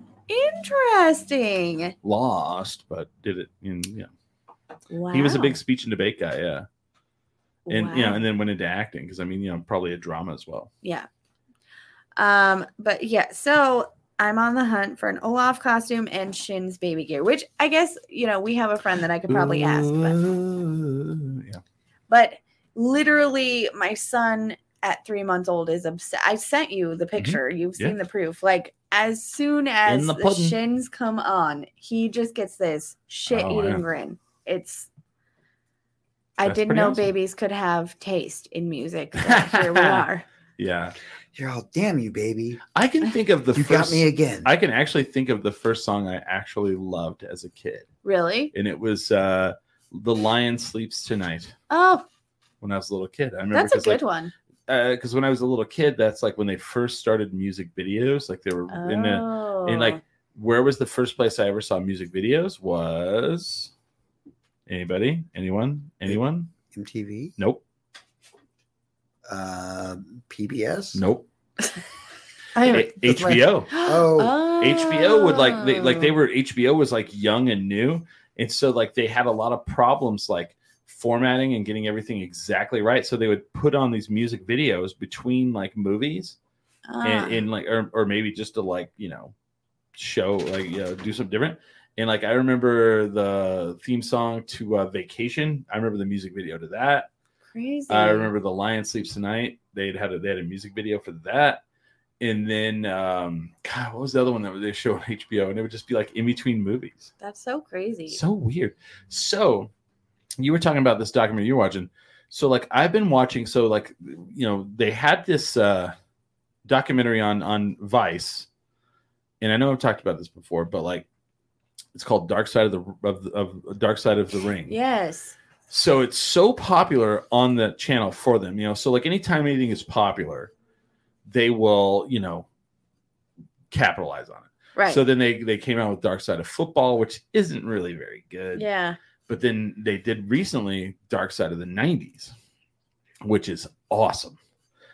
C: Interesting.
B: Lost, but did it. In, yeah,
C: Wow.
B: he was a big speech and debate guy. Yeah, and you know,
C: Wow.
B: and then went into acting because I mean, you know, probably a drama as well.
C: Yeah. Um, but yeah, so I'm on the hunt for an Olaf costume and Shin's baby gear, which I guess, you know, we have a friend that I could probably ask, but,
B: Ooh, yeah.
C: but literally my son at three months old is obsessed. I sent you the picture. You've
B: Mm-hmm. Yeah.
C: seen the proof. Like as soon as
B: the
C: the,
B: pudding.
C: shins come on, he just gets this shit
B: Oh,
C: eating
B: yeah.
C: grin. It's, I
B: That's
C: didn't
B: pretty
C: know
B: awesome.
C: babies could have taste in
B: (laughs)
C: music. but here we are.
B: yeah.
D: You're all damn you, baby.
B: I can think of the
D: You
B: first.
D: got me again.
B: I can actually think of the first song I actually loved as a kid,
C: Really?
B: and it was uh, "The Lion Sleeps Tonight."
C: Oh,
B: When I was a little kid, I remember
C: that's a
B: because
C: good one.
B: because when I was a little kid, that's like when they first started music videos. Like they were in the and like
C: Oh.
B: where was the first place I ever saw music videos was anybody, anyone, anyone?
D: MTV,
B: Nope,
D: uh, PBS.
B: nope.
C: Oh. I am- (gasps)
B: A- HBO.
D: Oh.
B: HBO would like they like
C: Oh.
B: they were HBO was like young and new, and so like they had a lot of problems like formatting and getting everything exactly right. So they would put on these music videos between like movies
C: Ah.
B: and, and like or, or maybe just to like you know show like you know do something different. And like I remember the theme song to uh, Vacation. I remember the music video to that.
C: crazy.
B: I remember the Lion Sleeps Tonight. They had a, they had a music video for that, and then um, God, what was the other one that they show on (laughs) HBO? And it would just be like in between movies.
C: that's so crazy.
B: So weird. So you were talking about this documentary you're watching. So like I've been watching. So like you know they had this uh, documentary on on Vice, and I know I've talked about this before, but like it's called Dark Side of the of, the- of Dark Side of the Ring.
C: yes.
B: So it's so popular on the channel for them, you know. So like anytime anything is popular, they will, you know, capitalize on it.
C: Right.
B: So then they they came out with Dark Side of Football, which isn't really very good.
C: yeah.
B: But then they did recently Dark Side of the 90s, which is awesome.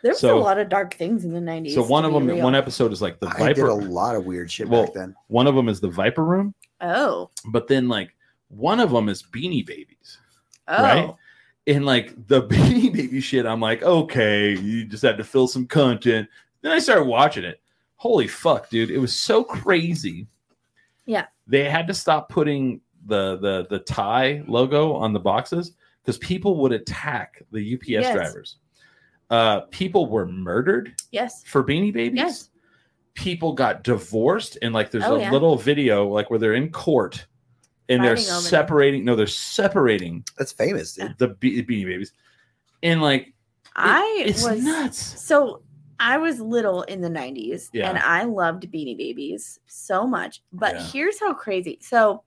C: There was
B: so-
C: a lot of dark things in the 90s.
B: so one
C: to
B: of
C: be
B: them
C: real.
B: one episode is like the
D: I did a
B: Viper
D: lot of weird shit
B: Well-
D: back then.
B: one of them is the Viper Room,
C: Oh.
B: but then like one of them is Beanie Babies.
C: Oh.
B: Right? and like the (laughs) Beanie Baby shit, I'm like, okay, you just had to fill some content. Then I started watching it. Holy fuck, dude! It was so crazy.
C: Yeah.
B: they had to stop putting the the the tie logo on the boxes because people would attack the UPS
C: Yes.
B: drivers. Uh, people were murdered
C: Yes.
B: for Beanie Babies.
C: Yes.
B: People got divorced, and like there's
C: Oh,
B: a
C: yeah.
B: little video like where they're in court and they're
C: Fighting over them.
B: separating. No, they're separating
D: That's famous, dude.
B: the Be- Beanie Babies, and like
C: I
B: it's
C: was.
B: nuts.
C: So I was little in the 90s
B: Yeah.
C: and I loved Beanie Babies so much. But
B: Yeah.
C: here's how crazy. So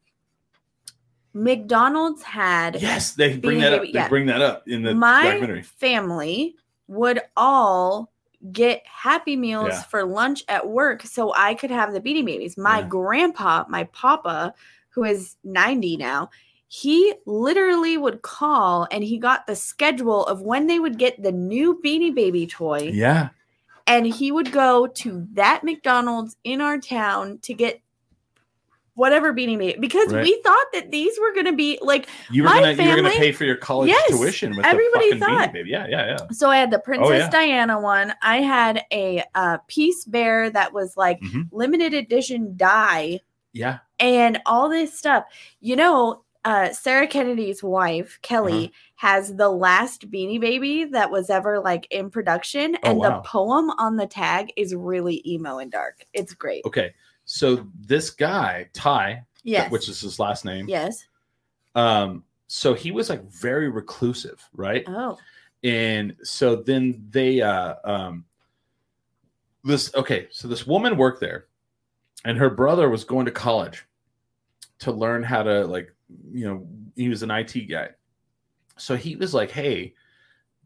C: McDonald's had
B: Yes, they bring
C: Beanie
B: that up.
C: Baby-
B: They
C: yeah.
B: bring that up in the
C: my
B: documentary.
C: family would all get happy meals
B: Yeah.
C: for lunch at work so I could have the beanie babies. My
B: Yeah.
C: grandpa, my papa, who is 90 now, he literally would call and he got the schedule of when they would get the new beanie baby toy
B: Yeah.
C: and he would go to that McDonald's in our town to get whatever beanie baby because
B: Right.
C: we thought that these were going to be like
B: You were
C: My
B: gonna you were gonna
C: family-
B: pay for your college
C: Yes,
B: tuition with
C: everybody
B: the fucking
C: thought.
B: beanie baby. Yeah, yeah, Oh, yeah.
C: so I had the Princess
B: yeah.
C: Diana one. I had a uh, peace bear that was like
B: Mhm.
C: limited edition die
B: Yeah.
C: and all this stuff. You know, uh, Sarah Kennedy's wife Kelly
B: Uh-huh.
C: has the last beanie baby that was ever like in production,
B: Oh,
C: and
B: wow.
C: the poem on the tag is really emo and dark. It's great.
B: Okay. So this guy, Ty,
C: Yes.
B: which is his last name.
C: yes.
B: Um, so he was like very reclusive, right?
C: Oh.
B: and so then they uh um this okay so this woman worked there and her brother was going to college to learn how to like you know he was an IT guy so he was like hey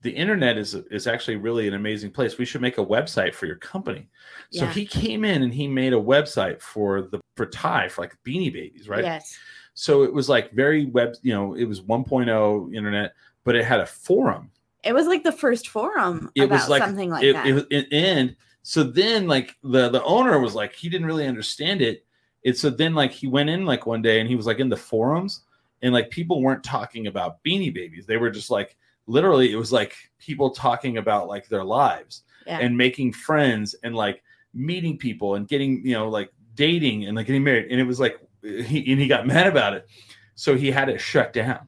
B: the internet is is actually really an amazing place we should make a website for your company so
C: Yeah.
B: he came in and he made a website for the for Ty for like beanie babies right
C: Yes.
B: so it was like very web you know it was 1.0 internet but it had a forum
C: It was like the first forum
B: It
C: about
B: was like-
C: something like
B: it,
C: that.
B: it, it and so then like the the owner was like he didn't really understand it and so then like he went in like one day and he was like in the forums and like people weren't talking about beanie babies they were just like literally it was like people talking about like their lives
C: Yeah.
B: and making friends and like meeting people and getting you know like dating and like getting married and it was like he and he got mad about it so he had it shut down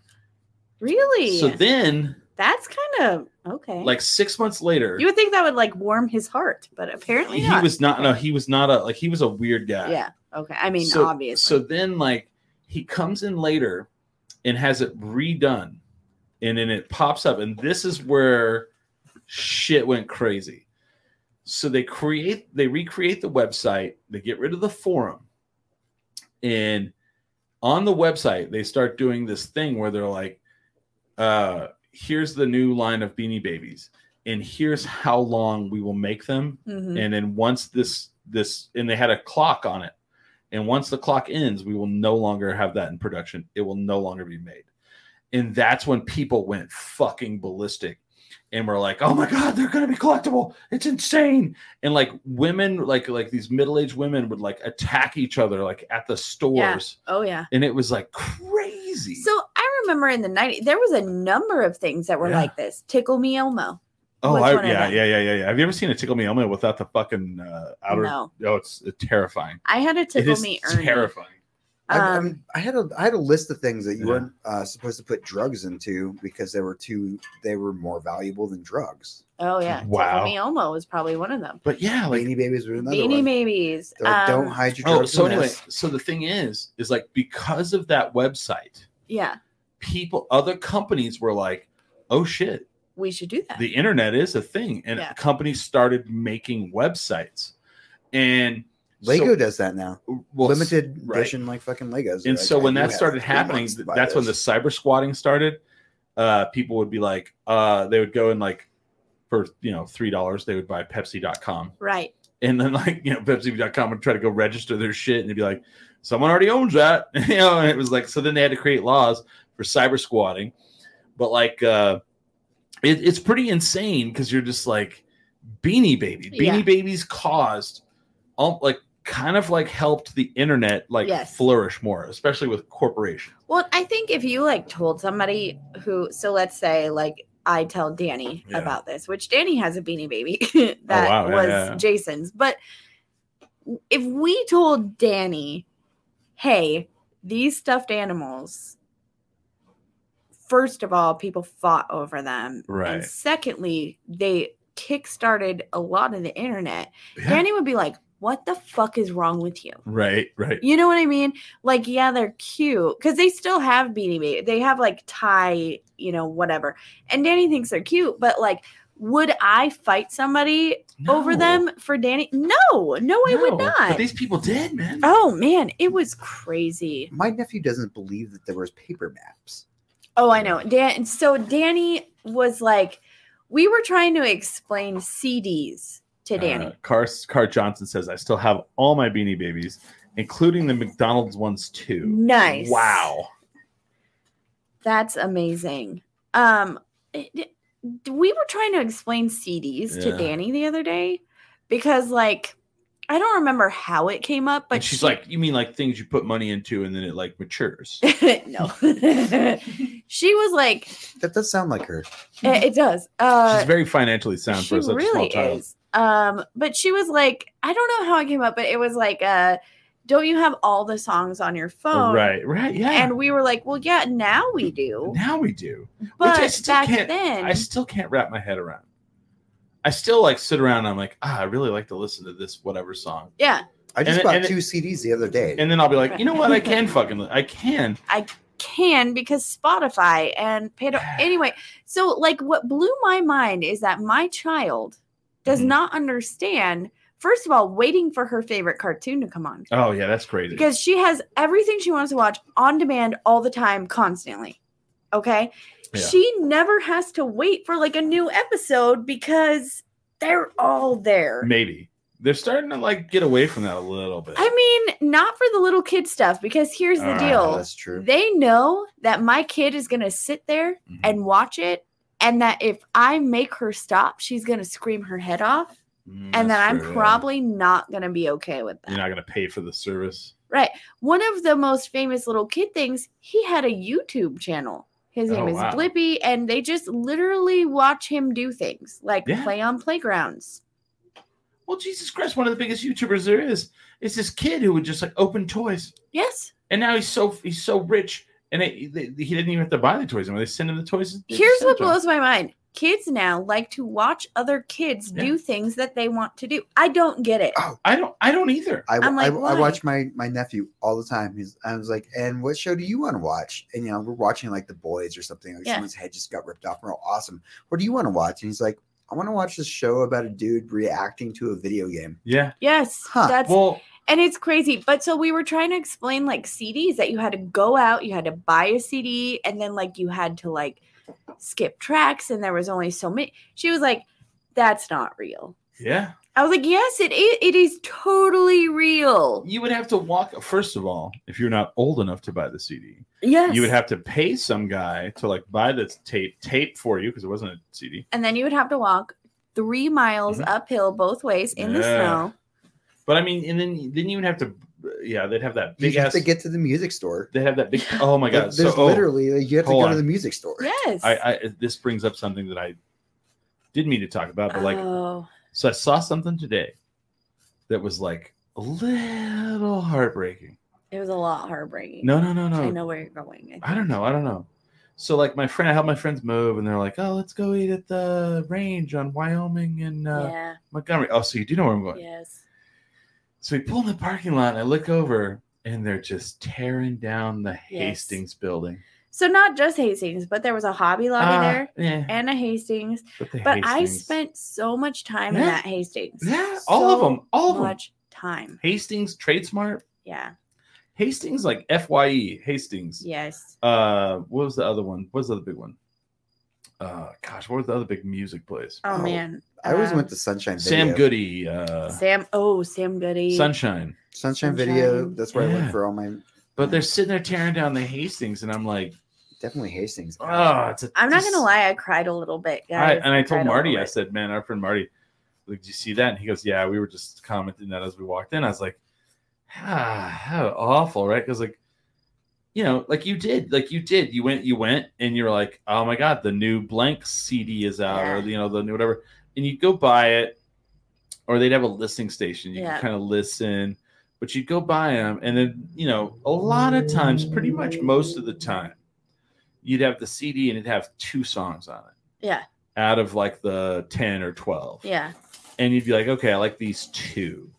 C: really?
B: so then
C: That's kind of okay.
B: like six months later
C: you would think that would like warm his heart, but apparently
B: he
C: not.
B: was not no he was not a like he was a weird guy
C: yeah. Okay. I mean,
B: so,
C: obviously.
B: so then like he comes in later and has it redone and then it pops up and this is where shit went crazy so they create they recreate the website they get rid of the forum and on the website they start doing this thing where they're like uh here's the new line of beanie babies and here's how long we will make them
C: Mhm.
B: and then once this this and they had a clock on it and once the clock ends we will no longer have that in production it will no longer be made and that's when people went fucking ballistic and were like oh my god they're gonna be collectible it's insane and like women like like these middle-aged women would like attack each other like at the stores
C: oh yeah.
B: and it was like crazy
C: So I remember in the 90s, there was a number of things that were
B: Yeah.
C: like this. Tickle me Elmo.
B: oh
C: which
B: I,
C: one are
B: yeah
C: they?
B: yeah yeah yeah yeah have you ever seen a tickle me elmo without the fucking uh, outer
C: No.
B: oh it's terrifying
C: I had a
B: it
C: tickle
B: is (laughs)
C: me Ernie.
B: terrifying
D: I, I
C: Um,
D: mean, I had a I had a list of things that you
B: Yeah.
D: weren't uh, supposed to put drugs into because they were too they were more valuable than drugs.
C: Oh yeah.
B: Wow.
C: Tickle me Elmo was probably one of them.
B: but yeah like
D: Beanie Babies were another
C: Beanie
D: one.
C: Babies.
D: They're like,
C: um,
D: don't hide your
B: Oh,
D: drugs.
B: so
D: in
B: anyway,
D: this.
B: so the thing is, is like because of that website,
C: Yeah.
B: people, other companies were like, "Oh shit,
C: We should do that.
B: the internet is a thing," and
C: Yeah.
B: companies started making websites, and
D: Lego
B: so-
D: does that now.
B: well,
D: Limited
B: right.
D: edition, like fucking Legos. They're
B: And
D: like,
B: so
D: I
B: when
D: do
B: that
D: have
B: started
D: three
B: happening,
D: months to
B: th-
D: buy
B: that's when the
D: this.
B: cyber squatting started. Uh, people would be like, uh, they would go and like for you know three dollars, they would buy Pepsi.com.
C: right.
B: and then like you know pepsi.com would try to go register their shit and they'd be like someone already owns that (laughs) you know and it was like so then they had to create laws for cyber squatting but like uh it, it's pretty insane because you're just like beanie baby beanie
C: Yeah.
B: babies caused um, like kind of like helped the internet like
C: Yes.
B: flourish more especially with corporations
C: Well, I think if you like told somebody who, so let's say like I tell Danny
B: Yeah. Oh,
C: about this, which Danny has a beanie baby (laughs) that
B: wow, yeah,
C: was
B: yeah, yeah.
C: Jason's, but if we told Danny, hey, these stuffed animals, first of all, people fought over them.
B: Right.
C: And secondly, they kickstarted a lot of the internet. Danny would be like, what the fuck is wrong with you?
B: right right
C: You know what I mean? Like, yeah, they're cute because they still have beanie baby. They have like tie, you know, whatever. And Danny thinks they're cute, but like, would I fight somebody over
B: No.
C: them for Danny? No, no, I
B: No.
C: would
B: but
C: not.
B: these people did man
C: oh man, it was crazy.
D: my nephew doesn't believe that there was paper maps.
C: Oh, I know. Dan. So Danny was like, We were trying to explain CDs to Danny.
B: Uh, Car, Car Johnson says, I still have all my beanie babies, including the McDonald's ones too.
C: nice.
B: Wow.
C: That's amazing. Um, it- it- we were trying to explain CDs to
B: Yeah.
C: Danny the other day because, like, I don't remember how it came up, but
B: and she's
C: she-
B: like, You mean like things you put money into and then it like matures?
C: (laughs) no, she was like,
D: That does sound like her.
C: it, it does. Uh,
B: she's very financially sound
C: she
B: for such a small
C: really
B: child.
C: is. Um, but she was like, I don't know how it came up, but it was like, uh, don't you have all the songs on your phone?
B: Oh, Right, right, yeah.
C: And we were like, well, yeah, now we do.
B: now we do.
C: But
B: I still
C: back
B: can't-
C: then,
B: I still can't wrap my head around. I still like sit around and I'm like, ah, I really like to listen to this whatever song.
C: yeah,
D: I just
B: And it-
D: bought
B: and it-
D: two CDs the other day.
B: And then I'll be like, you know what? I can fucking li- I can.
C: can because Spotify and Pandora. anyway, so like what blew my mind is that my child does
B: Mhm.
C: not understand, first of all, waiting for her favorite cartoon to come on
B: Oh yeah, that's crazy.
C: because she has everything she wants to watch on demand all the time, constantly. Okay.
B: Yeah.
C: She never has to wait for like a new episode because they're all there.
B: Maybe. They're starting to like get away from that a little bit.
C: I mean, not for the little kid stuff because here's the
B: Ah,
D: Ah,
C: deal.
D: that's true.
C: They know that my kid is going to sit there
B: Mhm.
C: and watch it. And that if I make her stop, she's going to scream her head off.
B: Mm,
C: and then
B: that's
C: I'm
B: true, yeah.
C: probably not going to be okay with that.
B: you're not gonna pay for the service.
C: Right. One of the most famous little kid things, he had a YouTube channel. His name
B: Oh,
C: is
B: wow.
C: Blippi, and they just literally watch him do things like
B: Yeah.
C: play on playgrounds.
B: Well, Jesus Christ, one of the biggest YouTubers there is is this kid who would just like open toys,
C: Yes.
B: and now he's so he's so rich, and it, they, he didn't even have to buy the toys anymore. They send him the toys. they just
C: Here's
B: send
C: what
B: it to him.
C: blows my mind kids now like to watch other kids
B: Yeah. Ah.
C: do things that they want to do. I don't get it.
B: I don't. I don't either.
D: I,
C: I'm like,
D: I,
C: why?
D: I watch my my nephew all the time. He's I was like, and what show do you want to watch? And you know, we're watching like The Boys or something. Like
C: Yeah.
D: someone's head just got ripped off. Real awesome. What do you want to watch? And he's like, I want to watch this show about a dude reacting to a video game.
B: Yeah.
C: Yes.
D: Huh.
C: That's
B: Well,
C: and it's crazy. But so we were trying to explain like CDs that you had to go out, you had to buy a CD, and then like you had to like skip tracks, and there was only so many. She was like, "That's not real."
B: yeah.
C: I was like, "Yes, it is. It is totally real."
B: You would have to walk. First of all, if you're not old enough to buy the CD,
C: Yes,
B: you would have to pay some guy to like buy the tape tape for you because it wasn't a CD.
C: and then you would have to walk three miles
B: Mhm.
C: uphill both ways in the
B: Yeah.
C: snow.
B: But I mean, and then then you would have to. Yeah, they'd have that
D: You
B: big
D: have
B: ass.
D: to get to the music store.
B: they have that big. Oh my god!
D: Like,
B: So
D: there's
B: oh,
D: literally like, you have to
B: hold
D: go
B: on.
D: to the music store.
C: Yes,
B: I, I this brings up something that I didn't mean to talk about, but like,
C: oh,
B: so I saw something today that was like a little heartbreaking.
C: it was a lot heartbreaking.
B: No, no, no,
C: I
B: no.
C: know where you're going.
B: I don't know. I don't know. So like my friend, I helped my friends move, and they're like, "Oh, let's go eat at the range on Wyoming and uh,
C: yeah.
B: Montgomery." Oh, so you do know where I'm going.
C: Yes.
B: So we pull in the parking lot, and I look over, and they're just tearing down the Hastings building.
C: So not just Hastings, but there was a Hobby Lobby
B: Ah,
C: there
B: yeah,
C: and a Hastings.
B: but, the
C: But I
B: Hastings-
C: spent so much time in
B: Yeah.
C: that Hastings.
B: yeah, all of
C: So
B: them, all of them.
C: much time.
B: Hastings, Tradesmart,
C: Yeah.
B: Hastings, like Fye, Hastings.
C: Yes.
B: Uh, what was the other one? What was the other big one? Uh, gosh, what was the other big music place?
C: Oh,
D: Oh,
C: man.
D: I always
C: Um,
D: went to Sunshine
B: Sam
D: Video.
B: Goody, uh,
C: Sam. Oh, Sam Goody.
B: Sunshine.
D: Sunshine, Video.
C: Sunshine.
D: That's where I
B: Yeah.
D: went for all my
B: But they're sitting there tearing down the Hastings, and I'm like,
D: definitely Hastings.
B: oh, it's a.
C: I'm not gonna
B: just-
C: lie, I cried a little bit,
B: I,
C: guys.
B: and I told
C: cried a
B: Marty,
C: little
B: I
C: bit.
B: said, man, our friend Marty, like, did you see that? And he goes, yeah, we were just commenting that as we walked in. I was like, ah, how awful, right? Because like, you know, like you did, like you did, you went, you went, and you're like, oh my god, the new blank CD is out, or
C: Yeah.
B: you know, the new whatever, and you'd go buy it, or they'd have a listing station, you
C: Yeah.
B: could kind of listen. But you'd go buy them, and then you know a lot of times, pretty much most of the time, you'd have the CD and it'd have two songs on it
C: Yeah.
B: out of like the 10 or 12.
C: Yeah.
B: And you'd be like, okay, I like these two.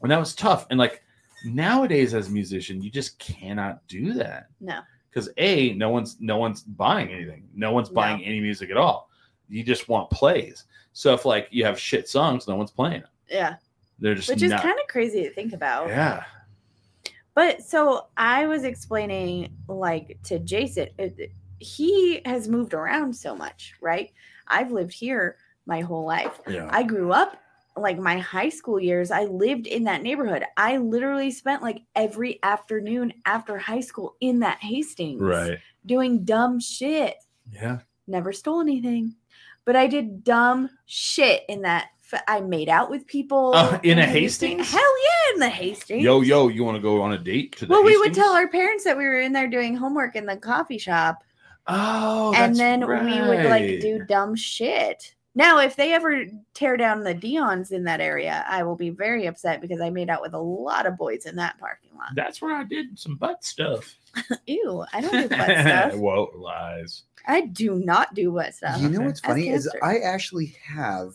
B: And that was tough. And like nowadays as a musician, you just cannot do that.
C: No.
B: Because A, no one's no one's buying anything. No one's
C: No.
B: buying any music at all. You just want plays. So if like you have shit songs, no one's playing them.
C: Yeah.
B: They're just
C: Which is
B: not-
C: kind of crazy to think about.
B: yeah.
C: But so I was explaining like to Jason, it- it- he has moved around so much, right? I've lived here my whole life.
B: Yeah.
C: I grew up like my high school years, I lived in that neighborhood. I literally spent like every afternoon after high school in that Hastings
B: Right.
C: doing dumb shit.
B: Yeah.
C: Never stole anything, but I did dumb shit in that. f- I made out with people
B: Uh, in a Hastings?
C: Hell yeah, in the Hastings.
B: Yo, yo, you want to go on a date to the
C: well, we would
B: Hastings?
C: tell our parents that we were in there doing homework in the coffee shop
B: Oh,
C: and
B: that's
C: then we would like
B: right.
C: do dumb shit. Now, if they ever tear down the Dion's in that area, I will be very upset because I made out with a lot of boys in that parking lot.
B: That's where I did some butt stuff.
C: Ew, I don't
B: (laughs)
C: do butt stuff.
B: Whoa, lies.
C: I do not do butt stuff.
D: You know what's
C: Ask
D: funny is
C: Esther.
D: I actually have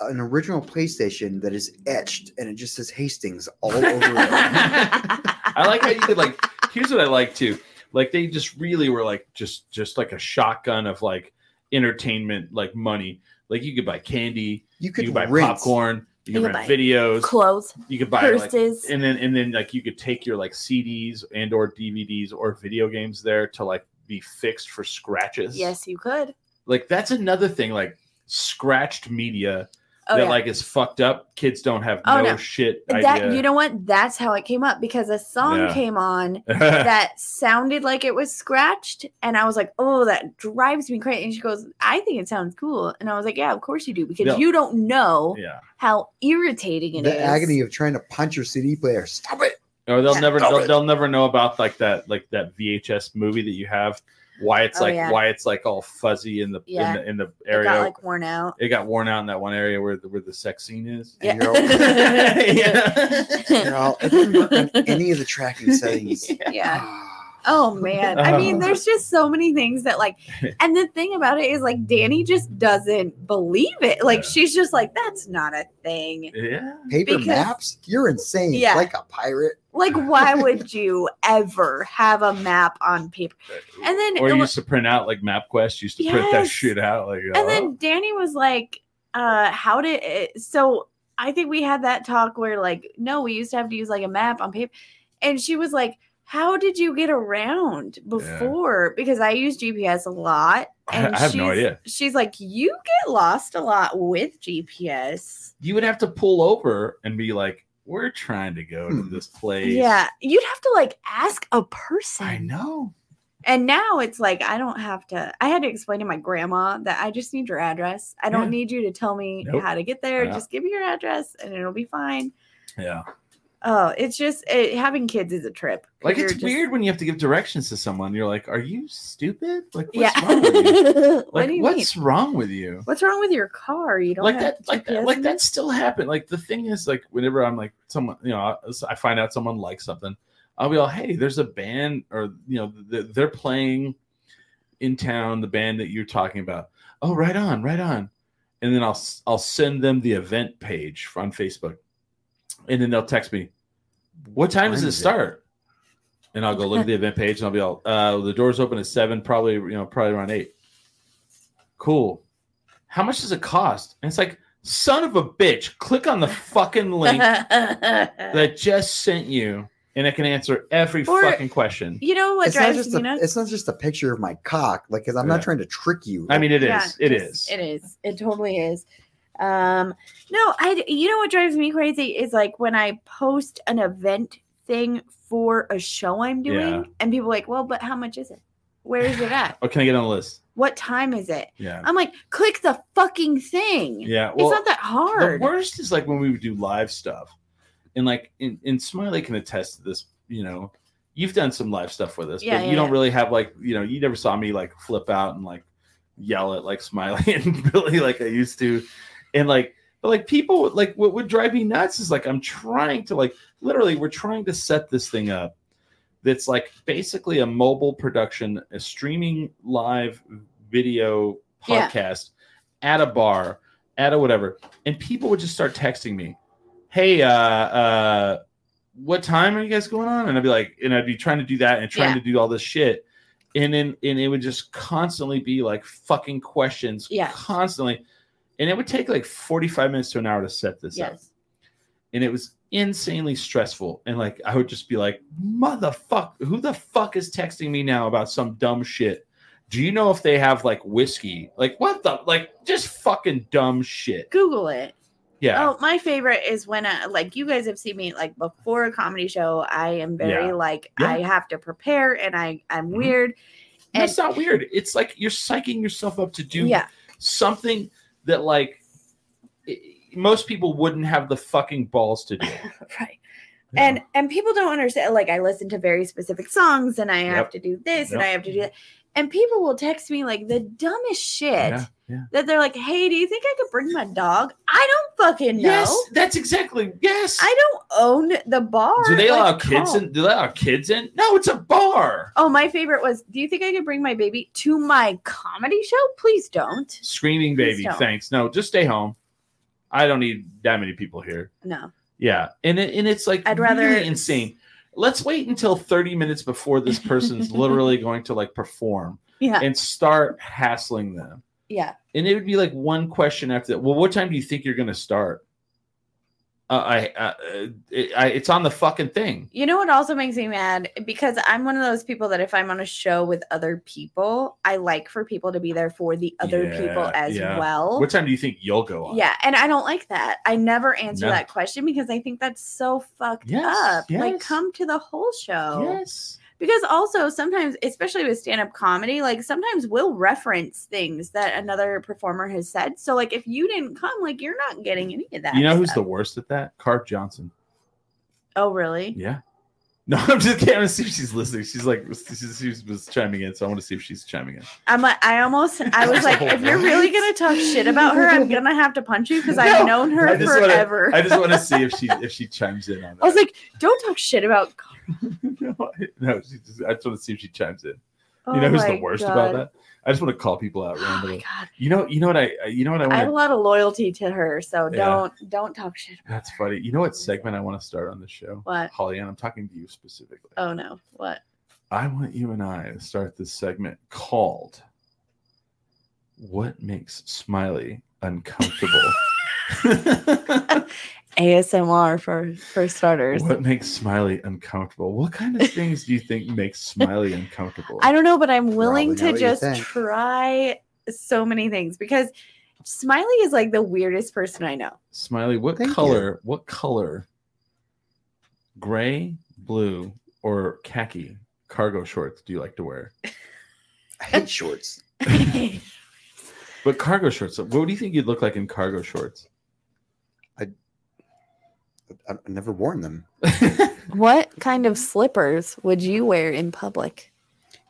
D: an original PlayStation that is etched and it just says Hastings all
C: (laughs)
D: over it.
B: I like how you could like. Here's what I like too. Like they just really were like just just like a shotgun of like entertainment like money. Like you could buy candy,
D: You
B: you
D: could
B: could buy
D: rinse.
B: popcorn, you (laughs) could
C: You could
B: rent
C: buy
B: videos,
C: (laughs) Clothes,
B: you could buy like,
C: purses.
B: and then and then like you could take your like CDs and or DVDs or video games there to like be fixed for scratches.
C: yes, you could.
B: like that's another thing like scratched media
C: Oh,
B: that
C: yeah.
B: like is fucked up. Kids don't have
C: Oh,
B: no,
C: no.
B: shit
C: that, you
B: (laughs) idea.
C: know what? That's how it came up because a song
B: Yeah.
C: came on that sounded like it was scratched. And I was like, oh, that drives me crazy. And she goes, I think it sounds cool. And I was like, yeah, of course you do, because
B: No.
C: you don't know
B: yeah.
C: how irritating it is.
D: The agony of trying to punch your CD player.
C: (laughs)
D: Stop it.
B: Or they'll
C: Yeah.
B: never
D: Stop
B: they'll,
D: it.
B: they'll never know about like that like that VHS movie that you have. Why it's
C: Oh,
B: like
C: yeah.
B: why it's like all fuzzy in the
C: Yeah.
B: in the in the
C: it
B: area.
C: got like worn out.
B: worn out in that one area where the, where the sex scene is.
C: (laughs)
D: Yeah.
C: Yeah.
D: You're all-
B: Yeah.
D: You're all, it didn't work on any of the
C: (laughs)
D: tracking settings. Ah,
C: yeah. Oh man. I
B: Um.
C: mean, there's just so many things
B: (laughs)
C: that like and the thing about it is like Danny just doesn't believe it. Like
B: Yeah.
C: she's just like, that's not a thing.
B: (laughs) Yeah.
D: Paper
C: Because-
D: maps? You're insane.
C: Yeah.
D: Like a pirate.
C: Like,
B: (laughs)
C: why would you ever have a map on paper? And then
B: Or
C: it
B: you
C: wa-
B: used to print out like MapQuest used to print that
C: Yes.
B: shit out like oh.
C: And then Danny was like, uh, how did it? So I think we had that talk where, like, no, we used to have to use like a map on paper. And she was like, how did you get around before? Because I use GPS
B: (laughs)
C: a lot.
B: I-
C: And
B: I have no
C: she's-
B: idea.
C: She's like, you get lost a lot with GPS.
B: you would have to pull over and be like, "We're trying to go to
D: Hmm.
B: this place."
C: Yeah. You'd have to like ask a person.
B: I know.
C: And now it's like, I don't have to. I had to explain to my grandma that I just need your address. I don't
B: Yeah.
C: need you to tell me
B: Nope.
C: how to get there.
B: Yeah.
C: Just give me your address and it'll be fine.
B: Yeah,
C: Oh, it's just it, having kids is a trip. 'cause
B: like
C: you're
B: it's
C: just- (laughs)
B: weird when you have to give directions to someone. You're like, "Are you stupid? Like, what's
C: yeah.
B: wrong with you?
C: (laughs) what
B: Like,
C: do you mean?
B: what's wrong with you?"
C: What's wrong with your car? You don't
B: Like
C: have
B: that, like
C: GPS
B: that, like
C: in
B: that still happened. Like the thing is, like whenever I'm like someone, you know, I, I find out someone likes something, I'll be all, "Hey, there's a band, or you know, th- they're playing in town, the band that you're talking about." Oh, right on, right on. And then I'll s- I'll send them the event page on Facebook, and then they'll text me, "What time does
D: When
B: it
D: is it?"
B: start?" And I'll go look at the event page, and I'll be all, uh, "The doors open at seven, probably you know, probably around eight. Cool. How much does it cost? And it's like, son of a bitch, click on the fucking link that
C: (laughs)
B: I just sent you, and it can answer every
C: Or-
B: fucking question.
C: you know what
D: it's not
C: drives
D: just
C: me
D: a,
C: nuts?
D: it's not just a picture of my cock like because i'm
B: Yeah.
D: not trying to trick you
B: I mean, it is,
C: Yeah,
B: it is.
C: just- It is. It totally is. Um, no, I. You know what drives me crazy is like when I post an event thing for a show I'm doing,
B: Yeah.
C: and people are like, well, but how much is it? Where is it at?
B: Oh, can I get on the list?
C: What time is it?
B: Yeah.
C: I'm like, click the fucking thing.
B: Yeah.
C: Uh, it's not that hard.
B: The worst is like when we would do live stuff, and like in, and Smiley can attest to this. You know, you've done some live stuff with us,
C: Yeah,
B: but
C: yeah,
B: you don't
C: yeah.
B: really have like you know you never saw me like flip out and like yell at like Smiley (laughs) and Billy like I used to, and like but like people would- like what would drive me nuts is like I'm trying to like literally we're trying to set this thing up that's like basically a mobile production, a streaming live video
C: Yeah.
B: podcast at a bar, at a whatever. And people would just start texting me, Hey, uh, uh, what time are you guys going on? And I'd be like, and I'd be trying to do that and trying
C: Yeah.
B: to do all this shit. And then, and it would just constantly be like fucking questions,
C: Yeah.
B: constantly. And it would take like 45 minutes to an hour to set this up
C: yes.
B: and it was insanely stressful. And like I would just be like, motherfuck, who the fuck is texting me now about some dumb shit? Do you know if they have like whiskey? Like what the like just fucking dumb shit.
C: Google it.
B: Yeah.
C: Oh, my favorite is when I like you guys have seen me like before a comedy show. I am very
B: Yeah.
C: like
B: Yeah.
C: I have to prepare and I I'm
B: Mhm.
C: weird. And
B: That's not weird. It's like you're psyching yourself up to do
C: yeah,
B: something that like i- most people wouldn't have the fucking balls to do.
C: right. And and people don't understand. Like I listen to very specific songs and I have
B: Yep.
C: to do this and
B: Yep.
C: I have to do that. And people will text me like the dumbest shit
B: yeah, yeah.
C: that they're like, "Hey, do you think I could bring my dog?" I don't fucking know.
B: Yes, that's exactly yes.
C: I don't own the bar.
B: do they
C: Like,
B: allow kids
C: calm.
B: in? Do they allow kids in? No, it's a bar.
C: Oh, my favorite was, do you think I could bring my baby to my comedy show? Please don't.
B: Screaming
C: Please
B: baby.
C: don't.
B: Thanks. No, just stay home. I don't need that many people here.
C: No.
B: Yeah, and it, and it's like
C: I'd rather-
B: really insane. Let's wait until thirty minutes before this
C: (laughs)
B: person's literally going to like perform
C: Yeah.
B: and start hassling them.
C: Yeah.
B: and it would be like one question after that. Well, what time do you think you're going to start? Uh, I, uh, it, I, it's on the fucking thing.
C: You know what also makes me mad? Because I'm one of those people that if I'm on a show with other people, I like for people to be there for the other people
B: Yeah,
C: as
B: yeah.
C: well.
B: What time do you think you'll go on?
C: yeah, and I don't like that. I never answer
B: No.
C: that question because I think that's so fucked
B: Yes,
C: up. Like,
B: yes.
C: come to the whole show.
B: Yes.
C: Because also sometimes, especially with stand-up comedy, like sometimes we'll reference things that another performer has said. So like if you didn't come, like you're not getting any of that.
B: You know who's the
C: stuff.
B: worst at that? Carp Johnson.
C: Oh really?
B: Yeah. No, (laughs) I'm just kidding. I want to see if she's listening. She's like, she's, she was chiming in, so I want to see if she's chiming in.
C: I'm like I almost I was like, if you're really gonna talk shit about her, I'm gonna have to punch you because I've
B: No,
C: known her
B: I just wanna-
C: forever.
B: I just want to see if
C: (laughs)
B: she if she chimes in on that.
C: I was like, don't talk shit about Car-
B: (laughs) no, I, no, she just, I just want to see if she chimes in.
C: oh
B: You know who's the
C: my
B: worst
C: God.
B: about that? I just want to call people out
C: (gasps) Oh my
B: randomly.
C: god.
B: You know, you know what I, you know what I
C: I
B: want
C: have
B: to
C: a lot of loyalty to her, so
B: Yeah.
C: don't don't talk shit about
B: That's funny. You know what segment I want to start on the show?
C: What?
B: Holly Ann, I'm talking to you specifically.
C: Oh no. What?
B: I want you and I to start this segment called What Makes Smiley
C: (laughs)
B: Uncomfortable?
C: ASMR for for starters.
B: what makes Smiley uncomfortable? What kind of things do you think makes
C: (laughs)
B: Smiley uncomfortable?
C: I don't know, but I'm willing
D: Probably not
C: to
D: what you
C: just
D: think.
C: try so many things because Smiley is like the weirdest person
B: (laughs)
C: I know. (laughs)
B: Smiley, what
D: Thank you.
B: color? What color? Gray, blue, or khaki cargo shorts do you like to wear?
D: I hate shorts.
B: But cargo shorts, what do you think you'd look like in cargo shorts?
D: I- I've never worn them.
C: what kind of slippers would you wear in public?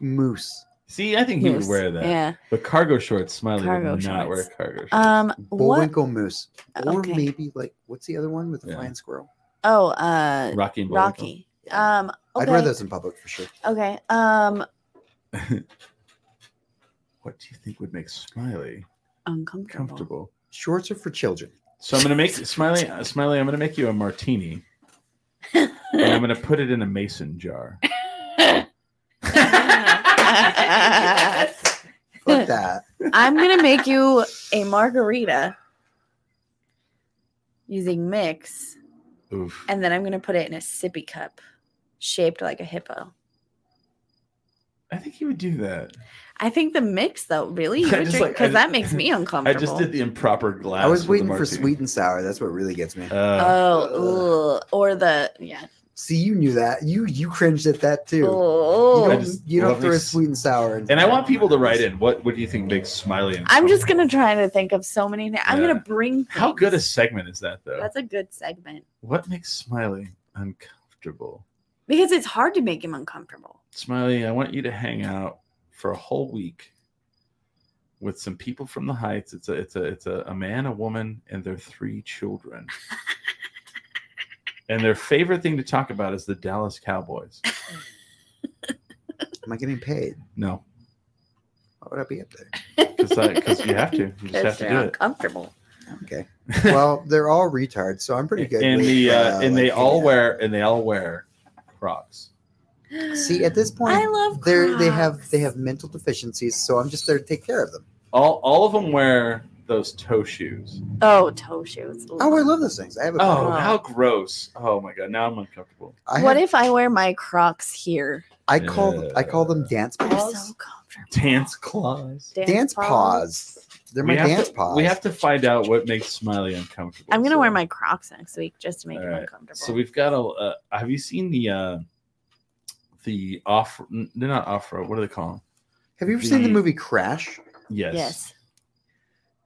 D: Moose,
B: See, I think he would
C: Moose.
B: wear that.
C: Yeah.
B: But cargo shorts, Smiley
C: Cargo
B: would not
C: shorts.
B: wear cargo shorts.
C: Um what
D: bullwinkle moose, or
C: Okay.
D: maybe like what's the other one with the
B: Yeah.
D: flying squirrel?
C: oh uh
B: Rocky and Bullwinkle.
C: Rocky. Um
D: I'd
C: okay.
D: wear those in public for sure.
C: okay. Um
B: What do you think would make Smiley
C: uncomfortable.
B: comfortable?
D: Shorts are for children.
B: So I'm gonna make Smiley, uh, Smiley, I'm gonna make you a
C: (laughs)
B: martini, and I'm gonna put it in a mason jar.
D: Fuck that.
C: (laughs) I'm gonna make you a margarita using mix,
B: Oof.
C: and then I'm gonna put it in a sippy cup shaped like a hippo.
B: I think he would do that.
C: I think the mix though,
B: (laughs)
C: really,
B: I
C: because
B: just like- I just-
C: that makes
B: (laughs)
C: me
B: I
C: uncomfortable.
B: just did the improper glass.
D: I was
B: with
D: waiting
B: the
D: for
B: martini.
D: sweet and sour. That's what really gets me.
B: Uh,
C: oh, ugh. or the yeah.
D: See, you knew that. You you cringed at that too. You
C: Oh.
B: I
D: don't,
B: just
D: you don't
B: love
D: throw a
B: this-
D: sweet and sour. into
B: and I
D: that.
B: want people to write in. What What do you think makes Smiley?
C: I'm just
B: uncomfortable?
C: gonna try to think of so many things. I'm
B: Yeah.
C: gonna bring.
B: How good a
C: things.
B: segment is that, though?
C: That's a good segment
B: What makes Smiley uncomfortable?
C: because it's hard to make him uncomfortable.
B: Smiley, I want you to hang out for a whole week with some people from the Heights. It's a it's a it's a, a man, a woman, and their three children. and their favorite thing to talk about is the Dallas Cowboys.
D: Am I getting paid?
B: No,
D: Why would I be up there?
B: because because you
C: (laughs)
B: have to. You just have
C: Because
B: to
C: they're
B: do it.
C: uncomfortable.
D: Okay.
B: (laughs)
D: Well, they're all retards, so I'm pretty good.
B: And
D: with,
B: the uh, and
D: like,
B: they all
D: yeah.
B: wear and they all wear Crocs.
D: See, at this point,
C: (gasps) I love
D: they're they have
C: Crocs.
D: they have mental deficiencies, so I'm just there to take care of them.
B: All all of them wear those toe shoes.
C: Oh, toe shoes.
D: Oh, I love those things. I have a
B: Oh,
C: Wow.
B: how gross! Oh my god, now I'm uncomfortable.
D: I,
C: what
D: have-
C: if I wear my Crocs here?
D: I call them, I call them dance
C: They're
D: paws.
C: so comfortable.
B: Dance claws.
D: Dance paws. They're my
B: We have
D: dance
B: to,
D: paws.
B: We have to find out what makes Smiley uncomfortable.
C: I'm gonna
B: So-
C: wear my Crocs next week just to make
B: All
C: it
B: right.
C: uncomfortable.
B: So we've got a. Uh, have you seen the uh the off? n- They're not off road. What do they call
D: Have you ever seen the
B: the-
D: movie Crash?
B: them? Yes.
C: yes.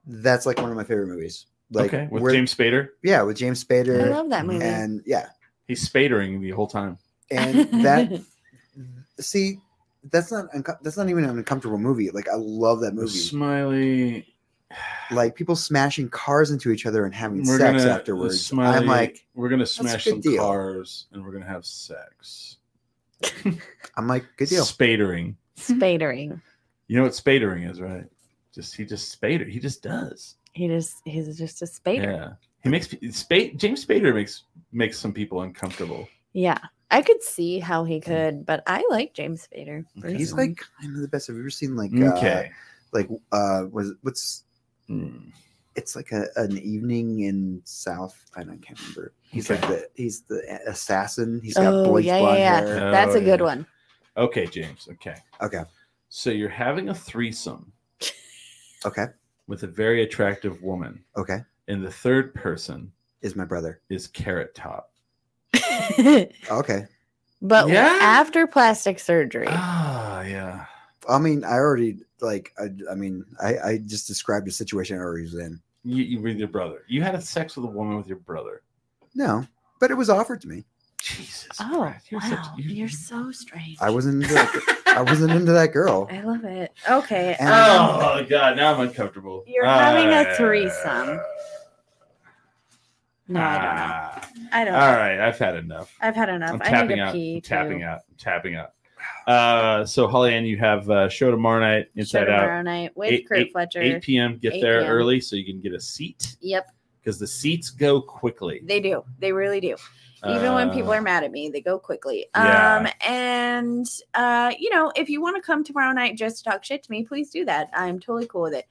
D: That's like one of my favorite movies. Like
B: okay. With
D: where-
B: James Spader,
D: yeah, with James
C: I
D: Spader,
C: love that movie.
D: and yeah,
B: he's spadering the whole time.
C: (laughs)
D: and that see, that's not unco- that's not even an uncomfortable movie. Like I love that movie.
B: Smiley.
D: Like people smashing cars into each other and having
B: We're
D: sex
B: gonna
D: afterwards.
B: Smiley,
D: I'm like,
B: we're gonna
D: a
B: smash
D: good
B: some
D: deal.
B: cars and we're gonna have sex.
D: I'm like, good deal.
B: Spadering.
C: spadering.
B: You know what spadering is, right? Just he just spader. He just does.
C: He just he's just a spader.
B: Yeah. He makes spade James Spader makes makes some people uncomfortable.
C: Yeah. I could see how he could, but I like James Spader.
B: Okay.
D: He's
C: personally.
D: like kind of the best. Have you ever seen like uh,
B: Okay.
D: like uh was what's
B: Hmm.
D: it's like a, an evening in South. I don't I can't remember. He's like the he's the a- assassin. He's got
C: Oh,
D: blonde
C: yeah,
D: blonde
C: yeah, yeah.
D: hair.
B: Yeah.
C: That's
B: Oh,
C: a good
B: yeah.
C: one.
B: Okay, James. Okay.
D: Okay,
B: So you're having a threesome
D: okay,
B: with a very attractive woman,
D: okay.
B: and the third person
D: Is my brother.
B: is Carrot Top.
D: Okay.
C: (laughs) but
B: Yeah.
C: after plastic surgery,
B: Ah, yeah.
D: I mean, I already like. I, I mean, I, I just described the situation I already was in.
B: You, you with your brother. You had sex with a woman with your brother.
D: No, but it was offered to me.
B: Jesus.
C: oh
B: Christ,
C: wow,
B: such-
C: you're, so strange.
D: I wasn't. Into that, I wasn't into that girl.
C: I love it. Okay.
D: And-
C: um,
B: Oh god, now I'm uncomfortable. Ah,
C: You're having a threesome. no, I
B: Ah.
C: don't know. I don't.
B: All
C: know.
B: right, I've had enough.
C: I've had enough.
B: I'm
C: I
B: tapping
C: need to
B: out.
C: pee.
B: I'm tapping
C: too.
B: out. I'm tapping out. Uh, so Holly Ann, you have uh, show tomorrow night, Inside
C: Show
B: Out,
C: tomorrow night with
B: Eight-
C: Kurt
B: eight-
C: Fletcher.
B: 8 p.m. Get
C: 8
B: there
C: p.m..
B: early so you can get a seat
C: Yep,
B: because the seats go quickly.
C: they do. They really do. Even when people
B: Uh,
C: are mad at me, they go quickly.
B: yeah.
C: Um, and uh, you know, if you want to come tomorrow night just to talk shit to me, please do that. I'm totally cool with it.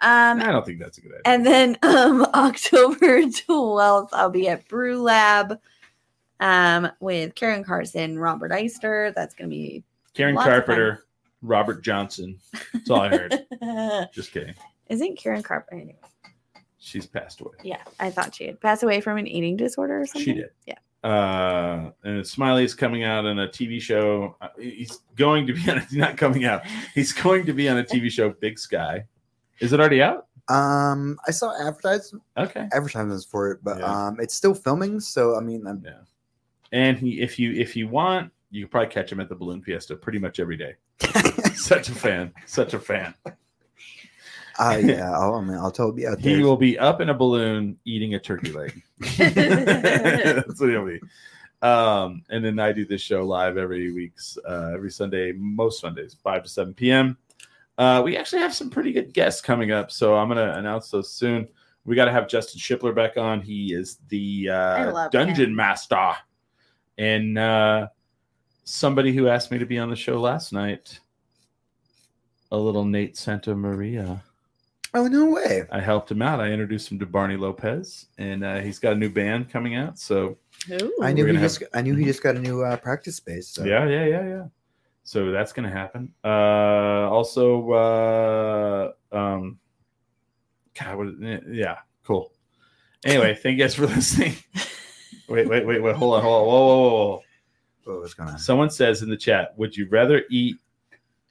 C: Um,
B: I don't think that's a good idea.
C: And then (laughs) um, October 12th, I'll be at Brew Lab um, with Karen Carson, Robert Eister. That's going to be. (laughs)
B: Karen
C: lots of fun.
B: Carpenter, Robert Johnson. That's all I
C: (laughs)
B: heard. Just kidding.
C: Isn't Karen Carpenter? Anyway,
B: She's passed away.
C: yeah, I thought she had passed away from an eating disorder or something.
B: She did.
C: Yeah.
B: Uh, and Smiley's coming out on a TV show. Uh, He's going to be on. He's (laughs) not coming out. He's going to be on a
C: (laughs)
B: TV show, Big Sky. Is it already out?
D: Um, I saw advertisements
B: Okay.
D: advertisements for it, but
B: Yeah.
D: um, it's still filming. So I mean, I'm,
B: Yeah. And he, if you if you want, you can probably catch him at the Balloon Fiesta pretty much every
C: (laughs)
B: day. such a fan. Such a fan. (laughs)
D: uh, yeah, I'll, I mean, I'll totally be out there.
B: He will be up in a balloon eating a turkey
C: (laughs)
B: leg. (laughs) That's what he'll be. Um, and then I do this show live every week's uh, every Sunday, most Sundays, five to seven p.m. Uh, we actually have some pretty good guests coming up, so I'm gonna announce those soon. We got to have Justin Shipler back on. He is the uh,
C: love
B: dungeon
C: him.
B: master, and uh, somebody who asked me to be on the show last night, a little Nate Santa Maria.
D: Oh no way!
B: I helped him out. I introduced him to Barney Lopez, and uh, he's got a new band coming out. So
C: Ooh.
D: I
B: We're
D: knew he
B: gonna have- Mm-hmm.
D: just I knew he just got a new uh, practice space. So.
B: yeah, yeah, yeah, yeah. So that's gonna happen. Uh, also, uh, um, God, what, yeah, cool. Anyway, thank you guys for (laughs) listening. wait, wait, wait, wait. Hold on, hold on. Whoa, whoa, whoa, whoa.
D: What was going on?
B: Someone says in the chat, would you rather eat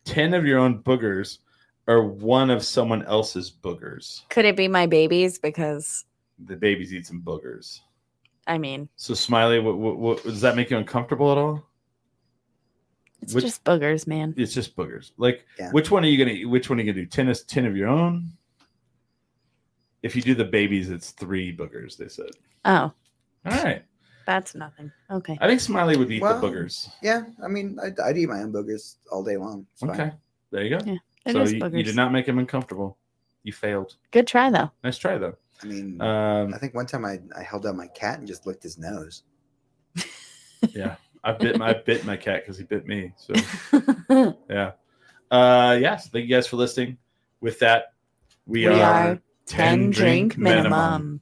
B: 10 of your own boogers or one of someone else's boogers?
C: Could it be my babies? Because,
B: The babies eat some boogers.
C: I mean,
B: So, Smiley, what, what, what, does that make you uncomfortable at all?
C: it's
B: Which-
C: just boogers, man.
B: It's just boogers. Like,
D: Yeah.
B: which one are you gonna? Which one are you gonna do? Ten is ten of your own. If you do the babies, it's three boogers. They said.
C: Oh,
B: All right.
C: that's nothing. Okay.
B: I think Smiley would eat
D: Well,
B: the boogers.
D: Yeah, I mean, I'd, I'd eat my own boogers all day long. It's fine.
B: Okay. There you go.
C: Yeah, It
B: so
C: is
B: you, you
C: boogers.
B: did not make him uncomfortable. You failed.
C: Good try, though.
B: Nice try though.
D: I mean,
B: Um,
D: I think one time I, I held out my cat and just licked his nose.
B: I bit my I bit my cat because he bit me.
C: (laughs)
B: So yeah. Uh, yes. Thank you guys for listening. With that, we,
C: We
B: are,
C: are 10 drink minimum.